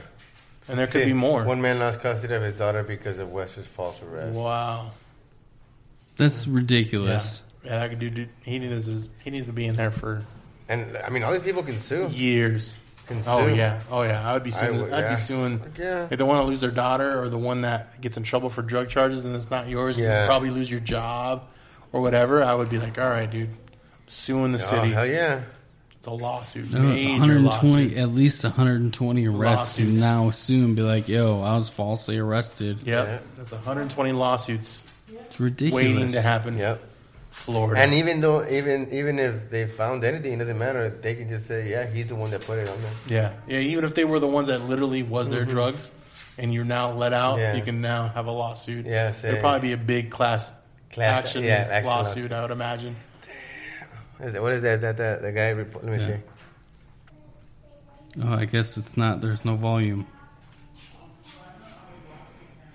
Speaker 4: and there could
Speaker 5: See,
Speaker 4: be more.
Speaker 5: One man lost custody of his daughter because of West's false arrest.
Speaker 4: Wow.
Speaker 3: That's ridiculous.
Speaker 4: Yeah, I could do. do he needs to, he needs to be in there for.
Speaker 5: And I mean, all these people can sue.
Speaker 4: Years.
Speaker 5: Can
Speaker 4: Oh
Speaker 5: sue.
Speaker 4: yeah, oh yeah. I would be
Speaker 5: I
Speaker 4: suing. I
Speaker 5: would-
Speaker 4: would
Speaker 5: yeah.
Speaker 4: be suing.
Speaker 5: Fuck yeah.
Speaker 4: Like the one that lose their daughter, or the one that gets in trouble for drug charges, and it's not yours. and
Speaker 5: Yeah.
Speaker 4: you probably lose your job, or whatever. I would be like, all right, dude, suing the
Speaker 5: Oh,
Speaker 4: city.
Speaker 5: hell yeah.
Speaker 4: It's a lawsuit.
Speaker 3: No,
Speaker 4: Major lawsuit.
Speaker 3: 120, at least 120 arrests
Speaker 4: Lawsuits.
Speaker 3: now. Soon, be like, yo, I was falsely arrested.
Speaker 4: Yep. That's 120 lawsuits.
Speaker 3: It's ridiculous.
Speaker 4: Waiting to happen.
Speaker 5: Yep.
Speaker 4: Florida.
Speaker 5: And e- even though, even even if they found anything, it doesn't matter. They can just say, "Yeah, he's the one that put it on there."
Speaker 4: Yeah. Yeah. Even if they were the ones that literally was their
Speaker 5: Mhm.
Speaker 4: drugs and you're now let out,
Speaker 5: Yeah.
Speaker 4: you can now have a lawsuit.
Speaker 5: Yeah, say-
Speaker 4: There'd probably be a big class,
Speaker 5: Class-
Speaker 4: action,
Speaker 5: yeah, action
Speaker 4: lawsuit,
Speaker 5: lawsuit.
Speaker 4: I would imagine.
Speaker 5: Is that, what is that? That that the guy? Report, let me
Speaker 3: Yeah.
Speaker 5: see.
Speaker 3: Oh, I guess it's not. There's no volume.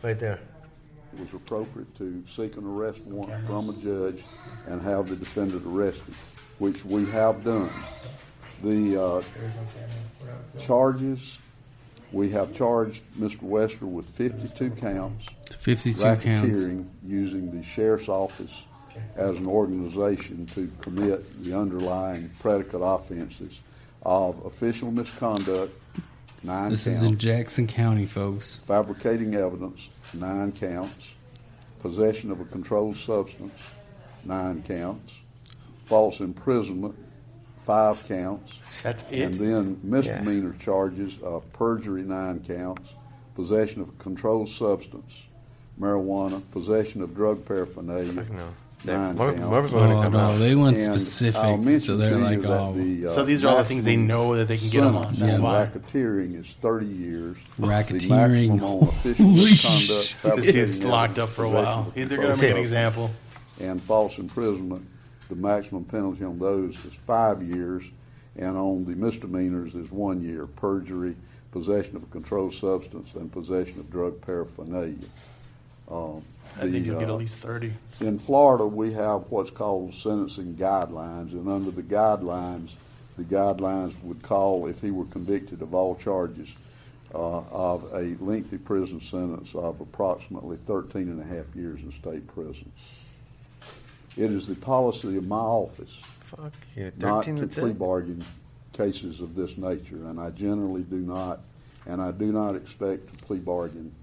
Speaker 5: Right there.
Speaker 12: It was appropriate to seek an arrest warrant from a judge and have the defendant arrested, which we have done. The uh, charges, we have charged Mr. Wester with 52 counts.
Speaker 3: 52 counts.
Speaker 12: racketeering Using the sheriff's office as an organization to commit the underlying predicate offenses of official misconduct, nine
Speaker 3: This
Speaker 12: counts
Speaker 3: is in Jackson County, folks.
Speaker 12: fabricating evidence, nine counts, possession of a controlled substance, nine counts, false imprisonment, five counts.
Speaker 4: That's it?
Speaker 12: And then misdemeanor charges of perjury, nine counts, possession of a controlled substance, marijuana, possession of drug paraphernalia.
Speaker 5: They-
Speaker 12: Nine
Speaker 5: more-
Speaker 12: counts.
Speaker 5: more people are gonna Oh, come no, out. they went
Speaker 12: And uh, I'll
Speaker 3: specific,
Speaker 12: mention
Speaker 3: so they're
Speaker 12: to you
Speaker 3: like,
Speaker 12: that
Speaker 3: oh.
Speaker 12: the, uh,
Speaker 4: So these are all the things they
Speaker 12: maximum
Speaker 4: know that they can get 'em on.
Speaker 12: sentence
Speaker 4: That's
Speaker 12: on
Speaker 4: why.
Speaker 12: Racketeering is thirty years. The
Speaker 3: Racketeering.
Speaker 12: maximum on official misconduct,
Speaker 4: This dude's
Speaker 12: fabricating
Speaker 4: locked up for a while.
Speaker 12: evidence,
Speaker 4: They're gonna make an example.
Speaker 12: And false imprisonment, the maximum penalty on those is five years, and on the misdemeanors is one year. Perjury, possession of a controlled substance, and possession of drug paraphernalia. Um,
Speaker 4: I think you'll get at
Speaker 12: uh,
Speaker 4: least 30.
Speaker 12: In Florida, we have what's called sentencing guidelines, and under the guidelines, the guidelines would call, if he were convicted of all charges, uh, of a lengthy prison sentence of approximately 13 and a half years in state prison. It is the policy of my office
Speaker 5: Fuck you.
Speaker 12: not
Speaker 5: 13
Speaker 12: to
Speaker 5: that's it.
Speaker 12: plea bargain cases of this nature, and I generally do not, and I do not expect to plea bargain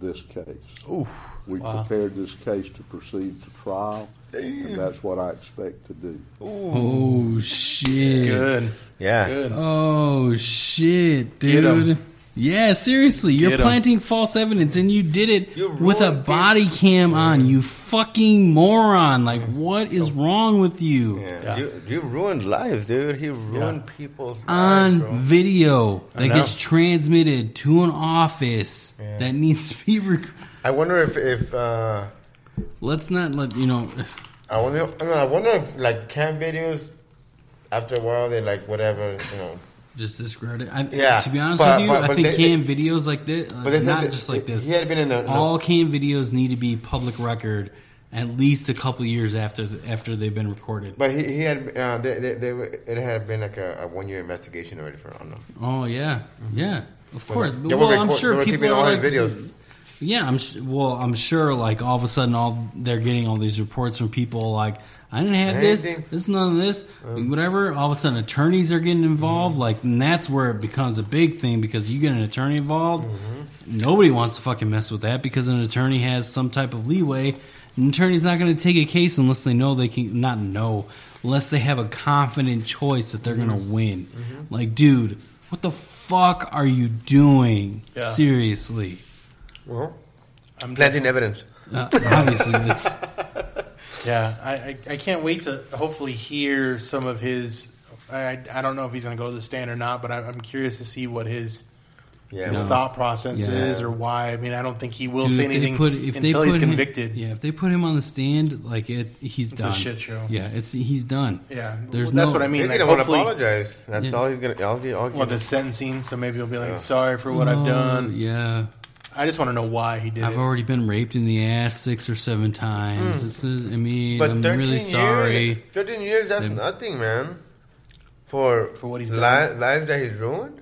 Speaker 12: this case.
Speaker 5: Oof.
Speaker 12: We
Speaker 5: Wow.
Speaker 12: prepared this case to proceed to trial,
Speaker 5: Damn.
Speaker 12: and that's what I expect to do.
Speaker 3: Oh shit!
Speaker 12: Good.
Speaker 5: Yeah.
Speaker 4: Good.
Speaker 3: Oh shit,
Speaker 12: Get 'em.
Speaker 3: dude. Yeah, seriously, you're
Speaker 12: Get 'em.
Speaker 3: planting false evidence, and you did it with a body cam on. You fucking moron! Like, what is wrong with you?
Speaker 5: You, you ruined lives, dude. He ruined people's
Speaker 3: on
Speaker 5: lives, bro.
Speaker 3: video
Speaker 5: I
Speaker 3: that
Speaker 5: know.
Speaker 3: gets transmitted to an office
Speaker 5: Yeah.
Speaker 3: that needs to be. Rec-
Speaker 5: I wonder if if uh,
Speaker 3: Let's not let you know.
Speaker 5: I wonder. I, mean, I wonder if like cam videos after a while they like whatever you know.
Speaker 3: Just discredit. I,
Speaker 5: Yeah,
Speaker 3: To be honest
Speaker 5: but-
Speaker 3: with you,
Speaker 5: but-
Speaker 3: I
Speaker 5: but
Speaker 3: think
Speaker 5: they-
Speaker 3: cam videos like this,
Speaker 5: but they said
Speaker 3: not
Speaker 5: that
Speaker 3: just like
Speaker 5: it-
Speaker 3: this.
Speaker 5: he had been in the-
Speaker 3: all cam videos need to be public record at least a couple years after the, after they've been recorded.
Speaker 5: But he, he had uh, they, they, they were, it had been like a, a one year investigation already for on them.
Speaker 3: Oh yeah,
Speaker 5: Mm-hmm.
Speaker 3: yeah. Of
Speaker 5: They
Speaker 3: course.
Speaker 5: were- they
Speaker 3: well,
Speaker 5: were
Speaker 3: I'm
Speaker 5: record- they
Speaker 3: sure
Speaker 5: were
Speaker 3: people
Speaker 5: keeping
Speaker 3: are
Speaker 5: all
Speaker 3: like,
Speaker 5: his videos.
Speaker 3: Yeah, I'm sh- well. I'm sure. Like all of a sudden, all they're getting all these reports from people. Like I didn't have this.
Speaker 5: Anything.
Speaker 3: This is none of this. whatever. All of a sudden, attorneys are getting involved. Like and that's where it becomes a big thing because you get an attorney involved. Nobody wants to fucking mess with that because an attorney has some type of leeway. An attorney's not going to take a case unless they know they can not know unless they have a confident choice that they're going to win. Like, dude, what the fuck are you doing?
Speaker 5: Yeah.
Speaker 3: Seriously.
Speaker 5: Well, I'm planting evidence.
Speaker 3: Uh, obviously, it's
Speaker 4: Yeah, I, I, I can't wait to hopefully hear some of his. I, I don't know if he's going to go to the stand or not, but I, I'm curious to see what his
Speaker 5: Yeah,
Speaker 4: his
Speaker 5: no.
Speaker 4: thought process
Speaker 3: Yeah.
Speaker 4: is or why. I mean, I don't think he will
Speaker 3: Dude,
Speaker 4: say
Speaker 3: if they
Speaker 4: anything
Speaker 3: put- if they
Speaker 4: until he's
Speaker 3: put him-
Speaker 4: convicted.
Speaker 3: yeah, if they put him on the stand, like it, he's
Speaker 4: It's a
Speaker 3: done.
Speaker 4: shit show.
Speaker 3: Yeah, it's he's done.
Speaker 4: Yeah,
Speaker 3: there's
Speaker 4: well, that's
Speaker 3: no-
Speaker 4: what I mean.
Speaker 5: He's
Speaker 4: like,
Speaker 5: gonna wanna
Speaker 4: hopefully-
Speaker 5: apologize. That's all he's gonna. All he, all he
Speaker 4: well, the sentencing, so maybe he'll be like,
Speaker 5: Yeah.
Speaker 4: "Sorry for what
Speaker 3: No,
Speaker 4: I've done."
Speaker 3: Yeah,
Speaker 4: I just want to know why he did
Speaker 3: I've
Speaker 4: it.
Speaker 3: already been raped in the ass six or seven times.
Speaker 4: Hmm.
Speaker 5: Mm.
Speaker 3: It's a, I mean,
Speaker 5: But
Speaker 3: I'm
Speaker 5: 13
Speaker 3: really
Speaker 5: years-
Speaker 3: sorry.
Speaker 5: 13 years, that's
Speaker 3: They-
Speaker 5: nothing, man. For for what he's
Speaker 3: done.
Speaker 5: lives that he's ruined.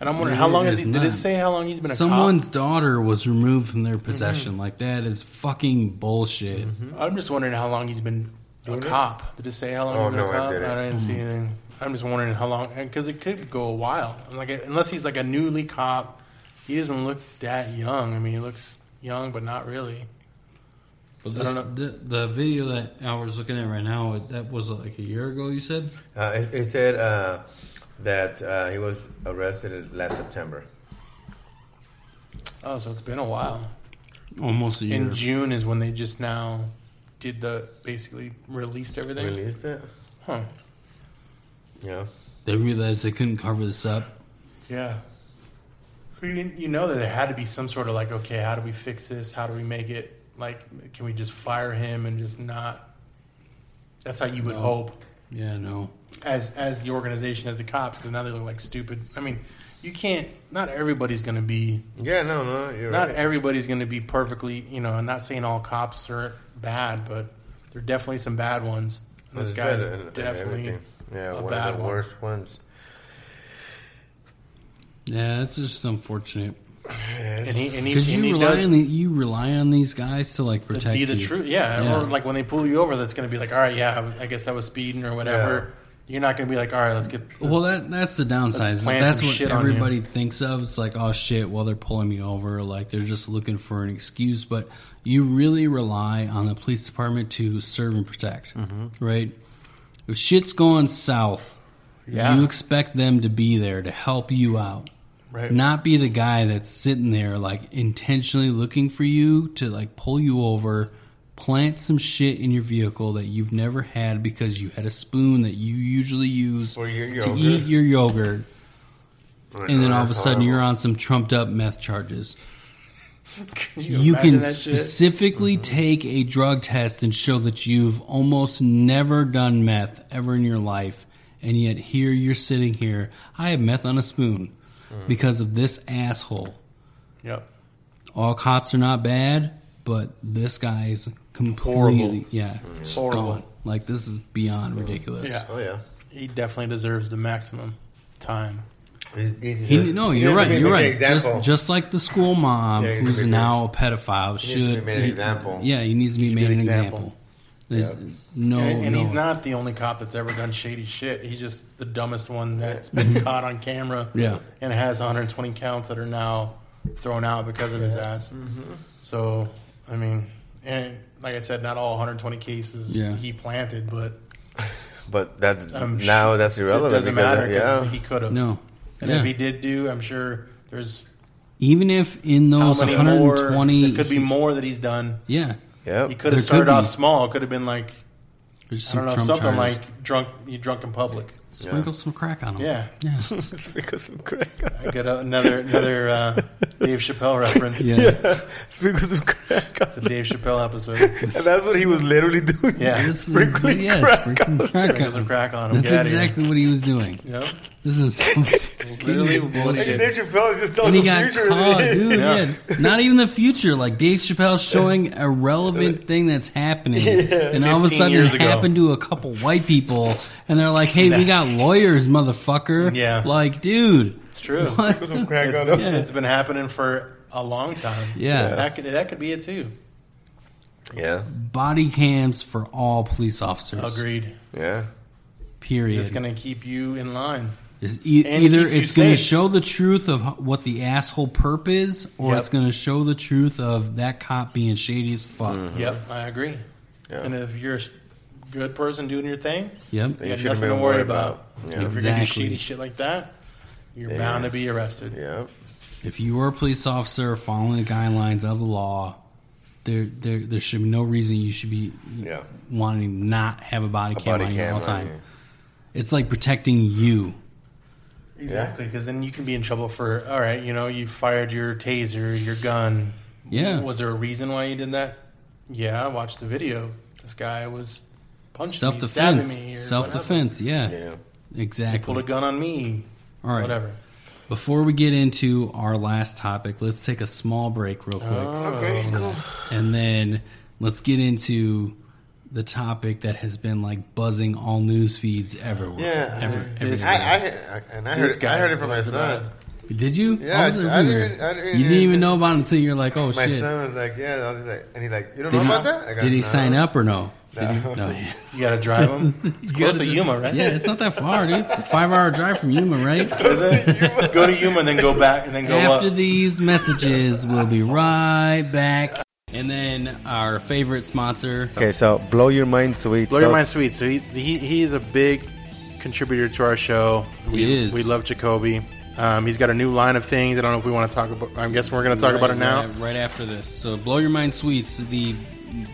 Speaker 4: And I'm
Speaker 3: It is not. Someone's daughter was removed from their possession.
Speaker 4: Mm-hmm.
Speaker 3: Like that is fucking bullshit.
Speaker 4: I'm just wondering how long he's been a
Speaker 5: Doing it?
Speaker 4: cop. Did it say how long
Speaker 5: Oh,
Speaker 4: he's been
Speaker 5: no,
Speaker 4: a
Speaker 5: it
Speaker 4: cop?
Speaker 5: didn't.
Speaker 4: I didn't see
Speaker 3: Mm.
Speaker 5: Mhm.
Speaker 4: anything. I'm just wondering how long, because it could go a while. I'm Like unless he's like a newly cop, he doesn't look that young. I mean, he looks young, but not really.
Speaker 3: But
Speaker 4: So I
Speaker 3: this,
Speaker 4: don't
Speaker 3: the, the video that I was looking at right now, it- that was like a year ago. You said
Speaker 5: Uh, it, it said uh, that uh, he was arrested last September.
Speaker 4: Oh, so it's been a while.
Speaker 3: Almost a year.
Speaker 4: In June is when they just now did the basically released everything.
Speaker 5: Released it.
Speaker 4: Huh.
Speaker 5: Yeah.
Speaker 3: They realized they couldn't cover this up.
Speaker 4: Yeah. You you know that there had to be some sort of like, okay, how do we fix this? How do we make it like, can we just fire him and just not? That's how you would
Speaker 3: No.
Speaker 4: hope
Speaker 3: Yeah, no.
Speaker 4: as as the organization, as the cops, because now they look like stupid. I mean, you can't. Not everybody's going to be.
Speaker 5: Yeah, no, no. You're
Speaker 4: not
Speaker 5: right.
Speaker 4: everybody's going to be perfectly. You know, I'm not saying all cops are bad, but there are definitely some bad ones. And this guy
Speaker 5: There's
Speaker 4: is
Speaker 5: been and- and
Speaker 4: definitely
Speaker 5: everything. yeah,
Speaker 4: a
Speaker 5: one
Speaker 4: bad
Speaker 5: of the
Speaker 4: one.
Speaker 5: worst ones.
Speaker 3: Yeah, that's just unfortunate.
Speaker 5: And
Speaker 4: he and he,
Speaker 3: Because
Speaker 4: and
Speaker 3: you
Speaker 4: he
Speaker 3: rely
Speaker 4: does
Speaker 3: on the, you rely on these guys to like protect
Speaker 4: to be the
Speaker 3: you.
Speaker 4: truth. Yeah. or like when they pull you over, that's going to be like, all right, yeah, I guess I was speeding or whatever. You're not going to be like, all right, let's get.
Speaker 3: Well, that that's the downside.
Speaker 4: Let's
Speaker 3: is
Speaker 4: plant
Speaker 3: That's
Speaker 4: some
Speaker 3: what
Speaker 4: shit on you.
Speaker 3: everybody thinks of. It's like, oh shit, well they're pulling me over. Like they're just looking for an excuse. But you really rely on the police department to serve and protect,
Speaker 4: Mm-hmm.
Speaker 3: right? If shit's going south,
Speaker 4: Yeah.
Speaker 3: you expect them to be there to help you out,
Speaker 4: Right.
Speaker 3: not be the guy that's sitting there like intentionally looking for you to like pull you over. Plant some shit in your vehicle that you've never had because you had a spoon that you usually use
Speaker 5: Or your
Speaker 3: to
Speaker 5: yogurt.
Speaker 3: eat your yogurt,
Speaker 5: Right,
Speaker 3: and then
Speaker 5: no,
Speaker 3: all of a
Speaker 5: oh, that's
Speaker 3: sudden you're
Speaker 5: horrible.
Speaker 3: on some trumped up meth charges.
Speaker 4: you
Speaker 3: You, can
Speaker 4: imagine that shit?
Speaker 5: Mm-hmm.
Speaker 3: specifically take a drug test and show that you've almost never done meth ever in your life, and yet here you're sitting here. I have meth on a spoon
Speaker 5: Mm.
Speaker 4: Mhm.
Speaker 3: because of this asshole.
Speaker 4: Yep.
Speaker 3: All cops are not bad, but this guy is completely
Speaker 4: Horrible.
Speaker 3: yeah,
Speaker 5: Mm.
Speaker 4: Mhm.
Speaker 3: just
Speaker 4: Horrible.
Speaker 3: gone. Like this is beyond ridiculous.
Speaker 4: Yeah.
Speaker 5: Oh yeah.
Speaker 4: He definitely deserves the maximum time.
Speaker 3: He, no, you're right. You're right. Just, just like the school mom
Speaker 4: Yeah, he needs
Speaker 3: who's
Speaker 4: to be-
Speaker 3: now a pedophile
Speaker 4: he needs to
Speaker 3: should
Speaker 4: be made an
Speaker 3: he-
Speaker 4: example.
Speaker 3: Yeah, he needs to be
Speaker 4: Should
Speaker 3: made
Speaker 4: be
Speaker 3: an
Speaker 4: an
Speaker 3: example. There's No,
Speaker 4: and, and
Speaker 3: Oh, no.
Speaker 4: he's not the only cop that's ever done shady shit. He's just the dumbest one that's been caught on camera.
Speaker 3: Yeah.
Speaker 4: and has 120 counts that are now thrown out because of his
Speaker 5: Yeah.
Speaker 4: ass.
Speaker 5: Mhm.
Speaker 4: So, I mean, and like I said, not all 120 cases
Speaker 5: Yeah.
Speaker 4: he planted, but
Speaker 5: But that
Speaker 4: I'm
Speaker 5: now
Speaker 4: sure
Speaker 5: that's irrelevant.
Speaker 4: It doesn't
Speaker 5: because, uh,
Speaker 4: matter. 'cause
Speaker 5: Yeah.
Speaker 4: he could have.
Speaker 3: No.
Speaker 4: and
Speaker 3: Yeah.
Speaker 4: if he did do, I'm sure there's
Speaker 3: even if in those
Speaker 4: how many more-
Speaker 3: 120,
Speaker 4: there could be more that he's done.
Speaker 3: Yeah.
Speaker 5: Yep.
Speaker 4: He could
Speaker 3: There
Speaker 4: have started
Speaker 3: could
Speaker 4: off
Speaker 3: be.
Speaker 4: small. It could have been like I
Speaker 3: There's
Speaker 4: don't know
Speaker 3: some Trump
Speaker 4: something
Speaker 3: charges.
Speaker 4: like drunk. You drunk in public.
Speaker 3: Sprinkle some crack on him.
Speaker 4: Yeah,
Speaker 3: yeah.
Speaker 5: Sprinkle some crack.
Speaker 4: I got another another uh, Dave Chappelle reference.
Speaker 3: Yeah. Yeah.
Speaker 5: Sprinkle some crack.
Speaker 4: It's a Dave Chappelle episode.
Speaker 5: And that's what he was literally doing.
Speaker 4: Yeah.
Speaker 3: That's- that's- yeah, sprinkle some crack
Speaker 4: Sprinkle
Speaker 3: on
Speaker 4: some
Speaker 3: him.
Speaker 4: crack on him.
Speaker 3: That's
Speaker 4: Get outta here.
Speaker 3: exactly what he was doing.
Speaker 4: Yep.
Speaker 3: This is some
Speaker 4: Literally
Speaker 3: fucking
Speaker 4: bullshit.
Speaker 3: bullshit.
Speaker 4: And Dave Chappelle is just telling
Speaker 3: And he
Speaker 4: the
Speaker 3: got
Speaker 4: future.
Speaker 3: caught, dude.
Speaker 4: Yeah.
Speaker 3: Yeah. not even the future. Like Dave Chappelle showing a relevant thing that's happening,
Speaker 4: Yeah.
Speaker 3: and all of a
Speaker 4: 15
Speaker 3: sudden
Speaker 4: years
Speaker 3: it
Speaker 4: ago.
Speaker 3: happened to a couple white people, and they're like, "Hey, we got lawyers, motherfucker."
Speaker 4: Yeah.
Speaker 3: like, dude,
Speaker 4: It's true.
Speaker 3: What?
Speaker 4: Sprinkle some crack on him. It's been happening for a long time.
Speaker 3: Yeah.
Speaker 4: That could, that could be it too.
Speaker 5: Yeah.
Speaker 3: Body cams for all police officers.
Speaker 4: Agreed.
Speaker 5: Yeah.
Speaker 3: Period.
Speaker 4: It's going to keep you in line.
Speaker 3: Is e-
Speaker 4: And
Speaker 3: either
Speaker 4: keep you
Speaker 3: it's going to
Speaker 4: safe.
Speaker 3: show the truth of h- what the asshole perp is, or
Speaker 4: Yep.
Speaker 3: it's going to show the truth of that cop being shady as fuck.
Speaker 4: Yep, I agree. And if you're a s- good person doing your thing,
Speaker 3: Yep. Then
Speaker 4: you
Speaker 3: you
Speaker 4: got
Speaker 3: shouldn't
Speaker 4: nothing
Speaker 3: be
Speaker 4: to worry
Speaker 3: worried
Speaker 4: about.
Speaker 3: about.
Speaker 4: If you're going to
Speaker 3: Exactly.
Speaker 4: shady shit like that, you're
Speaker 3: Yeah.
Speaker 4: bound to be arrested.
Speaker 5: Yeah.
Speaker 3: If you were a police officer following the guidelines of the law, there there there should be no reason you should be wanting to not have a body
Speaker 5: A
Speaker 3: cam
Speaker 5: body
Speaker 3: on you
Speaker 5: cam
Speaker 3: all the
Speaker 5: on
Speaker 3: time.
Speaker 5: you.
Speaker 3: It's like protecting you.
Speaker 4: Exactly, because then you can be in trouble for all right. You know, you fired your taser, your gun.
Speaker 3: Yeah.
Speaker 4: Was there a reason why you did that? Yeah, I watched the video. This guy was punching
Speaker 3: Self
Speaker 4: me, stabbing
Speaker 3: defense.
Speaker 4: me. or
Speaker 3: Self defense. Yeah.
Speaker 5: Yeah.
Speaker 4: whatever. He
Speaker 3: Exactly.
Speaker 4: pulled a gun on me.
Speaker 3: All right.
Speaker 4: Whatever.
Speaker 3: Before we get into our last topic, let's take a small break real quick.
Speaker 4: Uh-huh.
Speaker 5: Oh. Okay, cool.
Speaker 3: And then let's get into the topic that has been like buzzing all news feeds everywhere.
Speaker 5: Yeah,
Speaker 3: Every-
Speaker 5: I,
Speaker 3: everywhere.
Speaker 5: I, and I
Speaker 3: This
Speaker 5: heard, I
Speaker 3: guy
Speaker 5: heard it from my
Speaker 3: knows about
Speaker 5: son.
Speaker 3: Did you?
Speaker 5: Yeah,
Speaker 3: I was
Speaker 5: I- I
Speaker 3: everywhere.
Speaker 5: didn't- I didn't-
Speaker 3: you didn't even know about it until you're like, oh
Speaker 5: my
Speaker 3: shit.
Speaker 5: son was like, yeah, and I was like, and he's like, you don't
Speaker 3: Did
Speaker 5: know
Speaker 3: he-
Speaker 5: about that? I go,
Speaker 3: did he
Speaker 5: "No."
Speaker 3: sign up or no? Did he-
Speaker 5: No.
Speaker 3: no, he-
Speaker 4: You gotta drive him. It's
Speaker 3: You
Speaker 4: close
Speaker 3: gotta
Speaker 4: to
Speaker 3: do-
Speaker 4: Yuma, right?
Speaker 3: Yeah, it's not that far, dude. It's a five-hour drive from Yuma, right?
Speaker 4: go to Yuma and then go back and then go
Speaker 3: After
Speaker 4: up.
Speaker 3: these messages, we'll be right back. And then our favorite sponsor.
Speaker 5: Okay, so blow your mind sweet.
Speaker 4: Blow Your
Speaker 5: So-
Speaker 4: Mind Sweet. So he, he, he is a big contributor to our show. We,
Speaker 3: He is.
Speaker 4: We love Jacoby. Um, he's got a new line of things. I don't know if we want to talk about. I'm guessing we're going to talk about it
Speaker 3: Right-
Speaker 4: now.
Speaker 3: Right, right after this. So, Blow Your Mind Sweets, the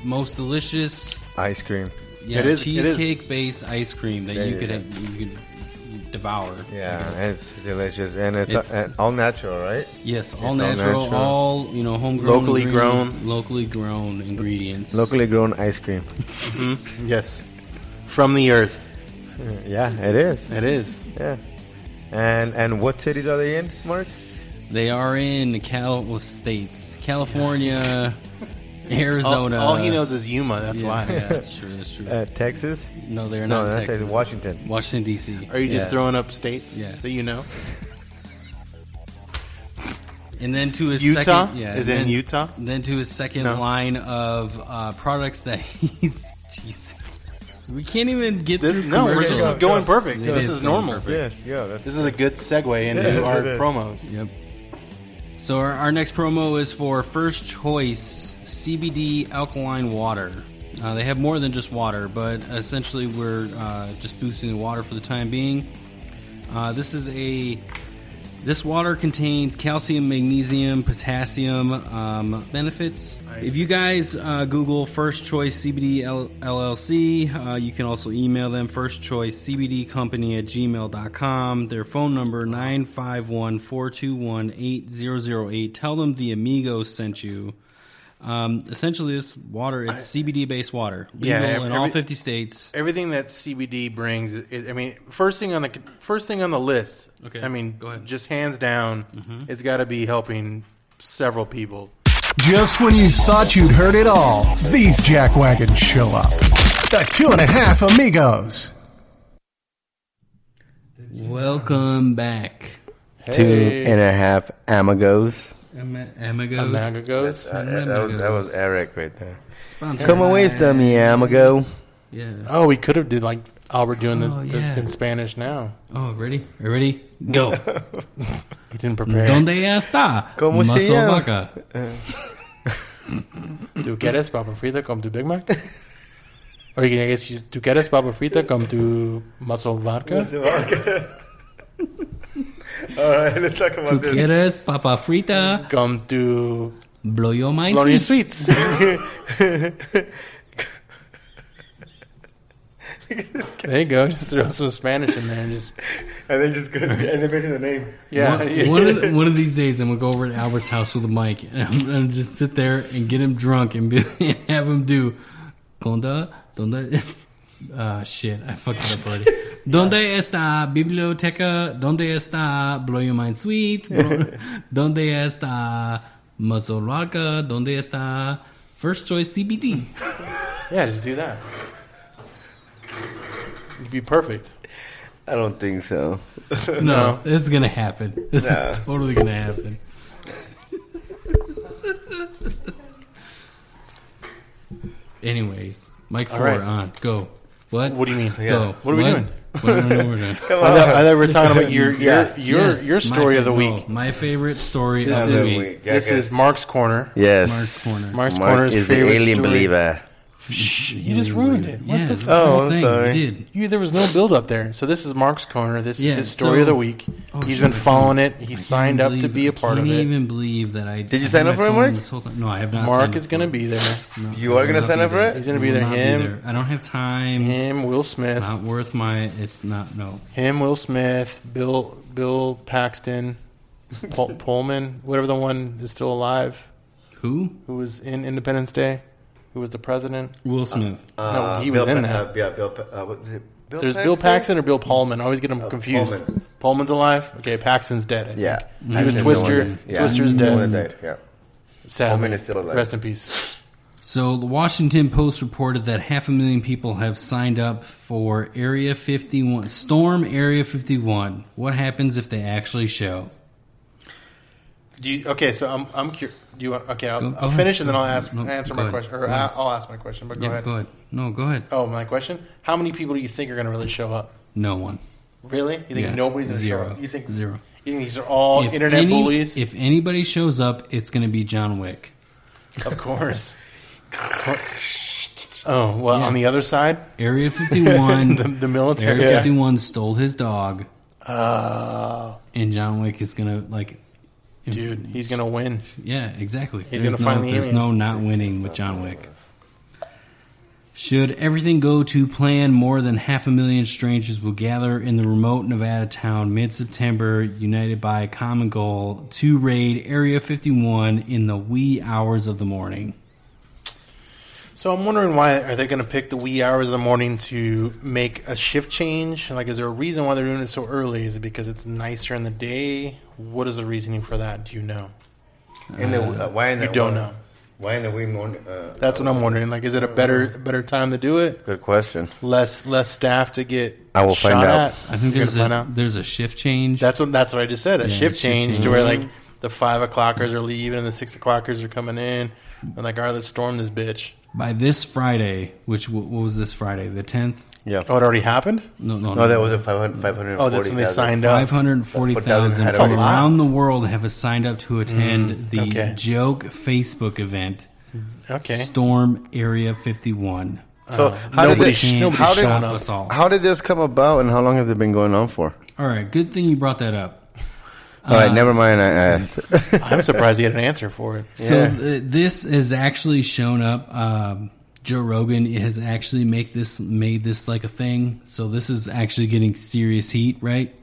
Speaker 3: most delicious
Speaker 5: ice cream.
Speaker 3: yeah,
Speaker 5: It is- it is.
Speaker 3: cheesecake based ice cream that
Speaker 5: There
Speaker 3: you
Speaker 5: you
Speaker 3: could
Speaker 5: go.
Speaker 3: have, you could devour.
Speaker 5: Yeah,
Speaker 3: I guess.
Speaker 5: and it's delicious, and it's,
Speaker 3: It's-
Speaker 5: and all natural, right?
Speaker 3: Yes,
Speaker 5: It's
Speaker 3: all natural, all you know, homegrown,
Speaker 5: Locally
Speaker 3: ingredient- locally grown ingredients.
Speaker 5: locally grown ice cream.
Speaker 4: Mhm. Yes. From the earth.
Speaker 5: Yeah, it is.
Speaker 4: It is.
Speaker 5: Yeah. And and what cities are they in, Mark?
Speaker 3: They are in Cal well, states, California, Arizona.
Speaker 4: All, all he knows is Yuma. That's
Speaker 3: uh, Yeah,
Speaker 4: why.
Speaker 3: yeah, that's true. That's true.
Speaker 5: Uh, Texas?
Speaker 3: no, they're
Speaker 5: No,
Speaker 3: not. in
Speaker 5: not
Speaker 3: Texas.
Speaker 5: Texas, Washington.
Speaker 3: Washington D.C.
Speaker 4: Are you just
Speaker 5: Yeah.
Speaker 4: throwing up states
Speaker 3: Yeah.
Speaker 4: that you know?
Speaker 3: And then to his
Speaker 4: Utah?
Speaker 3: second, yeah,
Speaker 4: Is
Speaker 3: and
Speaker 4: it in
Speaker 3: then-
Speaker 4: Utah?
Speaker 3: Then to his second
Speaker 4: No.
Speaker 3: line of uh, products that he's Jesus. We can't even get
Speaker 4: This,
Speaker 3: through
Speaker 4: no, we're- this
Speaker 3: commercials.
Speaker 4: is going perfect.
Speaker 3: It
Speaker 4: This is,
Speaker 3: going
Speaker 4: normal.
Speaker 3: perfect.
Speaker 5: yeah. That's
Speaker 4: This is a good segue into
Speaker 5: Yeah,
Speaker 4: our
Speaker 5: it is.
Speaker 4: promos.
Speaker 3: Yep. So our, our next promo is for First Choice CBD Alkaline Water. Uh, they have more than just water, but essentially we're uh, just boosting the water for the time being. Uh, this is a this water contains calcium, magnesium, potassium um, benefits. If you guys uh, Google First Choice CBD L- LLC, uh, you can also email them First Choice CBD Company at gmail.com. Their phone number 951 421 8008. Tell them the Amigos sent you. Um, essentially, this water it's CBD based water, legal
Speaker 4: Yeah,
Speaker 3: in
Speaker 4: every-
Speaker 3: all fifty states.
Speaker 4: Everything that CBD brings, is, I mean, first thing on the first thing on the list.
Speaker 3: Okay,
Speaker 4: I mean,
Speaker 3: go ahead. Mm-hmm.
Speaker 4: just hands down, it's got to be helping several people.
Speaker 1: Just when you thought you'd heard it all, these jack wagons show up. The two and a half amigos.
Speaker 3: Welcome back.
Speaker 5: Two and a half amigos.
Speaker 3: Amigos.
Speaker 4: Amigos.
Speaker 5: Uh, that, was, that was Eric right there.
Speaker 3: Sponsored
Speaker 5: Come away,
Speaker 3: by-
Speaker 5: stummy amigo.
Speaker 3: Yeah.
Speaker 4: Oh, we could have did like Albert doing
Speaker 3: Oh,
Speaker 4: the,
Speaker 3: yeah.
Speaker 4: the in Spanish now.
Speaker 3: Oh, ready? Are you ready? Go.
Speaker 4: He didn't
Speaker 3: Mm-hmm.
Speaker 4: prepare.
Speaker 3: Donde está?
Speaker 5: Como se
Speaker 3: Muscle
Speaker 5: llama?
Speaker 3: vaca.
Speaker 4: ¿Tú quieres papa frita como tu Big Mac? Or you can, I guess, she's, ¿tú quieres papa frita como tu muscle vodka?
Speaker 5: All right, let's talk
Speaker 3: ¿Tú
Speaker 5: about this.
Speaker 3: quieres papa frita?
Speaker 4: Come to
Speaker 3: Blow your mind.
Speaker 4: Gloria
Speaker 3: please.
Speaker 4: Sweets. there you go. Just throw some Spanish in there and just
Speaker 5: And then just go and then mention the name.
Speaker 4: yeah.
Speaker 3: One, one of the- one of these days, I'm gonna go over to Albert's house with a mic, and I'm gonna just sit there and get him drunk and, be, and have him do conda donde. Ah, shit! I fucked it up already. Donde está biblioteca? Donde está blow your mind sweet? Bro- Donde está mazorca? Donde está first choice CBD?
Speaker 4: yeah, just do that. You'd be perfect.
Speaker 5: I don't think so.
Speaker 3: No, it's gonna happen. This is totally gonna happen. Anyways, Mike
Speaker 4: All
Speaker 3: four
Speaker 4: right.
Speaker 3: on go. What?
Speaker 4: What do you mean?
Speaker 3: Go.
Speaker 4: What are we doing?
Speaker 3: What? No, no, no, we're doing?
Speaker 4: I thought, I thought we were talking about your your
Speaker 5: Yeah.
Speaker 4: your,
Speaker 3: Yes,
Speaker 4: your
Speaker 3: my
Speaker 4: story of the
Speaker 3: favorite-
Speaker 4: week.
Speaker 3: no, my favorite story
Speaker 4: This
Speaker 3: of
Speaker 5: the
Speaker 3: the
Speaker 4: is
Speaker 3: week.
Speaker 5: week.
Speaker 4: this
Speaker 5: Okay.
Speaker 4: is Mark's corner.
Speaker 5: Yes.
Speaker 3: Corner.
Speaker 4: Mark's
Speaker 5: Mark
Speaker 4: corner's
Speaker 5: is the
Speaker 4: favorite
Speaker 5: alien
Speaker 4: story.
Speaker 5: believer.
Speaker 4: You just ruined it. What
Speaker 3: Yeah,
Speaker 4: the
Speaker 3: the
Speaker 4: f-
Speaker 5: Oh,
Speaker 3: whole
Speaker 5: I'm
Speaker 3: thing.
Speaker 5: sorry.
Speaker 3: You did.
Speaker 4: you, there was no build up there. So this is Mark's corner. This
Speaker 3: Yeah,
Speaker 4: is his story
Speaker 3: so-
Speaker 4: of the week.
Speaker 3: Oh,
Speaker 4: He's
Speaker 3: shit,
Speaker 4: been
Speaker 3: I
Speaker 4: following
Speaker 3: can't-
Speaker 4: it.
Speaker 3: I
Speaker 4: He
Speaker 3: can't
Speaker 4: signed up to
Speaker 3: believe-
Speaker 4: be a part
Speaker 3: I
Speaker 4: of
Speaker 3: can't
Speaker 4: it.
Speaker 3: even believe that I
Speaker 5: Did you
Speaker 3: I
Speaker 5: sign
Speaker 3: had
Speaker 5: up
Speaker 3: my
Speaker 5: for it,
Speaker 3: phone
Speaker 5: Mark?
Speaker 3: this whole time. No, I have not. signed
Speaker 4: Mark
Speaker 3: up
Speaker 4: is going to
Speaker 3: for
Speaker 4: be there.
Speaker 3: No,
Speaker 5: You
Speaker 3: I
Speaker 5: are
Speaker 3: will
Speaker 5: gonna
Speaker 3: not
Speaker 5: sign
Speaker 3: be
Speaker 5: up for
Speaker 3: there.
Speaker 5: it?
Speaker 4: He's gonna
Speaker 3: I
Speaker 4: be
Speaker 3: will
Speaker 4: there.
Speaker 3: not
Speaker 4: Him.
Speaker 3: there. I don't have time.
Speaker 4: Him, Will Smith.
Speaker 3: Not worth my. It's not. No.
Speaker 4: Him, Will Smith, Bill, Bill Paxton, Pol- Pullman, whatever the one is still alive
Speaker 3: Who?
Speaker 4: who was in Independence Day, who was the president.
Speaker 3: Will Smith.
Speaker 4: No, he was
Speaker 5: Bill
Speaker 4: in
Speaker 5: Pa-
Speaker 4: that.
Speaker 5: Uh, yeah, Bill. Pa- uh, what is it? Bill
Speaker 4: There's
Speaker 5: Paxton?
Speaker 4: Bill Paxton or Bill Pullman. I always get them confused.
Speaker 5: Pullman.
Speaker 4: Pullman's alive. Okay, Paxton's dead. I
Speaker 5: Yeah.
Speaker 4: think. he
Speaker 5: Paxton's
Speaker 4: was
Speaker 5: the
Speaker 4: Twister.
Speaker 5: one that- yeah,
Speaker 4: Twister's
Speaker 5: he's the
Speaker 4: dead.
Speaker 5: one that died, yeah.
Speaker 4: Sadly,
Speaker 5: Pullman is still alive.
Speaker 4: Rest in peace.
Speaker 3: So, the Washington Post reported that half a million people have signed up for Area 51, Storm Area 51. What happens if they actually show?
Speaker 4: Do you, okay, so I'm I'm curious. Do you want? Okay, I'll,
Speaker 3: Go- go
Speaker 4: I'll
Speaker 3: ahead.
Speaker 4: finish and then I'll ask
Speaker 3: No,
Speaker 4: answer my
Speaker 3: go ahead.
Speaker 4: question, or
Speaker 3: Go ahead.
Speaker 4: I- I'll ask my question. But go
Speaker 3: Yeah,
Speaker 4: ahead.
Speaker 3: go ahead. No, go ahead.
Speaker 4: Oh, my question. How many people do you think are going to really show up?
Speaker 3: No one.
Speaker 4: Really? You think
Speaker 3: Yeah,
Speaker 4: nobody's going to show
Speaker 3: zero.
Speaker 4: up? You think
Speaker 3: Zero.
Speaker 4: You think these are all
Speaker 3: If
Speaker 4: internet
Speaker 3: any-
Speaker 4: bullies?
Speaker 3: If anybody shows up, it's going to be John Wick.
Speaker 4: Of course. oh well, on the other side,
Speaker 3: Area 51.
Speaker 4: the, the military.
Speaker 3: Area
Speaker 4: Yeah.
Speaker 3: 51 stole his dog.
Speaker 4: Oh.
Speaker 3: And John Wick is going to, like.
Speaker 4: Dude, he's gonna win.
Speaker 3: Yeah, exactly.
Speaker 4: He's
Speaker 3: There's
Speaker 4: gonna
Speaker 3: no-
Speaker 4: find the
Speaker 3: There's no
Speaker 4: aliens.
Speaker 3: not winning with John Wick. Should everything go to plan, more than half a million strangers will gather in the remote Nevada town mid September, united by a common goal to raid Area 51 in the wee hours of the morning.
Speaker 4: So I'm wondering why are they going to pick the wee hours of the morning to make a shift change? Like, is there a reason why they're doing it so early? Is it because it's nicer in the day? What is the reasoning for that? Do you know?
Speaker 5: In the, uh, why in the
Speaker 4: you don't
Speaker 5: why-
Speaker 4: know.
Speaker 5: Why in the wee morning? Uh,
Speaker 4: That's what I'm wondering. Like, is it a better better time to do it?
Speaker 5: Good question.
Speaker 4: Less less staff to get.
Speaker 5: I will
Speaker 4: shot
Speaker 5: find out.
Speaker 4: at?
Speaker 5: I
Speaker 3: think
Speaker 4: You're
Speaker 3: there's
Speaker 4: gonna
Speaker 3: a-
Speaker 4: find out?
Speaker 3: there's a shift change.
Speaker 4: That's what that's what I just said. A
Speaker 3: Yeah,
Speaker 4: shift,
Speaker 3: shift
Speaker 4: change,
Speaker 3: change.
Speaker 4: to where like the five o'clockers are leaving and the six o'clockers are coming in, and like, all right, let's storm this bitch.
Speaker 3: By this Friday, which w- what was this Friday? The 10th?
Speaker 5: Yeah.
Speaker 4: Oh, it already happened.
Speaker 3: No, no,
Speaker 5: No, that was a 500, 540.
Speaker 4: Oh, that's when they signed up.
Speaker 3: 540,000
Speaker 5: That's a
Speaker 3: from
Speaker 5: lot.
Speaker 3: around the world have signed up to attend
Speaker 4: Mm,
Speaker 3: the
Speaker 4: okay.
Speaker 3: Joke Facebook event.
Speaker 4: Okay.
Speaker 3: Storm Area 51.
Speaker 5: So
Speaker 4: Uh-huh.
Speaker 3: Uh,
Speaker 5: how did
Speaker 3: nobody
Speaker 5: this?
Speaker 3: can't
Speaker 5: how did,
Speaker 3: stop us all.
Speaker 5: how did this come about, and how long has it been going on for?
Speaker 3: All right, good thing you brought that up.
Speaker 5: All right,
Speaker 3: Uh,
Speaker 5: never mind. I asked.
Speaker 4: I'm surprised he had an answer for it.
Speaker 3: So th- this has actually shown up. Um, Joe Rogan has actually make this made this like a thing. So this is actually getting serious heat, right?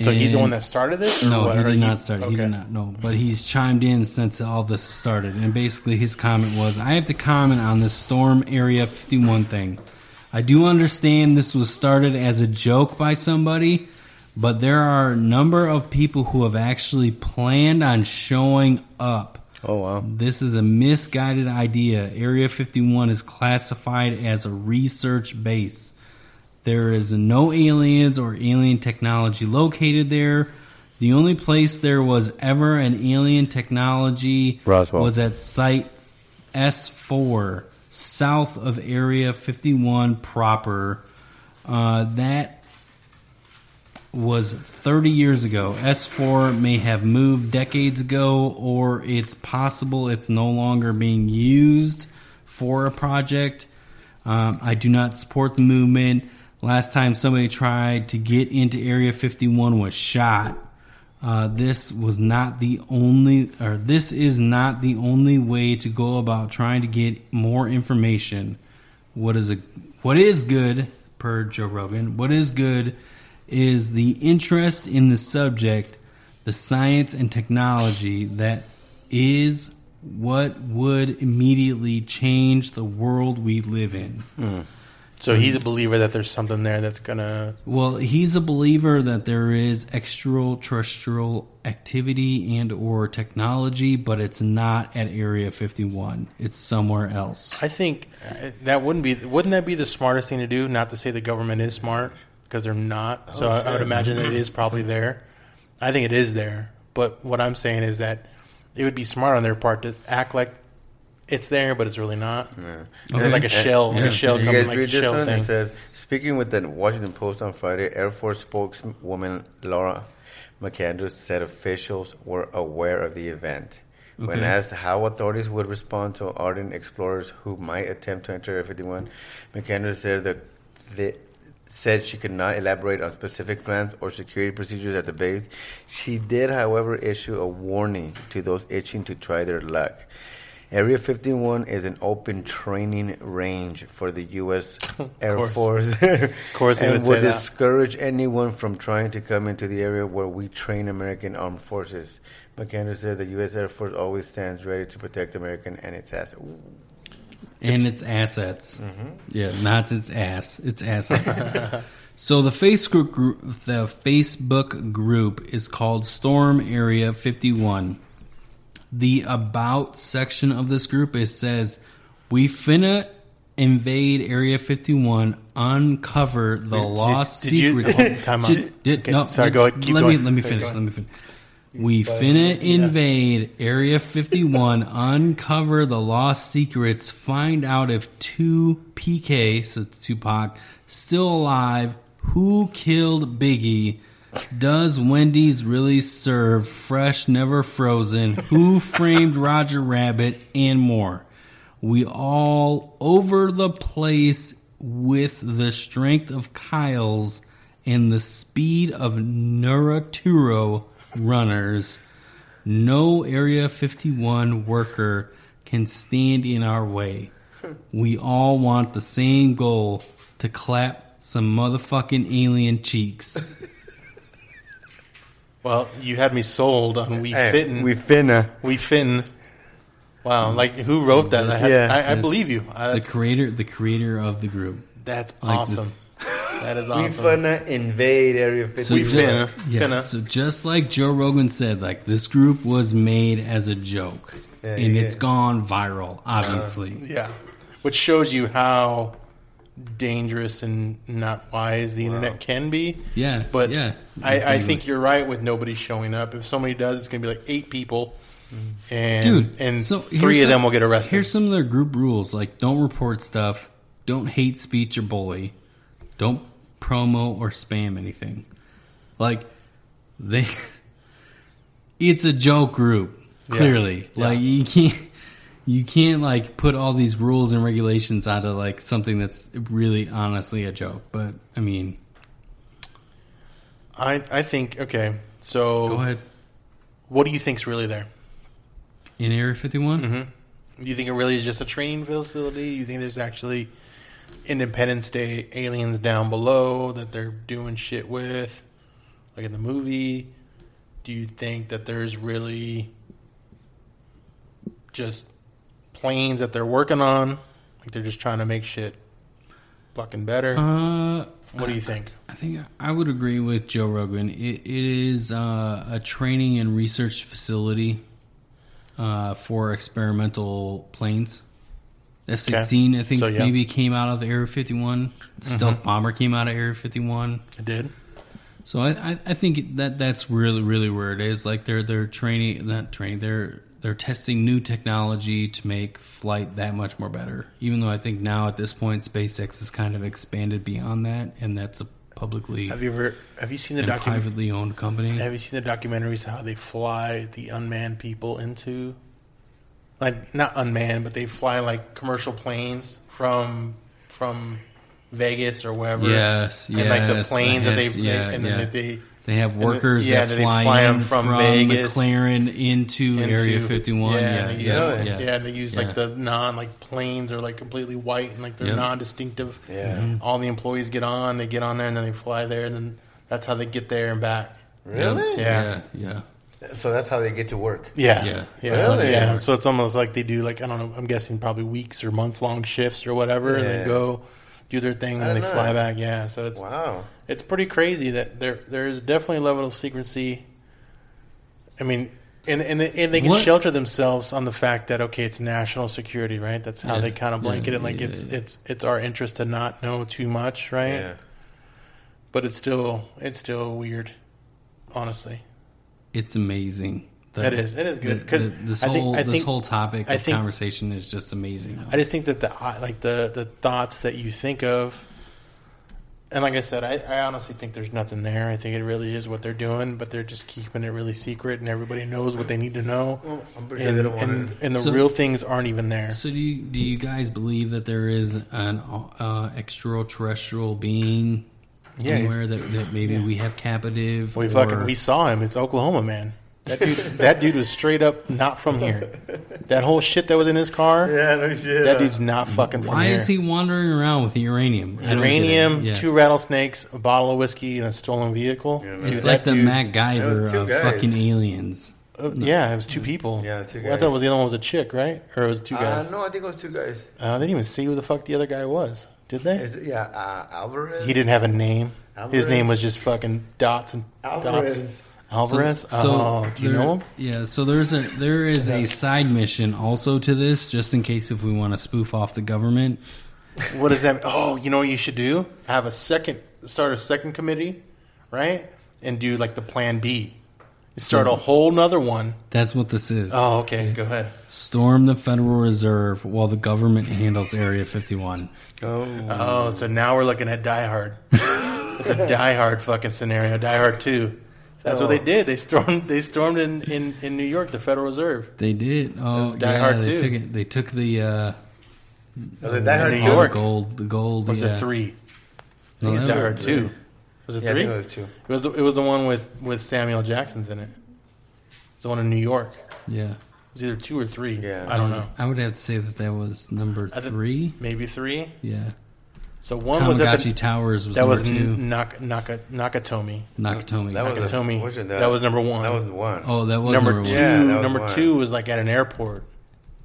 Speaker 4: So he's the one that started this, or
Speaker 3: no,
Speaker 4: what?
Speaker 3: he
Speaker 4: Or
Speaker 3: did
Speaker 4: he-
Speaker 3: not start. it. He
Speaker 4: okay.
Speaker 3: did not. No, but he's chimed in since all this started, and basically his comment was, "I have to comment on this storm area 51 thing. I do understand this was started as a joke by somebody." But there are a number of people who have actually planned on showing up.
Speaker 5: Oh wow.
Speaker 3: This is a misguided idea. Area 51 is classified as a research base. There is no aliens or alien technology located there. The only place there was ever an alien technology
Speaker 5: Roswell.
Speaker 3: was at site S4 south of area 51 proper. Uh, that was 30 years ago. S4 may have moved decades ago, or it's possible it's no longer being used for a project. Um, I do not support the movement. Last time somebody tried to get into Area 51 was shot. Uh, this was not the only, or this is not the only way to go about trying to get more information. What is a, what is good per Joe Rogan? What is good is the interest in the subject, the science and technology that is what would immediately change the world we live in.
Speaker 4: So he's a believer that there's something there that's gonna.
Speaker 3: Well, he's a believer that there is extraterrestrial activity and or technology, but it's not at Area 51. It's somewhere else.
Speaker 4: I think uh, that wouldn't be. Wouldn't that be the smartest thing to do? Not to say the government is smart because they're not. so
Speaker 5: Oh,
Speaker 4: I, I would
Speaker 5: sure.
Speaker 4: imagine that it is probably there. I think it is there. But what I'm saying is that it would be smart on their part to act like it's there, but it's really not. It's like a shell, like a shell,
Speaker 5: You
Speaker 4: coming,
Speaker 5: guys
Speaker 4: like a
Speaker 5: read this
Speaker 4: shell
Speaker 5: one? It
Speaker 4: thing.
Speaker 5: says, speaking with the Washington Post on Friday, Air Force spokeswoman Laura McAndrews said officials were aware of the event. When
Speaker 13: Okay.
Speaker 5: asked how authorities would respond to ardent explorers who might attempt to enter Area 51, McAndrews said that the said she could not elaborate on specific plans or security procedures at the base. She did, however, issue a warning to those itching to try their luck. Area 51 is an open training range for the U.S. Air
Speaker 4: course.
Speaker 5: Force.
Speaker 4: Of course they
Speaker 5: and
Speaker 4: would
Speaker 5: will
Speaker 4: say that.
Speaker 5: discourage anyone from trying to come into the area where we train American armed forces. McAndrew said the U.S. Air Force always stands ready to protect American and its assets.
Speaker 3: and its, assets.
Speaker 4: Mm-hmm.
Speaker 3: Yeah, not its ass. Its assets. so the Facebook group, the Facebook group is called Storm Area 51. The about section of this group it says we finna invade Area 51, uncover the
Speaker 4: Did-
Speaker 3: lost
Speaker 4: did you-
Speaker 3: secret.
Speaker 4: Time out.
Speaker 3: Did- did-
Speaker 4: Okay,
Speaker 3: no,
Speaker 4: sorry, go ahead, keep
Speaker 3: let
Speaker 4: going.
Speaker 3: me let me
Speaker 4: Keep
Speaker 3: finish.
Speaker 4: going.
Speaker 3: Let me finish. We finna invade Area 51, uncover the lost secrets, find out if 2PK, so it's Tupac, still alive, who killed Biggie, does Wendy's really serve fresh, never frozen, who framed Roger Rabbit, and more. We all over the place with the strength of Kyle's and the speed of Naraturo runners. No Area 51 worker can stand in our way. We all want the same goal to clap some motherfucking alien cheeks.
Speaker 4: Well, you had me sold on We
Speaker 5: Hey,
Speaker 4: Fittin'.
Speaker 5: We Finna.
Speaker 4: We Fittin'. Wow, like who wrote that? I, had- I, I
Speaker 3: This-
Speaker 4: believe you. Uh, I,
Speaker 3: the creator, the creator of the group.
Speaker 4: That's
Speaker 3: Like this-
Speaker 4: awesome. That is
Speaker 5: We
Speaker 4: awesome.
Speaker 5: finna invade Area
Speaker 3: So,
Speaker 5: 51.
Speaker 3: just, yeah, so just like Joe Rogan said, like this group was made as a joke,
Speaker 4: Yeah,
Speaker 3: and
Speaker 4: yeah. Uh,
Speaker 3: it's gone viral. Obviously,
Speaker 4: yeah, which shows you how dangerous and not wise the internet can be.
Speaker 3: Yeah,
Speaker 4: but
Speaker 3: yeah,
Speaker 4: I, I
Speaker 3: exactly.
Speaker 4: think you're right with nobody showing up. If somebody does, it's going to be like eight people, and
Speaker 3: dude.
Speaker 4: and
Speaker 3: so
Speaker 4: three
Speaker 3: here's
Speaker 4: of them
Speaker 3: some-
Speaker 4: will get arrested.
Speaker 3: Here's some of their group rules: like don't report stuff, don't hate speech or bully, don't promo or spam anything. Like they, it's a joke group.
Speaker 11: Yeah.
Speaker 3: Clearly, like you can't. You can't like put all these rules and regulations onto like something that's really honestly a joke, but I mean,
Speaker 4: I I think okay. So
Speaker 3: Go ahead.
Speaker 4: What do you think's really there?
Speaker 3: in Area 51, mm-hmm.
Speaker 4: Do you think it really is just a training facility? Do you think there's actually Independence Day aliens down below that they're doing shit with, like in the movie? Do you think that there's really just planes that they're working on? Like they're just trying to make shit fucking better?
Speaker 3: Uh,
Speaker 4: what do you think?
Speaker 3: I think I would agree with Joe Rogan. It, it is uh, a training and research facility uh, for experimental planes. F sixteen, I think
Speaker 4: So, yeah.
Speaker 3: maybe came out of Area fifty one. The stealth
Speaker 4: Mhm.
Speaker 3: bomber came out of Area fifty one.
Speaker 4: It did.
Speaker 3: So I, I, I think that that's really really where it is. Like they're they're training not training they're they're testing new technology to make flight that much more better. Even though I think now at this point SpaceX has kind of expanded beyond that, and that's a publicly
Speaker 4: Have you ever have you seen the
Speaker 3: and
Speaker 4: docu-
Speaker 3: privately owned company.
Speaker 4: Have you seen the documentaries how they fly the unmanned people into, like not unmanned, but they fly like commercial planes from from Vegas or wherever.
Speaker 3: Yes,
Speaker 4: and like the
Speaker 3: yes,
Speaker 4: planes
Speaker 3: I
Speaker 4: that they,
Speaker 3: have- yeah,
Speaker 4: and
Speaker 3: yeah.
Speaker 4: then they
Speaker 3: They have
Speaker 4: and then-
Speaker 3: workers
Speaker 4: yeah,
Speaker 3: that
Speaker 4: then they
Speaker 3: fly
Speaker 4: them
Speaker 3: in from McLaren into Area 51. Yeah,
Speaker 4: and they
Speaker 3: yes,
Speaker 4: use,
Speaker 3: yeah.
Speaker 4: yeah, and they use like
Speaker 3: Yeah.
Speaker 4: the non like planes are like completely white and like they're
Speaker 3: Yep.
Speaker 4: non-distinctive.
Speaker 5: Yeah.
Speaker 3: Mhm.
Speaker 4: all the employees get on, they get on there, and then they fly there, and then that's how they get there and back.
Speaker 5: Really?
Speaker 4: Yeah.
Speaker 3: Yeah.
Speaker 5: So that's how they get to work.
Speaker 4: Yeah. So,
Speaker 5: Really?
Speaker 4: yeah. So it's almost like they do like I don't know. I'm guessing probably weeks or months long shifts or whatever, and
Speaker 5: Yeah.
Speaker 4: they go do their thing
Speaker 5: I
Speaker 4: and they
Speaker 5: don't know.
Speaker 4: fly back. Yeah. So it's
Speaker 5: Wow.
Speaker 4: It's pretty crazy that there there is definitely a level of secrecy. I mean, and and they, and they can
Speaker 3: What-
Speaker 4: shelter themselves on the fact that okay, it's national security, right? That's how
Speaker 3: Yeah.
Speaker 4: they kind of blanket
Speaker 3: Yeah,
Speaker 4: it, like
Speaker 3: yeah,
Speaker 4: it's
Speaker 3: yeah.
Speaker 4: it's it's our interest to not know too much, right?
Speaker 5: Yeah.
Speaker 4: But it's still it's still weird, honestly.
Speaker 3: It's amazing.
Speaker 4: It is. It is good.
Speaker 3: the-
Speaker 4: 'Cause
Speaker 3: this
Speaker 4: I
Speaker 3: whole
Speaker 4: think- I
Speaker 3: this
Speaker 4: think-
Speaker 3: whole topic
Speaker 4: I
Speaker 3: of
Speaker 4: think-
Speaker 3: conversation is just amazing.
Speaker 4: I just think that the like the the thoughts that you think of, and like I said, I, I honestly think there's nothing there. I think it really is what they're doing, but they're just keeping it really secret, and everybody knows what they need to know.
Speaker 5: Well, I'm pretty sure
Speaker 4: and,
Speaker 5: they don't want
Speaker 4: and,
Speaker 5: it.
Speaker 4: and the
Speaker 3: So-
Speaker 4: real things aren't even there.
Speaker 3: So do you do you guys believe that there is an uh, extraterrestrial being
Speaker 4: Yeah, he's-
Speaker 3: somewhere that, that maybe we have captive?
Speaker 4: We
Speaker 3: or-
Speaker 4: fucking we saw him. It's Oklahoma, man. That dude, that dude was straight up not from here. That whole shit that was in his car.
Speaker 5: Yeah, no shit.
Speaker 4: That dude's not fucking from
Speaker 3: Why
Speaker 4: here.
Speaker 3: is he wandering around with uranium? I don't get it.
Speaker 4: Uranium,
Speaker 3: Yeah.
Speaker 4: two rattlesnakes, a bottle of whiskey, and a stolen vehicle.
Speaker 3: It's like the
Speaker 4: dude-
Speaker 3: MacGyver
Speaker 4: Those two
Speaker 3: of
Speaker 4: guys.
Speaker 3: fucking aliens.
Speaker 4: Uh, yeah, it was two people.
Speaker 5: Yeah, two
Speaker 4: I
Speaker 5: guys.
Speaker 4: thought it was the other one was a chick, right? Or it was two guys?
Speaker 5: Uh, no, I think it was two guys.
Speaker 4: Uh, they didn't even see who the fuck the other guy was, did they?
Speaker 5: Is it, yeah, uh, Alvarez.
Speaker 4: He didn't have a name.
Speaker 5: Alvarez.
Speaker 4: His name was just fucking dots and dots.
Speaker 5: Alvarez.
Speaker 4: Alvarez.
Speaker 3: So,
Speaker 4: oh, do you
Speaker 3: there-
Speaker 4: know him?
Speaker 3: Yeah. So there's a there is a side mission also to this, just in case if we want to spoof off the government.
Speaker 4: What does that? Oh, you know what you should do? Have a second, start a second committee, right? And do like the Plan B. Start a whole nother one.
Speaker 3: That's what this is.
Speaker 4: Oh, okay. Go ahead.
Speaker 3: Storm the Federal Reserve while the government handles Area 51.
Speaker 4: Oh. so now we're looking at Die Hard. it's a Die Hard fucking scenario. Die Hard Two. That's what they did. They stormed. They stormed in, in, in New York the Federal Reserve.
Speaker 3: They did.
Speaker 4: That
Speaker 3: Oh,
Speaker 4: was Die
Speaker 3: yeah,
Speaker 4: Hard
Speaker 3: they
Speaker 4: 2.
Speaker 3: took it. They took the. Uh,
Speaker 5: Was it Die Hard
Speaker 3: all
Speaker 5: 2?
Speaker 3: The gold. The gold.
Speaker 4: Or was
Speaker 3: yeah.
Speaker 4: it three? I
Speaker 3: No,
Speaker 4: think it's
Speaker 3: that
Speaker 4: Die
Speaker 3: was-
Speaker 4: Hard Two. Was it
Speaker 5: Yeah, I
Speaker 4: three?
Speaker 5: think it was two.
Speaker 4: It was the, it was the one with, with Samuel Jackson's in it. It's the one in New York.
Speaker 3: Yeah.
Speaker 4: It was either two or three. Yeah, I don't know.
Speaker 3: I would have to say that that was number
Speaker 4: I thi-
Speaker 3: three.
Speaker 4: maybe three.
Speaker 3: Yeah.
Speaker 4: So one was at the
Speaker 3: Tamagotchi Towers was
Speaker 4: that
Speaker 3: number
Speaker 4: was
Speaker 3: two.
Speaker 4: N- Nak- Naka- Nakatomi.
Speaker 3: Nakatomi. That was
Speaker 5: the-
Speaker 4: Nakatomi.
Speaker 5: wasn't that-
Speaker 4: that, was number one.
Speaker 5: that was one.
Speaker 3: Oh, that was
Speaker 4: number,
Speaker 3: number one.
Speaker 4: two.
Speaker 3: Yeah, that was
Speaker 4: number
Speaker 3: one.
Speaker 4: two was like at an airport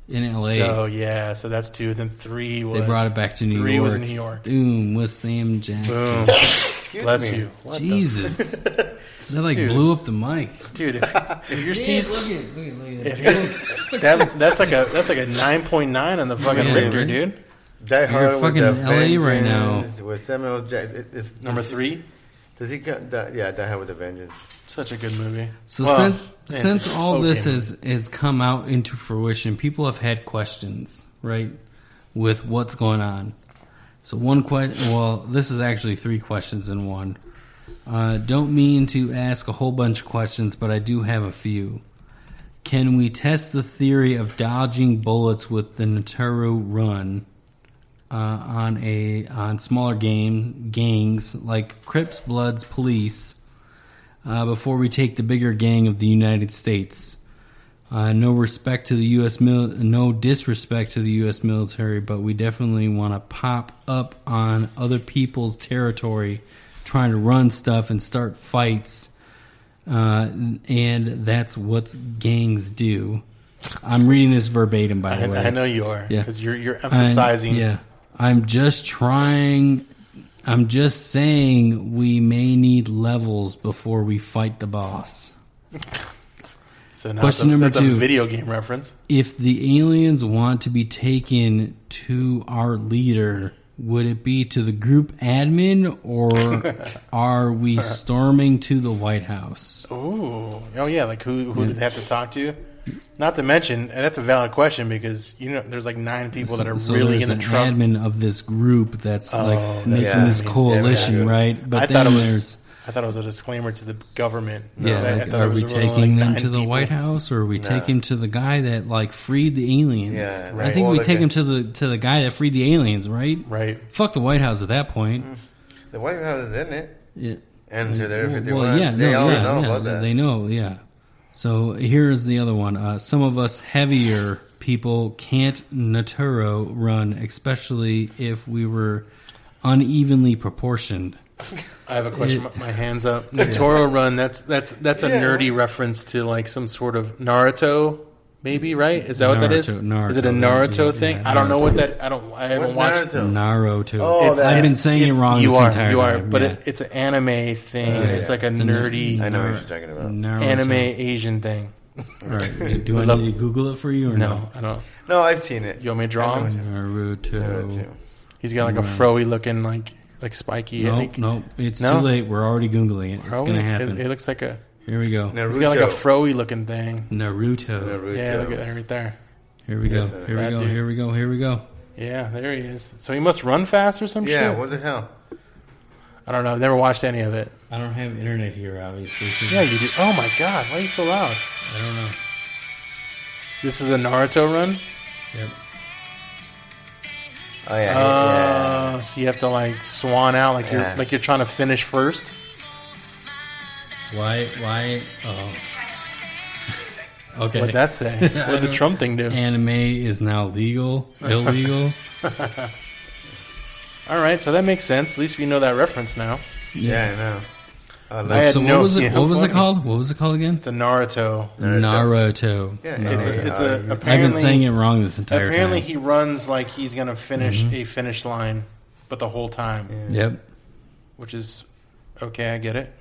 Speaker 3: In LA.
Speaker 4: So yeah, so that's two. Then three was
Speaker 3: They brought it back to New
Speaker 4: three
Speaker 3: York.
Speaker 4: was New York.
Speaker 3: Boom, with Sam Jackson.
Speaker 4: Boom. Bless you. What the-
Speaker 3: Jesus. that like
Speaker 4: Dude.
Speaker 3: blew up the mic.
Speaker 4: dude. If, if you're
Speaker 3: Yeah,
Speaker 4: sneezing,
Speaker 3: look at- look at- look at
Speaker 4: if
Speaker 3: that.
Speaker 4: you're, that, that's like a that's like a nine point nine on the fucking
Speaker 3: Yeah,
Speaker 4: Richter,
Speaker 3: right?
Speaker 4: dude.
Speaker 5: Die
Speaker 3: You're
Speaker 5: Hard with
Speaker 3: fucking
Speaker 5: the
Speaker 3: in LA right
Speaker 5: Vengeance, With Samuel Jackson. It- it's-
Speaker 4: Number
Speaker 5: does-
Speaker 4: three?
Speaker 5: Does he count? That, yeah, Die Hard with a Vengeance.
Speaker 4: Such a good movie.
Speaker 3: So
Speaker 4: Well,
Speaker 3: since
Speaker 4: yeah,
Speaker 3: since
Speaker 4: it's
Speaker 3: all
Speaker 4: okay.
Speaker 3: this has has come out into fruition, people have had questions, right, with what's going on. So one question. Well, this is actually three questions in one. Uh, don't mean to ask a whole bunch of questions, but I do have a few. Can we test the theory of dodging bullets with the Naturo run uh, on a on smaller game gangs like Crips, Bloods, Police? uh, before we take the bigger gang of the United States. Uh, no respect to the U.S. Mil- no disrespect to the U.S. military, but we definitely want to pop up on other people's territory, trying to run stuff and start fights, uh, and that's what gangs do. I'm reading this verbatim, by the
Speaker 4: I-
Speaker 3: way.
Speaker 4: I know you are, 'cause you're- you're
Speaker 3: I'm-
Speaker 4: emphasizing-
Speaker 3: yeah, I'm just trying. I'm just saying we may need levels before we fight the boss.
Speaker 4: So now
Speaker 3: Question
Speaker 4: that's a,
Speaker 3: number
Speaker 4: that's
Speaker 3: two:
Speaker 4: a video game reference.
Speaker 3: If the aliens want to be taken to our leader, would it be to the group admin, or are we storming to the White House?
Speaker 4: Ooh, oh yeah, like who who
Speaker 3: Yeah.
Speaker 4: did they have to talk to? Not to mention, and that's a valid question because you know there's like nine people that are
Speaker 3: So- so
Speaker 4: really
Speaker 3: there's
Speaker 4: in the
Speaker 3: an
Speaker 4: Trump.
Speaker 3: admin of this group that's
Speaker 4: Oh,
Speaker 3: like
Speaker 4: that's
Speaker 3: making
Speaker 4: what it
Speaker 3: this
Speaker 4: means.
Speaker 3: coalition,
Speaker 4: Yeah, yeah.
Speaker 3: right? But
Speaker 4: I
Speaker 3: then
Speaker 4: thought it
Speaker 3: there's
Speaker 4: was. I thought it was a disclaimer to the government. I-
Speaker 3: yeah,
Speaker 4: I thought
Speaker 3: like,
Speaker 4: it
Speaker 3: are
Speaker 4: was really
Speaker 3: we
Speaker 4: like
Speaker 3: taking them
Speaker 4: nine
Speaker 3: to the
Speaker 4: people.
Speaker 3: White House, or are we
Speaker 4: No.
Speaker 3: take him to the guy that like freed the aliens?
Speaker 4: Yeah,
Speaker 3: I
Speaker 4: right.
Speaker 3: think
Speaker 4: Well,
Speaker 3: we
Speaker 4: like
Speaker 3: take
Speaker 4: a-
Speaker 3: him to the to the guy that freed the aliens, right?
Speaker 4: Right. Mm.
Speaker 3: Fuck the White House at that point.
Speaker 5: The White House is in it.
Speaker 3: Yeah.
Speaker 5: And to their
Speaker 3: Well,
Speaker 5: 51.
Speaker 3: well, yeah,
Speaker 5: they
Speaker 3: no,
Speaker 5: all
Speaker 3: yeah,
Speaker 5: know
Speaker 3: yeah,
Speaker 5: about
Speaker 3: they-
Speaker 5: that.
Speaker 3: They know, yeah. So here's the other one. Uh, some of us heavier people can't Naturo run, especially if we were unevenly proportioned.
Speaker 4: I have a question. My- My hands up.
Speaker 3: Yeah.
Speaker 4: Natoro Run. That's that's that's a
Speaker 3: Yeah.
Speaker 4: nerdy reference to like some sort of Naruto, maybe right? Is that what that is?
Speaker 3: Naruto, Naruto,
Speaker 4: is it a
Speaker 3: yeah,
Speaker 4: Naruto
Speaker 3: yeah,
Speaker 4: thing?
Speaker 3: yeah,
Speaker 4: I don't know what
Speaker 3: Naruto.
Speaker 4: that. I don't. I haven't watched.
Speaker 3: Naruto.
Speaker 4: Oh,
Speaker 3: It's-
Speaker 4: that's-
Speaker 3: I've been saying it wrong
Speaker 4: You
Speaker 3: this
Speaker 4: are.
Speaker 3: entire
Speaker 4: you are.
Speaker 3: time,
Speaker 4: But
Speaker 3: yeah.
Speaker 4: it, it's an anime thing.
Speaker 3: Yeah,
Speaker 4: it's
Speaker 3: yeah.
Speaker 4: like a
Speaker 3: It's a
Speaker 4: nerdy.
Speaker 3: I know what you're talking about. Naruto.
Speaker 4: Anime Asian thing.
Speaker 3: All right. Do- do I need to Google it for you or
Speaker 4: no?
Speaker 3: no?
Speaker 4: I don't.
Speaker 5: No, I've seen it.
Speaker 4: You want me to draw him?
Speaker 3: Naruto.
Speaker 4: He's got like a
Speaker 3: Right.
Speaker 4: froey looking, like like spiky. I
Speaker 3: Nope,
Speaker 4: think.
Speaker 3: nope. It's
Speaker 4: No?
Speaker 3: too late. We're already googling it.
Speaker 4: Are
Speaker 3: It's
Speaker 4: we?
Speaker 3: going to happen.
Speaker 4: It, it looks like a.
Speaker 3: Here we go.
Speaker 4: He's got like a froey looking thing.
Speaker 3: Naruto.
Speaker 4: Yeah, look at that right there.
Speaker 3: Here we go.
Speaker 4: Yes, sir.
Speaker 3: Here we
Speaker 4: That
Speaker 3: go.
Speaker 4: dude.
Speaker 3: Here we go. Here we go.
Speaker 4: Yeah, there he is. So he must run fast or some
Speaker 5: Yeah,
Speaker 4: shit.
Speaker 5: what the hell?
Speaker 4: I don't know. I've never watched any of it.
Speaker 3: I don't have internet here, obviously.
Speaker 4: Yeah, you do. Oh my god, why are you so loud?
Speaker 3: I don't know.
Speaker 4: This is a Naruto run.
Speaker 3: Yep.
Speaker 5: Oh yeah.
Speaker 4: Uh, So you have to like swan out, like
Speaker 3: Yeah.
Speaker 4: you're like you're trying to finish first.
Speaker 3: Why? Why? Oh. Okay.
Speaker 4: What'd that say?
Speaker 3: I
Speaker 4: What'd the
Speaker 3: don't-
Speaker 4: Trump thing do?
Speaker 3: Anime is now legal, illegal.
Speaker 4: All right, so that makes sense. At least we know that reference now.
Speaker 5: Yeah, I know.
Speaker 3: I had so what no was it- info what was it for called? What was it called again?
Speaker 4: It's a Naruto.
Speaker 3: Naruto.
Speaker 4: Yeah, it's
Speaker 5: Oh,
Speaker 4: a, it's a.
Speaker 3: I've
Speaker 4: Apparently,
Speaker 3: been saying it wrong this entire time.
Speaker 4: Apparently, he runs like he's gonna finish
Speaker 3: Mhm.
Speaker 4: a finish line, but the whole time.
Speaker 3: Yep.
Speaker 4: Which is okay. I get it.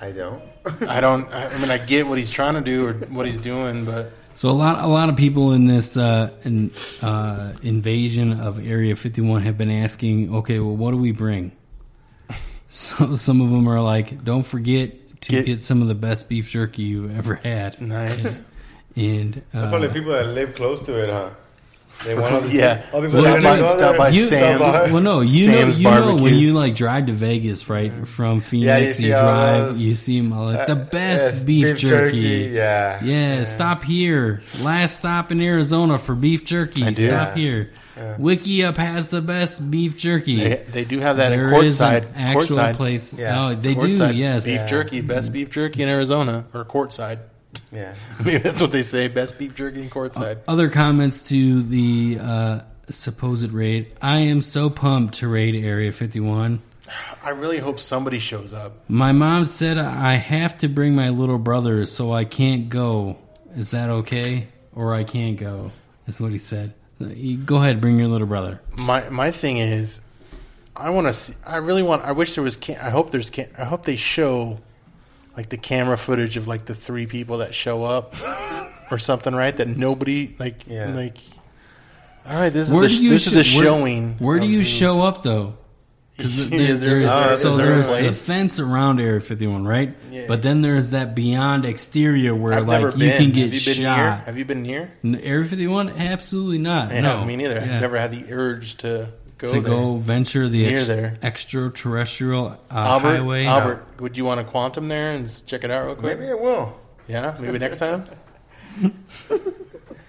Speaker 5: I don't.
Speaker 3: Uh-huh.
Speaker 4: I don't. I I mean, I get what he's trying to do or what he's doing, but
Speaker 3: So a lot, a lot of people in this uh, in, uh, invasion of Area 51 have been asking, okay, well, what do we bring? So some of them are like, don't forget to get,
Speaker 5: Get-
Speaker 3: some of the best beef jerky you've ever had.
Speaker 4: Nice.
Speaker 3: and
Speaker 5: That's
Speaker 3: uh,
Speaker 5: probably people that live close to it, huh? They want all the-
Speaker 4: Yeah.
Speaker 5: all the people
Speaker 3: Well,
Speaker 5: that
Speaker 3: dude,
Speaker 5: go there-
Speaker 3: you- Well, no, you
Speaker 5: Sam's
Speaker 3: know, you know
Speaker 5: barbecue.
Speaker 3: when you like drive to Vegas, right, from Phoenix,
Speaker 5: see
Speaker 3: you,
Speaker 5: all
Speaker 3: drive,
Speaker 5: those-
Speaker 3: you see them all like the
Speaker 5: uh,
Speaker 3: best
Speaker 5: yes,
Speaker 3: beef,
Speaker 5: beef
Speaker 3: jerky.
Speaker 5: jerky, yeah,
Speaker 3: yeah, Stop here. Last stop in Arizona for beef jerky.
Speaker 4: I do.
Speaker 3: Stop
Speaker 4: Yeah.
Speaker 3: here.
Speaker 4: Yeah.
Speaker 3: Wiki Up has the best beef jerky.
Speaker 4: They- they do have that in
Speaker 3: There
Speaker 4: courtside-
Speaker 3: is an actual
Speaker 4: courtside.
Speaker 3: place.
Speaker 4: Yeah.
Speaker 3: Oh, they
Speaker 4: Courtside
Speaker 3: do. Yes,
Speaker 4: beef jerky, best beef jerky in Arizona or courtside.
Speaker 5: Yeah,
Speaker 4: maybe that's what they say. Best beef jerky in courtside.
Speaker 3: Other comments to the uh, supposed raid. I am so pumped to raid Area 51.
Speaker 4: I really hope somebody shows up.
Speaker 3: My mom said I have to bring my little brother, so I can't go. Is that okay? Or I can't go? That's what he said. Uh, You- Go ahead, bring your little brother.
Speaker 4: My my thing is, I want to. see I really want. I wish there was. Ca- I hope there's. Ca- I hope they show like the camera footage of like the three people that show up or something, right? That nobody like like. All right, this is the,
Speaker 3: do you
Speaker 4: this is the
Speaker 3: sho- where-
Speaker 4: showing.
Speaker 3: Where, do
Speaker 4: of
Speaker 3: you
Speaker 4: the-
Speaker 3: show up though?
Speaker 4: Yeah,
Speaker 3: 'Cause there-
Speaker 4: is there-
Speaker 3: there's-
Speaker 4: oh, is
Speaker 3: so
Speaker 4: there a
Speaker 3: there's the
Speaker 4: place?
Speaker 3: fence around Area 51, right?
Speaker 4: Yeah.
Speaker 3: But then there's that beyond exterior where
Speaker 4: I've
Speaker 3: like
Speaker 4: never
Speaker 3: you
Speaker 4: been.
Speaker 3: can get
Speaker 4: Have you been
Speaker 3: shot.
Speaker 4: near? Have you been near?
Speaker 3: N- Area 51? Absolutely not.
Speaker 4: Yeah,
Speaker 3: no,
Speaker 4: me neither.
Speaker 3: Yeah.
Speaker 4: I've never had the urge to go
Speaker 3: to
Speaker 4: there.
Speaker 3: go venture the
Speaker 4: near
Speaker 3: ex-
Speaker 4: there.
Speaker 3: extraterrestrial uh,
Speaker 4: Albert,
Speaker 3: highway.
Speaker 4: Albert, would you want to quantum there and s- check it out real quick?
Speaker 5: Maybe I will.
Speaker 4: Yeah, maybe next time.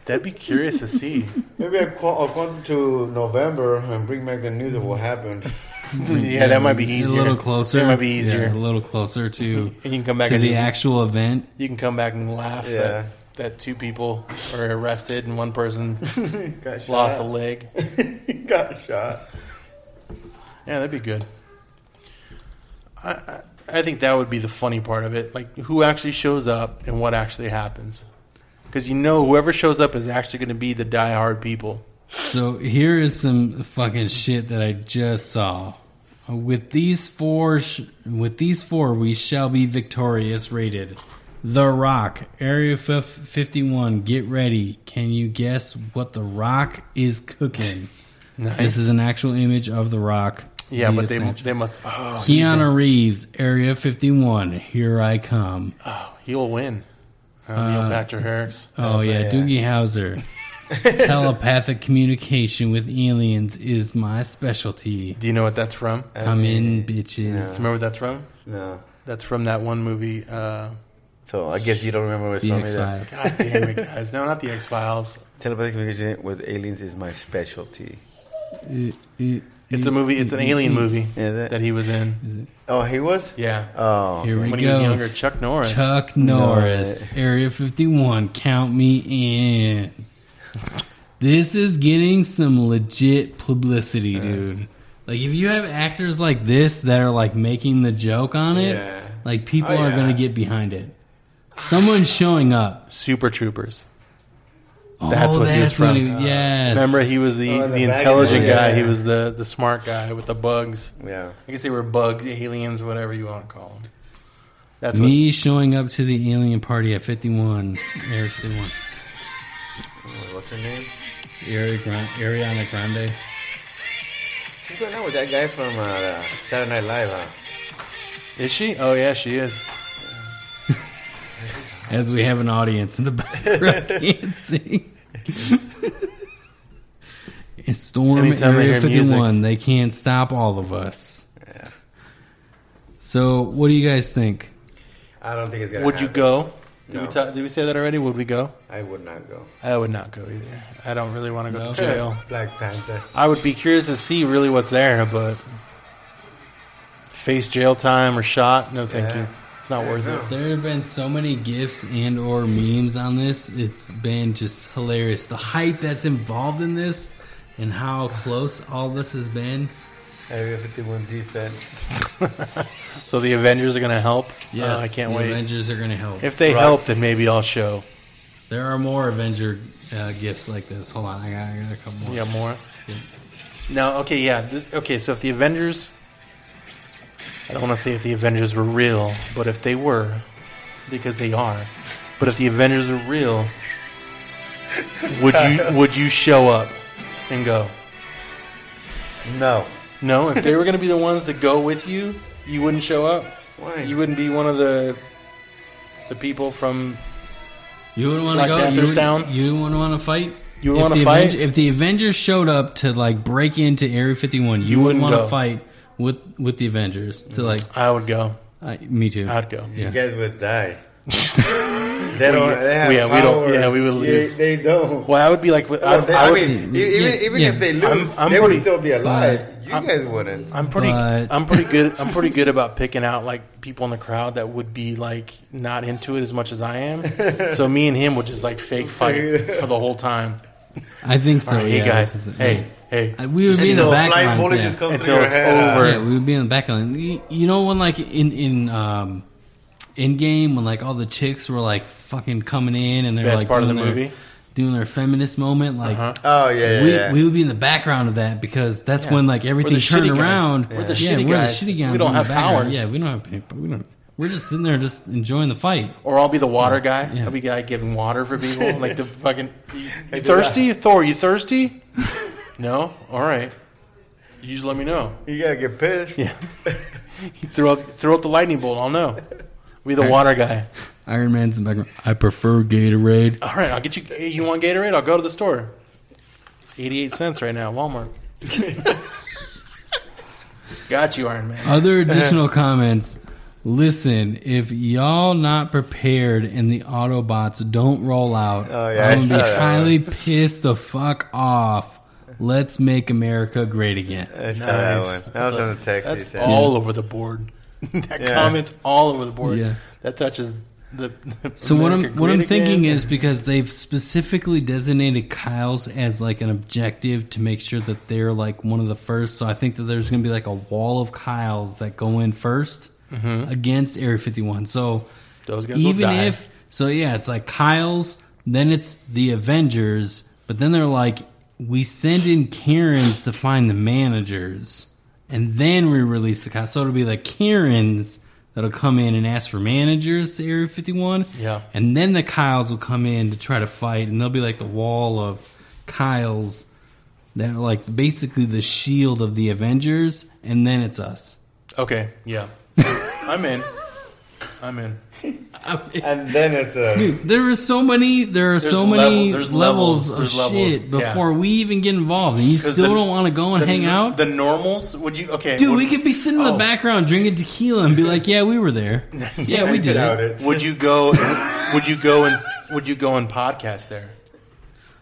Speaker 4: That'd be curious to see.
Speaker 5: Maybe I'll call, I'll call to November and bring back the news of what happened.
Speaker 4: Yeah, that might be easier.
Speaker 3: A little closer.
Speaker 4: That might be easier.
Speaker 3: Yeah, a little closer to
Speaker 4: You can come back
Speaker 3: to
Speaker 4: and
Speaker 3: the
Speaker 4: just-
Speaker 3: actual event.
Speaker 4: You can come back and laugh
Speaker 5: Yeah.
Speaker 4: that, that two people are arrested and one person
Speaker 5: Got
Speaker 4: lost a
Speaker 5: shot.
Speaker 4: leg.
Speaker 5: Got shot.
Speaker 4: Yeah, that'd be good. I, I I think that would be the funny part of it, like who actually shows up and what actually happens, because you know whoever shows up is actually going to be the diehard people.
Speaker 3: So here is some fucking shit that I just saw. With these four, sh- with these four, we shall be victorious. Rated, The Rock, Area F- Fifty One. Get ready. Can you guess what The Rock is cooking?
Speaker 4: Nice.
Speaker 3: This is an actual image of The Rock.
Speaker 4: Yeah,
Speaker 3: He
Speaker 4: but
Speaker 3: is
Speaker 4: they
Speaker 3: natural.
Speaker 4: they must. Oh, he's in-
Speaker 3: Keanu Reeves, Area Fifty One. Here I come.
Speaker 4: oh, he'll win. Uh, Neil
Speaker 3: Uh,
Speaker 4: Patrick Harris.
Speaker 3: Oh, yeah, Doogie Howser. Telepathic communication with aliens is my specialty.
Speaker 4: Do you know what that's from?
Speaker 3: I'm in bitches.
Speaker 4: Remember what that's from?
Speaker 5: No.
Speaker 4: That's from that one movie. Uh,
Speaker 5: So I guess you don't remember what's
Speaker 3: The
Speaker 5: from
Speaker 3: X-Files.
Speaker 5: either.
Speaker 4: God damn it, guys! No, not the X Files.
Speaker 5: Telepathic communication with aliens is my specialty.
Speaker 3: Uh,
Speaker 4: It's a movie. It's an alien movie
Speaker 5: Is it?
Speaker 4: that he was in.
Speaker 5: Oh, he was?
Speaker 4: Yeah.
Speaker 5: Oh.
Speaker 3: Here we
Speaker 4: When he
Speaker 3: go.
Speaker 4: was younger, Chuck Norris.
Speaker 3: Chuck Norris, Area 51. Count me in. This is getting some legit publicity, dude. Like if you have actors like this that are like making the joke on it,
Speaker 5: Yeah.
Speaker 3: like people
Speaker 5: Oh,
Speaker 3: are
Speaker 5: yeah.
Speaker 3: going to get behind it. Someone's showing up.
Speaker 4: Super Troopers.
Speaker 3: Oh,
Speaker 4: That's what he was
Speaker 3: that's what
Speaker 4: from.
Speaker 3: he- yes.
Speaker 4: Remember, he was the, the,
Speaker 5: Oh, the bag
Speaker 4: intelligent
Speaker 5: of the-
Speaker 4: guy.
Speaker 5: yeah.
Speaker 4: He was the, the smart guy with the bugs.
Speaker 5: Yeah.
Speaker 4: I guess they were bugs, aliens, whatever you want to call them. That's what.
Speaker 3: Me showing up to the alien party at 51. Area 51.
Speaker 5: What's her name?
Speaker 3: Area Gran- Ariana Grande.
Speaker 5: What's going on with that guy from uh, Saturday Night Live? Huh?
Speaker 4: Is she? Oh, yeah, she is.
Speaker 3: As we have an audience in the background dancing. It's Storm
Speaker 4: Anytime I
Speaker 3: Area
Speaker 4: hear music.
Speaker 3: 51. They can't stop all of us. So, what do you guys think?
Speaker 5: I don't think it's gonna.
Speaker 4: Would you
Speaker 5: happen.
Speaker 4: go? Did,
Speaker 5: No.
Speaker 4: we ta- did we say that already? Would we go?
Speaker 5: I would not go.
Speaker 4: I would not go either. I don't really want to go to jail.
Speaker 5: Black Panther.
Speaker 4: I would be curious to see really what's there, but face jail time or shot? No, thank
Speaker 5: Yeah.
Speaker 4: you. It's not worth it.
Speaker 3: There have been so many gifs and or memes on this. It's been just hilarious. The hype that's involved in this and how close all this has been.
Speaker 5: Area 51 defense.
Speaker 4: So the Avengers are going to help.
Speaker 3: Yes,
Speaker 4: Uh, I can't
Speaker 3: the
Speaker 4: wait.
Speaker 3: Avengers are gonna help.
Speaker 4: If they
Speaker 3: Right.
Speaker 4: help, then maybe I'll show.
Speaker 3: There are more Avenger uh, gifts like this. Hold on, I got, I got a couple more.
Speaker 4: Yeah, more. No, okay, yeah. Th- okay, so if the Avengers. I don't want to say if the Avengers were real, but if they were, because they are, but if the Avengers were real, would you would you show up and go?
Speaker 5: No.
Speaker 4: No, if they were going to be the ones that go with you, you wouldn't show up.
Speaker 5: Why?
Speaker 4: You wouldn't be one of the the people from
Speaker 3: You wouldn't want
Speaker 4: Black
Speaker 3: to go.
Speaker 4: Panther's
Speaker 3: You would,
Speaker 4: down?
Speaker 3: You wouldn't want to fight.
Speaker 4: You wouldn't
Speaker 3: If
Speaker 4: wanna
Speaker 3: the
Speaker 4: fight?
Speaker 3: Avenger- if the Avengers showed up to like break into Area Fifty One, you,
Speaker 4: You wouldn't
Speaker 3: wouldn't want to
Speaker 4: go.
Speaker 3: fight with with the Avengers to like.
Speaker 4: I would go.
Speaker 3: I, me too.
Speaker 4: I'd go.
Speaker 3: Yeah.
Speaker 5: You guys would die.
Speaker 4: We-
Speaker 5: they don't. They have
Speaker 4: yeah, we don't.
Speaker 5: power.
Speaker 4: Yeah, we would
Speaker 5: You-
Speaker 4: lose.
Speaker 5: They don't.
Speaker 4: Well, I would be like, I,
Speaker 5: Well, they-
Speaker 4: I
Speaker 5: I,
Speaker 4: would,
Speaker 5: mean, e- even even if they lose,
Speaker 4: I'm- I'm
Speaker 5: they would
Speaker 4: pretty-
Speaker 5: still be alive.
Speaker 4: but-
Speaker 5: you guys wouldn't.
Speaker 4: I'm pretty.
Speaker 3: But-
Speaker 4: I'm pretty good. I'm pretty good about picking out like people in the crowd that would be like not into it as much as I am. so me and him would just like fake fight for the whole time.
Speaker 3: I think so.
Speaker 4: All right, hey
Speaker 3: yeah,
Speaker 4: guys,
Speaker 3: that's-
Speaker 4: hey, hey.
Speaker 3: I- we would be in the
Speaker 5: Until
Speaker 3: back
Speaker 5: light
Speaker 3: line.
Speaker 5: voltages
Speaker 3: Yeah.
Speaker 5: come
Speaker 4: Until
Speaker 5: through
Speaker 4: it's
Speaker 5: your head.
Speaker 4: over.
Speaker 3: Yeah, we would be in the back line. You, you know when like in in um, in game when like all the chicks were like fucking coming in and they're
Speaker 4: Best
Speaker 3: like
Speaker 4: part of
Speaker 3: doing
Speaker 4: the
Speaker 3: their-
Speaker 4: movie? Uh-huh.
Speaker 3: doing their feminist moment like.
Speaker 5: Oh yeah, yeah,
Speaker 3: we,
Speaker 5: yeah.
Speaker 3: we would be in the background of that because that's
Speaker 4: Yeah.
Speaker 3: when like
Speaker 4: We're the
Speaker 3: everything turned
Speaker 4: shitty guys.
Speaker 3: around.
Speaker 4: We're the
Speaker 3: yeah,
Speaker 4: shitty
Speaker 3: we're
Speaker 4: guys.
Speaker 3: the shitty guys.
Speaker 4: We don't
Speaker 3: in the
Speaker 4: have
Speaker 3: background.
Speaker 4: powers.
Speaker 3: Yeah, we don't have pa- we don't. We're just sitting there just enjoying the fight.
Speaker 4: Or I'll be the water guy.
Speaker 3: Yeah.
Speaker 4: I'll be the guy giving water for people. like the fucking. You, you thirsty, Thor? You thirsty? no. All right. You just let me know.
Speaker 5: you gotta get pissed.
Speaker 4: Yeah. you throw up, throw up the lightning bolt. I'll know. Be the water guy.
Speaker 3: Iron Man's in the background. I prefer Gatorade.
Speaker 4: All right, I'll get you. hey, You want Gatorade? I'll go to the store. It's eighty-eight cents right now, Walmart. Got you, Iron Man.
Speaker 3: Other additional comments. Listen, if y'all not prepared and the Autobots don't roll out,
Speaker 5: Oh, yeah.
Speaker 3: I'm
Speaker 5: Oh,
Speaker 3: gonna be
Speaker 5: yeah.
Speaker 3: highly pissed the fuck off. Let's make America great again.
Speaker 5: I
Speaker 4: Nice.
Speaker 5: saw that one. That was
Speaker 4: That's
Speaker 5: on the text. he
Speaker 4: That's
Speaker 5: sent.
Speaker 4: all over the board. that
Speaker 5: Yeah.
Speaker 4: comments all over the board.
Speaker 3: Yeah.
Speaker 4: That touches the. the
Speaker 3: So what I'm
Speaker 4: America
Speaker 3: what I'm
Speaker 4: grid again.
Speaker 3: thinking is because they've specifically designated Kyle's as like an objective to make sure that they're like one of the first. So I think that there's going to be like a wall of Kyle's that go in 1st against Area 51. So
Speaker 4: Mm-hmm. Those guys will
Speaker 3: even
Speaker 4: die.
Speaker 3: if so, yeah, it's like Kyle's, then it's the Avengers, but then they're like we send in Karens to find the managers, and then we release the Kyle. So it'll be like Karens. That'll come in and ask for managers to Area 51,
Speaker 4: Yeah.
Speaker 3: and then the Kyles will come in to try to fight, and they'll be like the wall of Kyles. They're like basically the shield of the Avengers, and then it's us.
Speaker 4: Okay. Yeah. I'm in. I'm in.
Speaker 3: I mean,
Speaker 5: And then it's a.
Speaker 3: there are so many. There are so many
Speaker 4: level- there's levels,
Speaker 3: levels, of
Speaker 4: there's levels,
Speaker 3: shit
Speaker 4: yeah.
Speaker 3: before we even get involved, and you
Speaker 4: 'Cause
Speaker 3: still
Speaker 4: the-
Speaker 3: don't want to go and
Speaker 4: the-
Speaker 3: hang out,
Speaker 4: The normals? Would you? Okay,
Speaker 3: dude.
Speaker 4: would,
Speaker 3: we could be sitting in
Speaker 4: Oh.
Speaker 3: the background drinking tequila and be like, "Yeah, we were there. Yeah, we did
Speaker 5: Doubt
Speaker 3: it."
Speaker 5: it.
Speaker 4: Would you go? would you go and would you go and podcast there?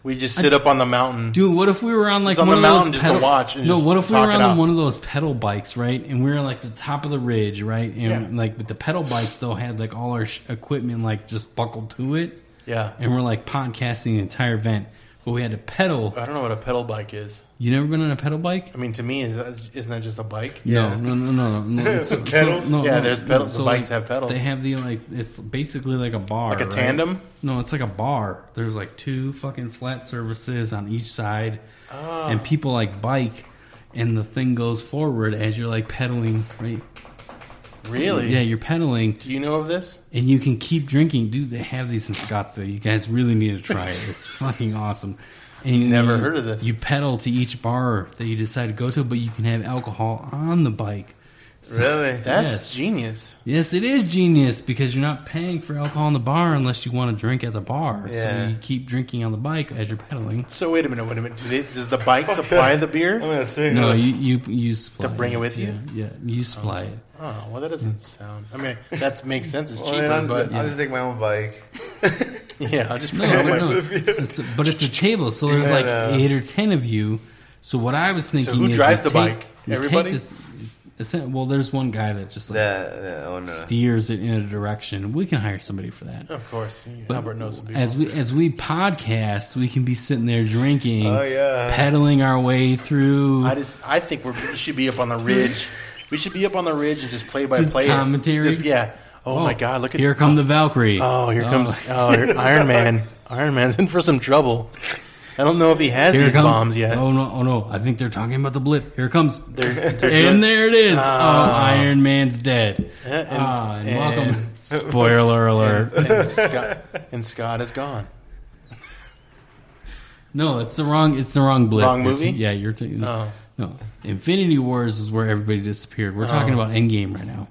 Speaker 4: We just sit up on the mountain.
Speaker 3: Dude, what if we were on like
Speaker 4: Just on
Speaker 3: one
Speaker 4: the
Speaker 3: of
Speaker 4: mountain
Speaker 3: those
Speaker 4: just to
Speaker 3: pedal,
Speaker 4: watch and
Speaker 3: No,
Speaker 4: just
Speaker 3: what if we
Speaker 4: talk
Speaker 3: were
Speaker 4: it
Speaker 3: on
Speaker 4: out.
Speaker 3: one of those pedal bikes, right? And we were like the top of the ridge, right? And
Speaker 4: Yeah.
Speaker 3: like, but the pedal bikes though had like all our sh- equipment like just buckled to it,
Speaker 4: yeah,
Speaker 3: and we're like podcasting the entire event. But we had to pedal.
Speaker 4: I don't know what a pedal bike is.
Speaker 3: You never been on a pedal bike?
Speaker 4: I mean, to me, is that, isn't that just a bike?
Speaker 3: No, no, no, no, no. no. So,
Speaker 5: Pedals?
Speaker 3: no,
Speaker 4: Yeah,
Speaker 3: no,
Speaker 4: there's
Speaker 3: no.
Speaker 4: pedals. The bikes
Speaker 3: like,
Speaker 4: have pedals.
Speaker 3: They have the like. It's basically like a bar,
Speaker 4: Like a
Speaker 3: right?
Speaker 4: tandem?
Speaker 3: No, it's like a bar. There's like two fucking flat surfaces on each side,
Speaker 4: Ah.
Speaker 3: and people like bike, and the thing goes forward as you're like pedaling, right?
Speaker 4: Really?
Speaker 3: Yeah, you're pedaling,
Speaker 4: Do you know of this?
Speaker 3: and you can keep drinking, dude. They have these in Scottsdale. You guys really need to try it. It's fucking awesome. And you,
Speaker 4: Never
Speaker 3: you-
Speaker 4: heard of this.
Speaker 3: You pedal to each bar that you decide to go to, but you can have alcohol on the bike.
Speaker 5: Really?
Speaker 4: That's
Speaker 3: Yes.
Speaker 4: genius.
Speaker 3: Yes, it is genius because you're not paying for alcohol in the bar unless you want to drink at the bar.
Speaker 5: Yeah.
Speaker 3: So you keep drinking on the bike as you're pedaling.
Speaker 4: So wait a minute, wait a minute. Do they, does the bike supply the
Speaker 5: I'm
Speaker 4: beer?
Speaker 5: gonna sing.
Speaker 3: No, you you you supply
Speaker 4: To bring it with
Speaker 3: Yeah,
Speaker 4: you?
Speaker 3: Yeah, you supply it.
Speaker 4: Oh well, that doesn't sound. I mean, that makes sense. It's
Speaker 5: Well, then
Speaker 4: cheaper,
Speaker 5: I'm,
Speaker 4: but
Speaker 5: I'll just take my own bike.
Speaker 4: yeah, I'll just
Speaker 3: No,
Speaker 4: pick up my-
Speaker 3: no, it's, but it's a table, so there's like
Speaker 5: Yeah.
Speaker 3: eight or ten of you. So what I was thinking
Speaker 4: who
Speaker 3: is,
Speaker 4: drives
Speaker 3: you
Speaker 4: the
Speaker 3: take-
Speaker 4: bike?
Speaker 3: you take
Speaker 4: Everybody?
Speaker 3: this- it's- well, there's one guy that just like
Speaker 5: That, that oh no.
Speaker 3: steers it in a direction. We can hire somebody for that.
Speaker 4: Of course,
Speaker 3: But
Speaker 4: Albert knows some people.
Speaker 3: as we as we podcast, we can be sitting there drinking,
Speaker 5: Oh, yeah.
Speaker 3: pedaling our way through.
Speaker 4: I just I think we're, we should be up on the ridge We should be up on the ridge and just play by
Speaker 3: Just
Speaker 4: play
Speaker 3: commentary?
Speaker 4: Just, yeah. Oh, my God! Look at
Speaker 3: here come the Valkyrie.
Speaker 4: Oh, here
Speaker 3: Oh.
Speaker 4: comes oh, here- Iron Man. Iron Man's in for some trouble. I don't know if he has
Speaker 3: Here
Speaker 4: these
Speaker 3: come-
Speaker 4: bombs yet.
Speaker 3: Oh no! Oh no! I think they're talking about the blip. Here it comes.
Speaker 4: They're- they're doing-
Speaker 3: and there it is. oh,
Speaker 4: Ah.
Speaker 3: Iron Man's dead.
Speaker 4: Uh, and-
Speaker 3: ah, and, welcome.
Speaker 4: and-
Speaker 3: Spoiler alert.
Speaker 4: And, and Scott, and Scott is gone.
Speaker 3: no, it's the wrong. It's the wrong blip.
Speaker 4: Wrong
Speaker 3: You're
Speaker 4: movie?
Speaker 3: t- yeah, you're. T-
Speaker 4: Oh.
Speaker 3: No, Infinity Wars is where everybody disappeared. We're talking
Speaker 4: Oh.
Speaker 3: about Endgame right now.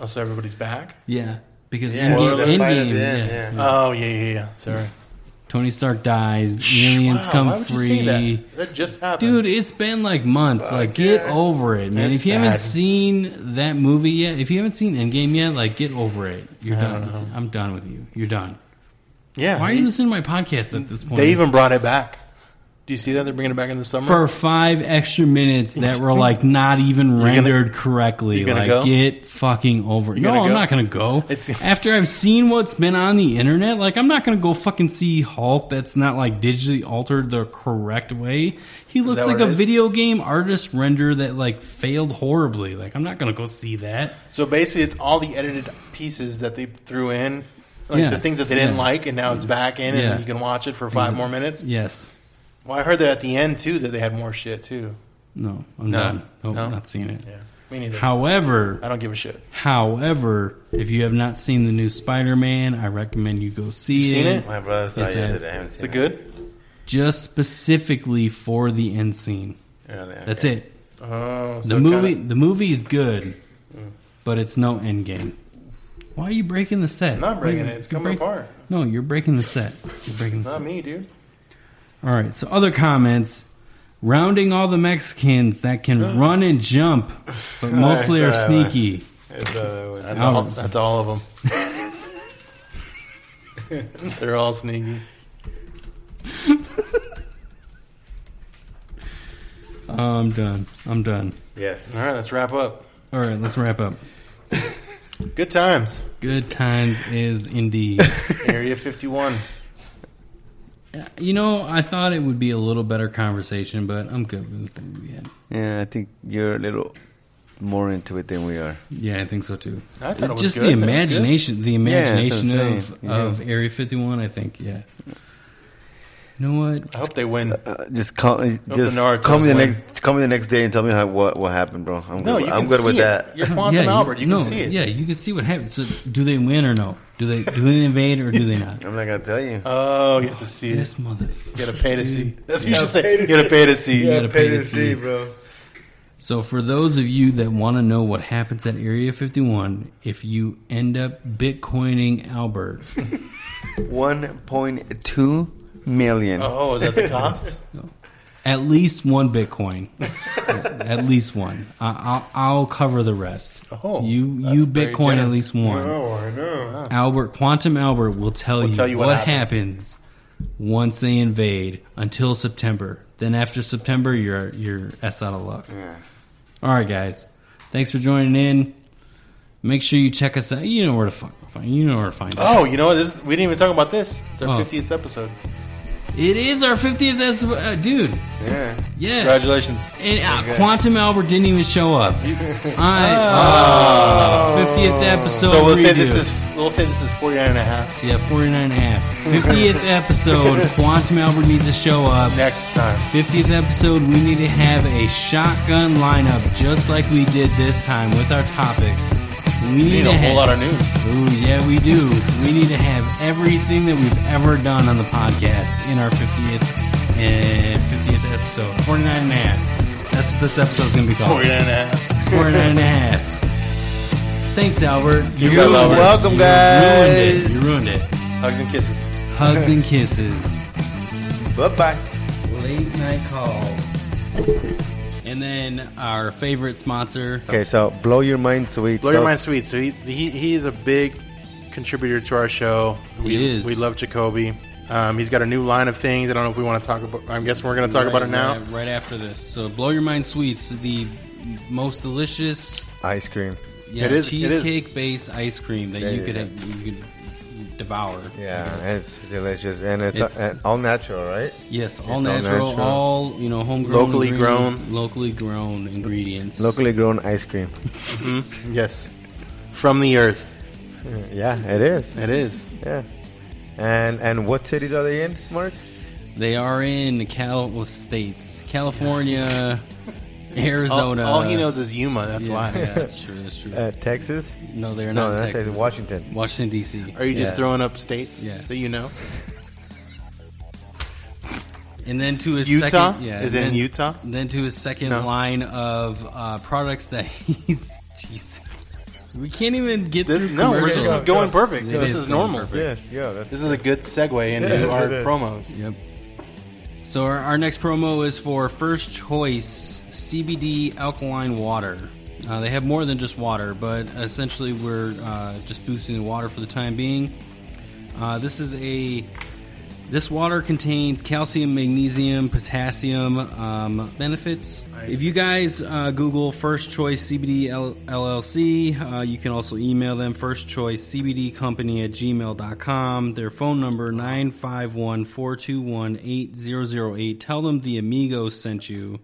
Speaker 4: Oh, so everybody's back.
Speaker 3: Yeah, because
Speaker 4: Yeah.
Speaker 3: Endgame.
Speaker 4: Spoiler fight at
Speaker 3: Endgame
Speaker 4: the end, yeah.
Speaker 3: yeah,
Speaker 4: Oh, yeah, yeah, yeah. Sorry.
Speaker 3: Tony Stark dies. Aliens
Speaker 4: Wow,
Speaker 3: come
Speaker 4: why would you
Speaker 3: free.
Speaker 4: say that? That just happened.
Speaker 3: Dude, it's been like months. like, get over it, man.
Speaker 4: That's
Speaker 3: if you haven't
Speaker 4: sad.
Speaker 3: seen that movie yet, if you haven't seen Endgame yet, like, get over it. You're
Speaker 4: I
Speaker 3: done.
Speaker 4: don't know.
Speaker 3: I'm done with you. You're done.
Speaker 4: Yeah.
Speaker 3: Why are
Speaker 4: they-
Speaker 3: you listening to my podcast at this point?
Speaker 4: They even brought it back. Do you see that they're bringing it back in the summer?
Speaker 3: for five extra minutes that were like not even
Speaker 4: You're gonna-
Speaker 3: rendered correctly.
Speaker 4: you're gonna
Speaker 3: Like,
Speaker 4: go?
Speaker 3: get fucking over. it.
Speaker 4: You're gonna
Speaker 3: No, I'm
Speaker 4: go?
Speaker 3: not gonna go. After I've seen what's been on the internet, like I'm not gonna go fucking see Hulk that's not like digitally altered the correct way. He looks
Speaker 4: that
Speaker 3: like
Speaker 4: what it
Speaker 3: a
Speaker 4: is?
Speaker 3: video game artist render that like failed horribly. Like I'm not gonna go see that.
Speaker 4: So basically, it's all the edited pieces that they threw in, like
Speaker 3: Yeah.
Speaker 4: the things that they didn't
Speaker 3: Yeah.
Speaker 4: like, and now it's back in,
Speaker 3: Yeah.
Speaker 4: and you can watch it for five
Speaker 3: Exa-
Speaker 4: more minutes.
Speaker 3: Yes.
Speaker 4: Well, I heard that at the end too that they had more shit too.
Speaker 3: No, I'm
Speaker 4: No.
Speaker 3: done. Nope,
Speaker 4: No?
Speaker 3: not seeing it.
Speaker 4: Yeah, me neither.
Speaker 3: However,
Speaker 4: I don't give a shit.
Speaker 3: However, if you have not seen the new Spider-Man, I recommend you go see
Speaker 4: You seen
Speaker 3: it.
Speaker 4: it?
Speaker 5: My brother saw
Speaker 3: It's
Speaker 5: it
Speaker 3: a-
Speaker 5: yesterday. I haven't seen
Speaker 4: Is it good?
Speaker 3: Just specifically for the end scene.
Speaker 5: Really? Okay.
Speaker 3: That's it.
Speaker 4: Oh, so
Speaker 3: the
Speaker 4: it
Speaker 3: movie.
Speaker 4: kinda- Mm.
Speaker 3: The movie is good, but it's no end game. Why are you breaking the set?
Speaker 4: I'm not breaking
Speaker 3: Wait,
Speaker 4: it. It's
Speaker 3: you're
Speaker 4: coming apart.
Speaker 3: No, you're breaking the set. You're breaking the
Speaker 4: Not
Speaker 3: set.
Speaker 4: me, dude.
Speaker 3: All right. So other comments. Rounding all the Mexicans that can run and jump, but mostly are
Speaker 4: That's right.
Speaker 3: sneaky.
Speaker 4: That's
Speaker 5: uh,
Speaker 4: all,
Speaker 3: Albert.
Speaker 4: that's all of them. They're all sneaky.
Speaker 3: Oh, I'm done. I'm done.
Speaker 5: Yes.
Speaker 4: All right, let's wrap up.
Speaker 3: All right, let's wrap up.
Speaker 4: Good times.
Speaker 3: Good times is indeed.
Speaker 4: Area 51.
Speaker 3: you know, I thought it would be a little better conversation, but I'm good with what we had.
Speaker 5: Yeah, I think you're a little more into it than we are.
Speaker 3: Yeah, I think so too.
Speaker 4: I thought it was
Speaker 3: Just
Speaker 4: good.
Speaker 3: the
Speaker 4: It was good.
Speaker 3: imagination, the
Speaker 5: Yeah, that's what I'm
Speaker 3: imagination
Speaker 5: saying.
Speaker 3: of
Speaker 5: Yeah.
Speaker 3: of Area 51. I think, yeah. You know what?
Speaker 4: I hope they win.
Speaker 5: Uh, just call, just
Speaker 4: Naruto's
Speaker 5: call me the
Speaker 4: win.
Speaker 5: next call me the next day and tell me how what what happened, bro. I'm
Speaker 4: No,
Speaker 5: good.
Speaker 4: you
Speaker 5: I'm
Speaker 4: can
Speaker 5: good with
Speaker 4: see it.
Speaker 5: that.
Speaker 4: You're Quantum Albert. You
Speaker 3: Uh, no,
Speaker 4: can see it.
Speaker 3: Yeah, you can see what happens. So, do they win or no? Do they do they invade or do they not?
Speaker 5: I'm not gonna tell you.
Speaker 4: Oh, you have to see
Speaker 3: This
Speaker 4: it.
Speaker 3: motherfucker.
Speaker 4: You gotta pay to see. That's what
Speaker 5: You
Speaker 4: you should
Speaker 5: gotta pay
Speaker 4: say.
Speaker 5: to
Speaker 4: You gotta pay to see.
Speaker 5: You gotta
Speaker 3: gotta
Speaker 5: pay
Speaker 3: pay
Speaker 5: to
Speaker 3: to
Speaker 5: see,
Speaker 3: see.
Speaker 5: bro.
Speaker 3: So, for those of you that want to know what happens at Area 51, if you end up Bitcoining Albert,
Speaker 5: One point two million.
Speaker 4: Oh, is that the cost?
Speaker 3: at least one Bitcoin, at least one. I, I'll, I'll cover the rest.
Speaker 4: Oh,
Speaker 3: you
Speaker 4: that's
Speaker 3: you
Speaker 4: very
Speaker 3: Bitcoin at
Speaker 4: generous.
Speaker 3: least one.
Speaker 5: I know.
Speaker 3: Albert Quantum Albert will tell, you,
Speaker 4: tell you what
Speaker 3: what, happens. once they invade until September. Then after September, you're you're s out of luck.
Speaker 5: Yeah.
Speaker 3: All right, guys. Thanks for joining in. Make sure you check us out. You know where to fuck. You know where to find us.
Speaker 4: Oh, you know what? This, we didn't even talk about this. It's our
Speaker 3: Oh.
Speaker 4: 50th episode. Oh!
Speaker 3: It is our 50th as- uh, dude.
Speaker 5: Yeah.
Speaker 3: Yeah.
Speaker 4: Congratulations.
Speaker 3: And uh,
Speaker 5: Okay.
Speaker 3: Quantum Albert didn't even show up. I, oh, 50th episode.
Speaker 4: So we'll say
Speaker 3: redo.
Speaker 4: this is we'll say this is 49 and a half
Speaker 3: Yeah, 49 and a half. 50th episode, Quantum Albert needs to show up.
Speaker 4: next time.
Speaker 3: 50th episode, we need to have a shotgun lineup just like we did this time with our topics. We need,
Speaker 4: We need
Speaker 3: to
Speaker 4: a
Speaker 3: have,
Speaker 4: whole lot of news.
Speaker 3: Ooh, yeah, we do. We need to have everything that we've ever done on the podcast in our 50th and 50th episode. 49 and a half. That's what this episode's going to be called.
Speaker 4: 49 and a half.
Speaker 3: 49 and a half. Thanks, Albert. You
Speaker 4: guys are
Speaker 3: ruined it.
Speaker 5: welcome,
Speaker 3: You
Speaker 5: guys.
Speaker 3: Ruined it. You ruined it.
Speaker 4: Hugs and kisses.
Speaker 3: Hugs and kisses.
Speaker 5: Bye bye.
Speaker 3: Late night calls. And then our favorite sponsor.
Speaker 5: Okay, so blow your mind, sweet.
Speaker 4: Blow Your
Speaker 5: So-
Speaker 4: Mind Sweet. So he, he, he is a big contributor to our show. We,
Speaker 3: He is.
Speaker 4: We love Jacoby. Um, he's got a new line of things. I don't know if we want to talk about. I'm guessing we're going to talk about it now.
Speaker 3: Right, right after this. So, Blow Your Mind Sweets, the most delicious
Speaker 5: Ice cream.
Speaker 3: yeah,
Speaker 4: It is- it is.
Speaker 3: cheesecake based ice cream that
Speaker 5: Yeah,
Speaker 3: you
Speaker 5: yeah,
Speaker 3: could
Speaker 5: yeah.
Speaker 3: have. You could devour.
Speaker 5: Yeah, it's delicious and it's,
Speaker 3: It's-
Speaker 5: and all natural, right?
Speaker 3: Yes,
Speaker 5: It's
Speaker 3: all natural, all you know, homegrown,
Speaker 5: locally
Speaker 3: ingredient-
Speaker 5: grown,
Speaker 3: locally grown ingredients.
Speaker 5: locally grown ice cream.
Speaker 4: Mhm. Yes, from the earth.
Speaker 5: Yeah, it is.
Speaker 4: It is.
Speaker 5: Yeah. And and what cities are they in, Mark?
Speaker 3: They are in Cal well, states, California, Arizona.
Speaker 4: All- all he knows is Yuma, that's
Speaker 3: uh, Yeah,
Speaker 4: why.
Speaker 3: Yeah, that's true. That's true.
Speaker 5: Uh, Texas?
Speaker 3: No, they're
Speaker 5: No,
Speaker 3: not. in
Speaker 5: not
Speaker 3: Texas.
Speaker 5: Texas, Washington.
Speaker 3: Washington D.C.
Speaker 4: Are you just
Speaker 3: Yeah.
Speaker 4: throwing up states
Speaker 3: Yeah.
Speaker 4: that you know?
Speaker 3: And then to his
Speaker 4: Utah?
Speaker 3: second, yeah,
Speaker 4: Is
Speaker 3: and
Speaker 4: it in
Speaker 3: then-
Speaker 4: Utah?
Speaker 3: Then to his second
Speaker 4: No.
Speaker 3: line of uh, products that he's Jesus. We can't even get
Speaker 4: This-
Speaker 3: through.
Speaker 4: no, we're
Speaker 3: commercials.
Speaker 4: just this is going perfect.
Speaker 3: It
Speaker 4: This is,
Speaker 3: going
Speaker 4: normal.
Speaker 3: perfect.
Speaker 4: this is a good segue into
Speaker 3: Yes,
Speaker 4: our
Speaker 3: it is.
Speaker 4: promos.
Speaker 3: Yep. So our, our next promo is for First Choice CBD Alkaline Water. Uh, they have more than just water, but essentially we're uh, just boosting the water for the time being. Uh, this is a this water contains calcium, magnesium, potassium um, benefits. If you guys uh, Google First Choice CBD L- LLC, uh, you can also email them First Choice CBD Company at gmail.com. Their phone number 951 421 8008. Tell them the Amigos sent you.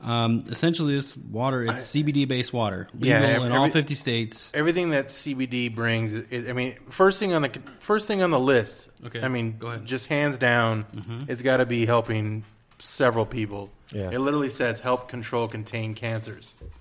Speaker 3: Um, essentially, this water it's CBD based water, legal in all
Speaker 4: every-
Speaker 3: fifty states.
Speaker 4: Everything that CBD brings, is, I mean, first thing on the first thing on the list.
Speaker 3: Okay,
Speaker 4: I mean,
Speaker 3: go ahead. Mm-hmm.
Speaker 4: just hands down, it's got to be helping several people.
Speaker 5: Yeah.
Speaker 4: It literally says help control contain cancers.